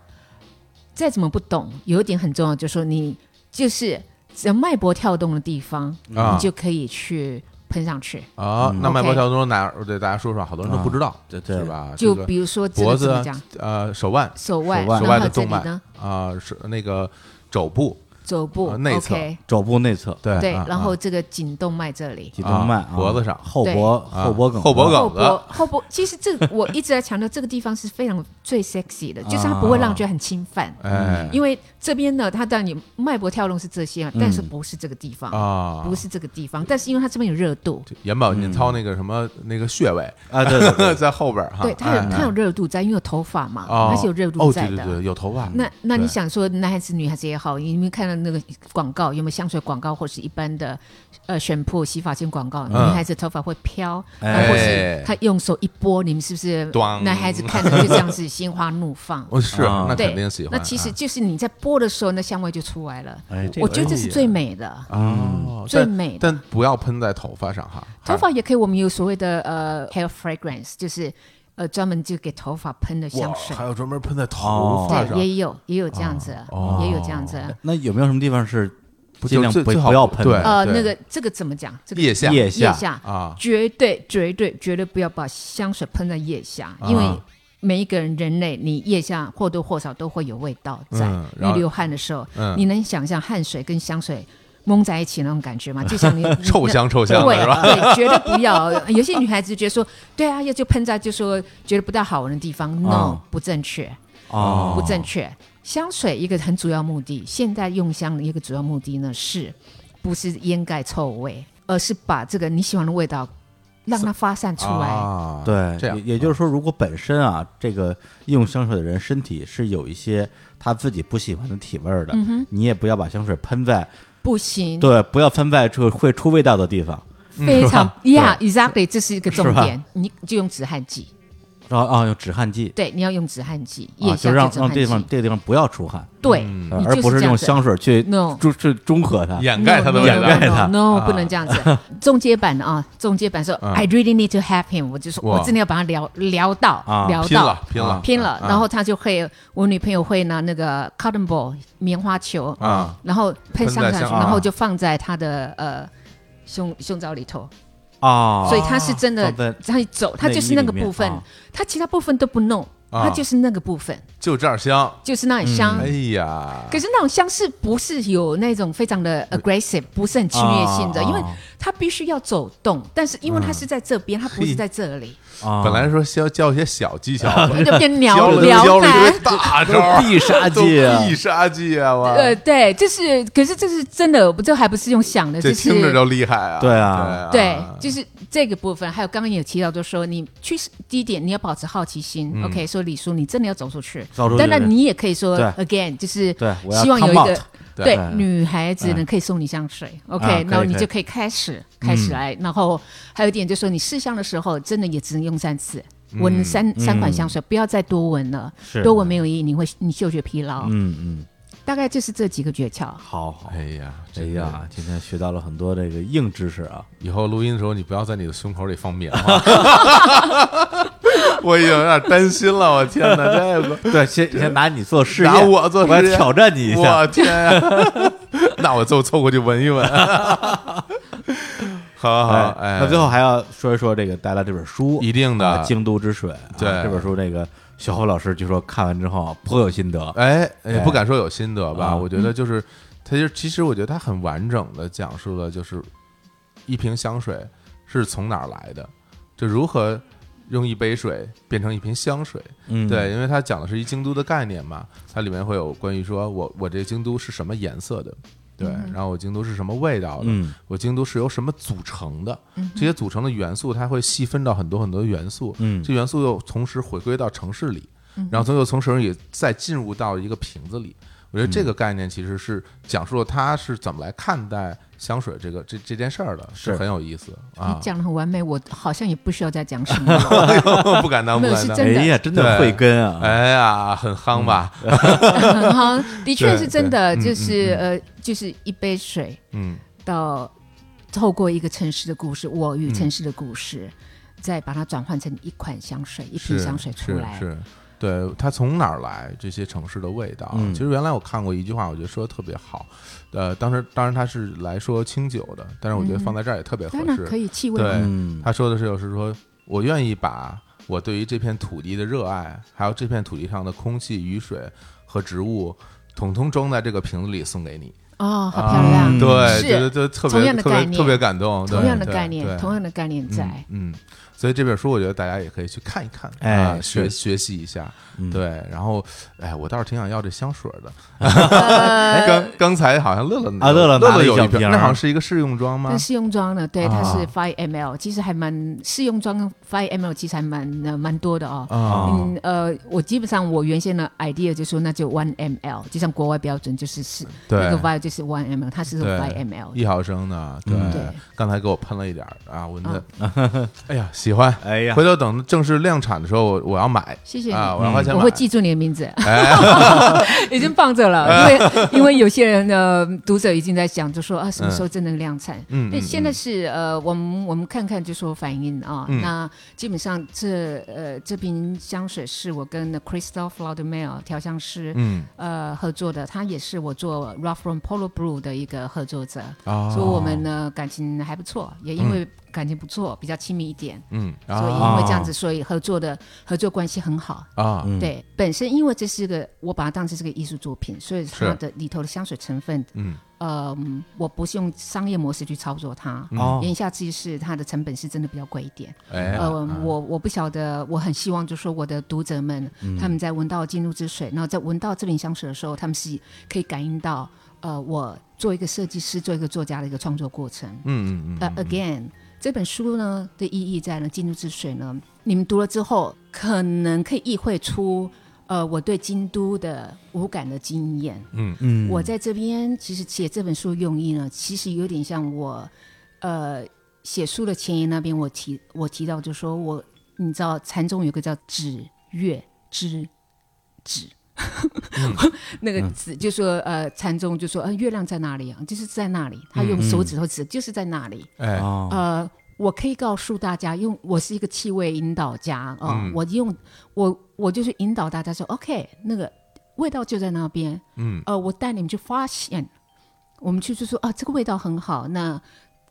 C: 再怎么不懂，有一点很重要，
A: 嗯
C: 就是说你就是只要脉搏跳动的地方，
B: 啊
C: 你就可以去喷上去。
B: 啊，那脉搏
C: OK
B: 跳动哪儿？对大家说说，好多人都不知道，
A: 对嗯啊对
B: 啊是吧？
C: 就
B: 这个
C: 比如说这个
B: 脖子
C: 怎么讲，
B: 呃手腕
C: 手腕，
A: 手腕
B: 手
C: 然
B: 腕
C: 后
B: 的
C: 这
B: 动
C: 里
B: 脉
C: 呢，
B: 啊，是那个肘部
C: 肘部
B: 呃内侧
C: OK，
A: 肘部内侧，
B: 对
C: 对，
B: 啊
C: 然后这个颈动脉这里。
A: 颈动脉、
B: 啊脖子上
A: 后脖、
B: 啊
A: 后脖梗、
B: 后脖梗
C: 后
B: 子
C: 脖，后脖，其实这个我一直在强调，这个地方是非常最 sexy 的，就是它不会让人觉得很侵犯，
B: 哎
C: 因为这边呢，它当然你脉搏跳动是这些，啊但是不是这个地
A: 嗯
C: 方，
B: 嗯啊
C: 不，是这个地方，但是因为它这边有热度，
B: 眼保健操那个什么那个穴位
A: 嗯啊，对对对
B: [laughs] 在后边儿哈，
C: 对，它有
B: 哎
C: 它有热度在，因为有头发嘛，
B: 哦
C: 它是有热度
B: 哦，
C: 在
B: 对
C: 的
B: 对。对，有头发，
C: 那那你
B: 对
C: 想说男孩子女孩子也好，你有没有看到那个广告？有没有香水广告或是一般的呃选铺洗发精广告？
B: 嗯
C: 女孩子头发会飘，啊
A: 哎
C: 或是她用手一拨，你们是不是
B: 咣
C: 男孩子看着就这样子心花
B: [laughs]
C: 怒放？
B: 哦是，
A: 啊
B: 那
C: 对，
B: 肯定喜欢。
C: 那其实
B: 啊
C: 就是你在拨的时候，那香味就出来了。
A: 哎这个
C: 我觉得这是
B: 啊
C: 最美的。
A: 嗯
B: 哦，
C: 最
B: 但
C: 美的
B: 但不要喷在头发上哈。
C: 头发也可以，我们有所谓的呃 hair fragrance，就是呃专门就给头发喷的香
B: 哇，
C: 水
B: 还。有专门喷在
A: 哦
B: 头发上
C: 对，，也有也有这样子，
B: 哦
C: 也有这样子。
A: 啊那有没有什么地方是
B: 不
A: 尽量
B: 就最
A: 不
B: 最好
A: 不要喷
B: 对
A: 的
C: 呃，
B: 对
C: 那个这个怎么讲？这个
B: 腋下
A: 腋
C: 腋
A: 下？
C: 下
B: 啊，
C: 绝对绝对绝对不要把香水喷在腋下，因为
B: 啊
C: 每一个人人类，你腋下或多或少都会有味道在。
B: 嗯然
C: 你
B: 后
C: 流汗的时候，
B: 嗯
C: 你能想象汗水跟香水蒙在一起那种
B: [laughs]
C: 感觉吗？就像你
B: 臭香臭香的
C: 对
B: 是吧？
C: 对，绝对不要。有些女孩子觉得说，对啊，要就喷在就说觉得不大好闻的地方，no，、
B: 啊
A: 哦
C: 不正确，
A: 哦
C: 不正确。香水一个很主要目的，现在用香的一个主要目的呢，是不是掩盖臭味，而是把这个你喜欢的味道让它发散出来。
B: 啊，
A: 对，
B: 这样
A: 也也就是说，如果本身啊，这个用香水的人身体是有一些他自己不喜欢的体味儿的，
C: 嗯
A: 你也不要把香水喷在
C: 不行，
A: 对，不要喷在这个会出味道的地方。
C: 非
A: [laughs]
C: 常
A: 是吧
C: yeah，exactly，这是一个重
A: 是吧
C: 点。你就用止汗剂，
A: 然后啊，用止汗剂
C: 对，你要用止汗剂，
A: 啊，
C: 腋下
A: 就让
C: 止
A: 让
C: 汗
A: 这地。
C: 剂
A: 方这个地方不要出汗，
C: 对，
A: 呃
C: 你
A: 而
C: 就是
A: 不是
C: 这样
A: 用
C: 子
A: 香水去
C: No
A: 中去中和它。
B: 掩盖它的味
A: 掩盖
B: 道。
A: 它
C: No，
B: 啊
C: 不能这样子。中阶版的啊，中阶版说
B: 嗯
C: I really need to have him，我就说
B: 哇
C: 我真的要把他聊聊到
A: 啊
C: 聊
B: 拼
C: 到
B: 了，拼了，
C: 拼了
B: 啊，
C: 然后他就会，我女朋友会拿那个 cotton ball 棉花球
B: 啊，
C: 然后喷
B: 喷在
C: 香上
B: 香
C: 去，
B: 啊
C: 然后就放在他的呃胸胸罩里头，
A: 啊，
C: 所以他是真的
A: 放在
C: 他一走，他就是那个部分
A: 内衣里面啊，
C: 他其他部分都不弄，
B: 啊
C: 他就是那个部分，
B: 就这儿香。
C: 就是那种香
B: 哎。呀，
C: 可是那种香是不是有那种非常的 aggressive，不是很侵略性的？
A: 啊
C: 因为
A: 啊
C: 它必须要走动，但是因为它
B: 嗯
C: 是在这边，它不是在这
B: [laughs]
C: 里，
A: 啊
B: 本来说教教一些小技巧， [laughs]
C: 就变
B: 教
C: 鸟
B: 了教
C: 鸟
B: 了一
C: 男
B: 堆。大招
A: 都
B: 儿
A: 是，必杀
B: 都
A: 技啊，
B: 必杀技啊！哇，
C: 呃，对，这是，可是这是真的，我这还不是用想的，
B: 这
C: 就是
B: 听着就厉害啊！
A: 对啊
C: 对，就是这个部分。还有刚刚也提到，就说你去第一点，你要保持好奇心。OK，说李叔，你真的要走出去
A: 嗯走出。去
C: 当然，你也可以说
A: 对
C: again，就是
A: 对我要
C: 希望有一
A: come out
C: 个
B: 对
C: 对
A: 哎
C: 女孩子呢可以送你香水。
A: 可以
C: OK，然后你
A: 可以嗯
C: 就可以开始开始来。然后还有一点就是说，你试香的时候真的也只能用三次。闻三三款香水，不要再多闻了
A: 嗯是，
C: 多闻没有意义，你会你嗅觉疲劳。
A: 嗯嗯，
C: 大概就是这几个诀窍。
A: 好好
B: 哎，呀，
A: 哎
B: 真的，
A: 呀，今天学到了很多这个硬知识
B: [laughs]
A: 啊，
B: 以后录音的时候你不要在你的胸口里放棉
A: [laughs]
B: 花，我已经有点担心了。我天
A: [laughs]
B: 哪，这个
A: 对，先先拿你做试
B: 拿
A: 验，
B: 我做
A: 我要
B: 实验
A: 挑战你一下
B: 我。
A: [laughs]
B: 天呀！那我就凑过去闻一闻。好好好，哎，
A: 那最后还要说一说这个带来这本书，
B: 一定的
A: 啊京都之水》啊。
B: 对
A: 这本书，这个小侯老师据说看完之后颇有心得。
B: 哎，也
A: 哎
B: 不敢说有心得吧，
A: 啊
B: 我觉得就是，它就其实我觉得它很完整的讲述了就是一瓶香水是从哪儿来的，就如何用一杯水变成一瓶香水。
A: 嗯，
B: 对，因为它讲的是一京都的概念嘛，它里面会有关于说我我这京都是什么颜色的，对，然后我京都是什么味道的，
A: 嗯
B: 我京都是由什么组成的，这些组成的元素它会细分到很多很多元素，
A: 嗯
B: 这元素又同时回归到城市里，
C: 嗯
B: 然后从又从城市里再进入到一个瓶子里。我觉得这个概念其实是讲述了他是怎么来看待香水这个这这件事儿的，是
A: 是
B: 很有意思
C: 你
B: 啊！
C: 讲的很完美，我好像也不需要再讲什么
B: [laughs]
C: 了。
B: 不敢当，不
C: 没有
B: 敢
C: 是
B: 当。
A: 哎
C: 真的
A: 呀，真的
B: 对
A: 慧根啊！
B: 哎呀，很夯吧？
C: 很夯，嗯的确
B: 对
C: 是真的，
B: 对
C: 就是呃，就是一杯水
B: 嗯，
C: 到透过一个城市的故事，我与城市的故事，再把它转换成一款香水，一瓶
B: 是
C: 香水出来
B: 是。是对它从哪儿来这些城市的味道啊？
A: 嗯
B: 其实原来我看过一句话，我觉得说的特别好。呃，当时当然它是来说清酒的，但是我
C: 嗯
B: 觉得放在这儿也特别合
C: 当然
B: 适。
C: 可以气味
B: 对
C: 嘛，
A: 嗯
B: 他说的是，就是说我愿意把我对于这片土地的热爱，还有这片土地上的空气、雨水和植物，统统装在这个瓶子里送给你。
C: 哦，好
B: 啊
C: 漂亮，
B: 对，
C: 是
B: 觉得就特
C: 同
B: 别
C: 样的
B: 特
C: 概
B: 别
C: 念
B: 特别感动，对
C: 同样的
B: 对
C: 概
B: 对
C: 念，同样的概念在。
B: 嗯，嗯所以这本书我觉得大家也可以去看一看，
A: 哎
B: 啊学
A: 是
B: 学习一下。
A: 嗯
B: 对，然后哎，我倒是挺想要这香水的。
C: 呃
B: [laughs] 刚刚才好像乐乐
A: 啊乐乐
B: 乐
A: 拿了一
B: 有
A: 小
B: 瓶，
A: 瓶儿
B: 那好像是一个试用装吗
C: 但？试用装呢，对，它是
B: 啊
C: five ml，其实还蛮试用装 five ml，其实还蛮呃蛮多的哦。
B: 啊
C: 嗯呃，我基本上我原先的 idea 就说那就 one ml，就像国外标准就是是
B: 对
C: 那个 vial 就是 one ml，它是
B: 对
C: five ml 的。
B: 一毫升的，对
A: 嗯，
C: 对嗯
B: 刚才给我喷了一点儿啊，闻着， [laughs] 哎呀，喜欢，
A: 哎呀
B: 回头等正式量产的时候，我我要买
C: 谢谢
B: 啊，
C: 你，嗯
B: 我要花钱
C: 我
B: 买，
C: 会记住你的名字，
B: 哎，
C: [laughs] 已经放着了，因为因为有些人呢，读者已经在想，就说啊，什么时候真能量产？
B: 嗯
C: 那
B: 嗯
C: 现在是呃，我们我们看看就说反应啊。
B: 嗯
C: 那基本上这呃这瓶香水是我跟 Christoph Laudemel 调香师
B: 嗯
C: 呃合作的，他也是我做 Ralph Lauren Polo Blue 的一个合作者，
B: 啊，
C: 所以我们呢感情还不错，也因为感情不错，比较亲密一点，
B: 嗯
C: 所以
B: 啊
C: 因为这样子，所以合作的合作关系很好。
B: 啊，
A: 嗯
C: 对，本身因为这是个，我把它当成是个艺术作品，所以它
B: 是
C: 的里头的香水成分，
B: 嗯
C: 呃，我不是用商业模式去操作它。
B: 嗯
A: 哦
C: 言下之意是，它的成本是真的比较贵一点。
B: 哎，
C: 呃，
B: 啊
C: 我我不晓得，我很希望就说我的读者们，
B: 嗯
C: 他们在闻到金露之水，然后在闻到这瓶香水的时候，他们是可以感应到，呃，我做一个设计师，做一个作家的一个创作过程。
B: 嗯嗯
C: 呃
B: 嗯
C: ，again，这本书呢的意义在呢，《金都之水》呢，你们读了之后，可能可以意会出，呃，我对京都的无感的经验。
B: 嗯嗯
A: 嗯
C: 我在这边其实写这本书的用意呢，其实有点像我，呃，写书的前言那边我提我提到，就说我你知道禅宗有个叫止月之止。 [laughs] 那个指就说呃，禅宗就说呃，月亮在哪里啊？就是在那里，他用手指头指，就是在那里。
B: 哎
A: 哦
C: 呃，我可以告诉大家，用我是一个气味引导家啊、呃我用我我就是引导大家说，OK，那个味道就在那边，
B: 嗯，
C: 呃，我带你们去发现，我们去就说啊，这个味道很好，那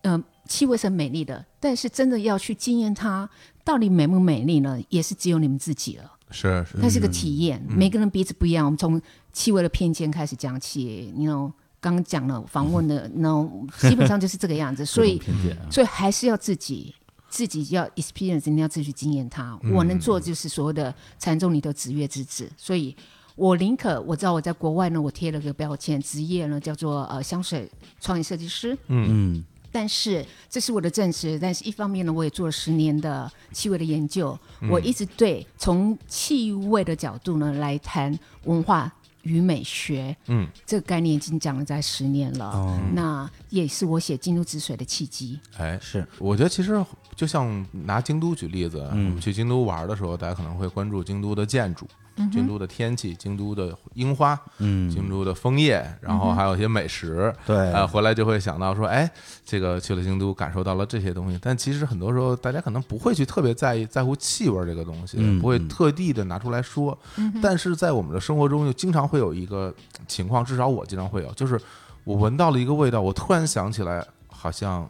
C: 嗯、呃气味是很美丽的，但是真的要去经验它到底美不美丽呢，也是只有你们自己了。
B: 是是
C: 它是个体验，每个人鼻子不一样。我们从气味的偏见开始讲起，你 know，刚刚讲了访问的，那基本上就是这个样子。所以，
A: 啊
C: 所以还是要自己自己要 experience，你要自己去经验它。我能做就是所谓的禅宗里头止月之止，所以。我宁可我知道我在国外呢，我贴了个标签，职业呢叫做呃香水创意设计师。
A: 嗯
C: 但是这是我的证实。但是一方面呢，我也做了十年的气味的研究，我一直对从气味的角度呢来谈文化与美学，
B: 嗯，
C: 这个概念已经讲了在十年了。
A: 哦
C: 那也是我写《金入止水》的契机。
B: 哎
A: 是嗯
B: 我觉得其实就像拿京都举例子，我们去京都玩的时候，大家可能会关注京都的建筑、
C: 嗯
B: 京都的天气、京都的樱花、
A: 嗯
B: 京都的枫叶，然
C: 嗯
B: 后还有一些美食。
A: 对
B: 呃，回来就会想到说，哎，这个去了京都，感受到了这些东西。但其实很多时候，大家可能不会去特别在意在乎气味这个东西，
A: 嗯
B: 不会特地的拿出来说。但是在我们的生活中，就经常会有一个情况，至少我经常会有，就是我闻到了一个味道，我突然想起来，好像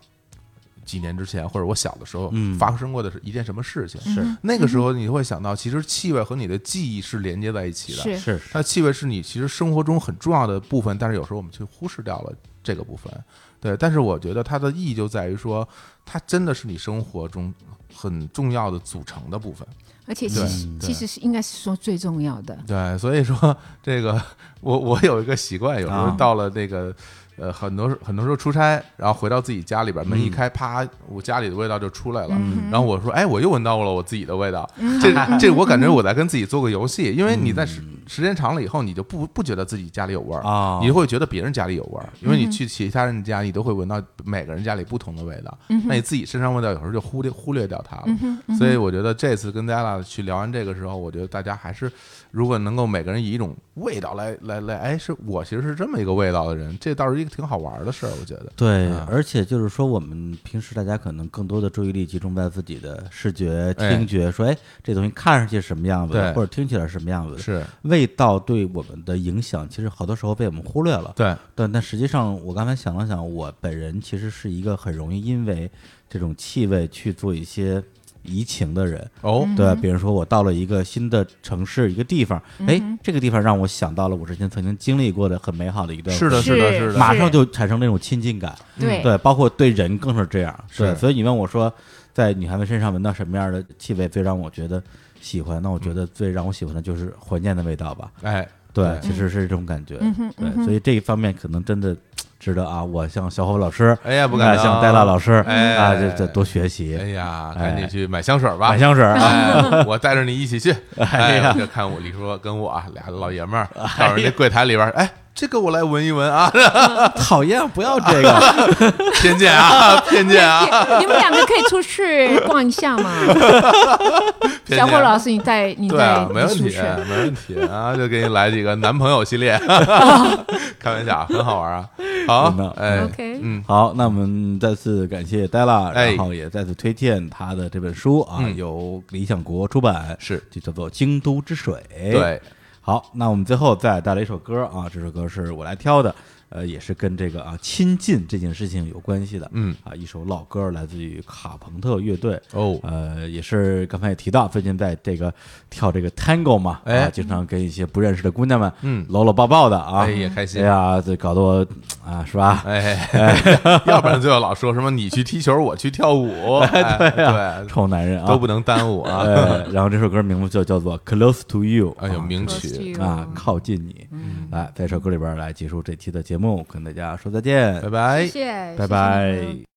B: 几年之前或者我小的时候
A: 嗯
B: 发生过的是一件什么事情。
A: 是
B: 那个时候你会想到，其实气味和你的记忆是连接在一起的。
C: 是
A: 是
B: 那气味是你其实生活中很重要的部分，但是有时候我们却忽视掉了这个部分。对，但是我觉得它的意义就在于说，它真的是你生活中很重要的组成的部分。
C: 而且其实
B: 对嗯对
C: 其实是应该是说最重要的。
B: 对，所以说 [laughs] 这个我我有一个习惯，有时候
A: 啊
B: 到了那个。呃，很多时很多时候出差，然后回到自己家里边，
A: 嗯
B: 门一开，啪，我家里的味道就出来了。然后我说，哎，我又闻到了我自己的味道。这这，我感觉我在跟自己做个游戏，因为你在是时间长了以后，你就不不觉得自己家里有味儿
A: 嗯啊
B: 你会觉得别人家里有味儿，因为你去其他人家，你都会闻到每个人家里不同的味道。那你自己身上味道有时候就忽略忽略掉它了。所以我觉得这次跟大家去聊完这个时候，我觉得大家还是如果能够每个人以一种味道来来来，哎，是我其实是这么一个味道的人，这倒是一个挺好玩的事儿，我觉得。
A: 对
B: 啊，
A: 而且就是说，我们平时大家可能更多的注意力集中在自己的视觉、
B: 哎
A: 听觉，说哎，这东西看上去是什么样子的，
B: 对
A: 或者听起来是什么样子的，
B: 是
A: 味道对我们的影响，其实好多时候被我们忽略了。
B: 对，
A: 但但实际上，我刚才想了想，我本人其实是一个很容易因为这种气味去做一些移情的人。
B: 哦，
A: 对，比如说我到了一个新的城市、一个地方，哎，这个地方让我想到了我之前曾经经历过的很美好的一段，
B: 是的，是的，
C: 是
B: 是的，
A: 马上就产生那种亲近感。
C: 对
A: 对，包括对人更是这样。对，
B: 是
A: 所以你问我说，在女孩们身上闻到什么样的气味最让我觉得喜欢？那我
B: 嗯
A: 觉得最让我喜欢的就是怀念的味道吧。
B: 哎，
A: 对
B: 对，
A: 其实是这种感觉。对，所以这一方面可能真的值得啊，我向小侯老师，
B: 哎呀不敢
A: 啊
B: 当
A: 向戴娜老师
B: 哎
A: 啊，这这多学习，
B: 哎呀，
A: 哎
B: 赶紧去买香水吧，
A: 买香水啊，
B: 哎，我带着你一起去。
A: 哎
B: 哎
A: 呀
B: 就看我李叔跟我啊俩老爷们儿到人家柜台里边儿，哎，这个我来闻一闻啊， [laughs]
A: 讨厌，不要这个，
B: 偏见啊，偏见啊，
C: 你们两个可以出去逛一下嘛？
B: [laughs] 偏见
C: 小霍
B: 啊。
C: 老师，你带你
B: 对啊
C: 带，
B: 没问
C: 你出
B: 题，
C: 去。
B: 没问题啊，就给你来几个男朋友系
C: [laughs]
B: 列，开玩笑啊，很好玩啊。好
A: 真的，
B: 哎
C: OK
B: 嗯，
A: 好，那我们再次感谢 Della，
B: 哎
A: 然后也再次推荐她的这本书啊，
B: 嗯
A: 由理想国出版，
B: 是
A: 就叫做《京都之水》。
B: 对，
A: 好，那我们最后再带来一首歌啊，这首歌是我来挑的，呃，也是跟这个啊亲近这件事情有关系的，
B: 嗯
A: 啊，一首老歌，来自于卡朋特乐队，
B: 哦
A: 呃，也是刚才也提到，最近在这个跳这个 tango 嘛，啊，
B: 哎
A: 经常跟一些不认识的姑娘们，
B: 嗯
A: 搂搂抱抱的啊，
B: 哎也开心
A: 哎呀，这搞得我啊，是吧？
B: 哎， [laughs] 要不然最后老说什么你去踢球，我去跳舞，哎对，
A: 臭男人啊， [laughs]
B: 都不能耽误啊。
A: 呃，然后这首歌名字就叫做《Close to You》，
B: 哎呦，
A: 啊
B: 名
C: Close to
B: 曲，
C: you
A: 啊，靠近你，
C: 嗯
A: 来，在这首歌里边来结束这期的节目，跟大家说再见，
B: 拜拜
C: 谢。谢，
A: 拜
C: 谢谢你们
A: 拜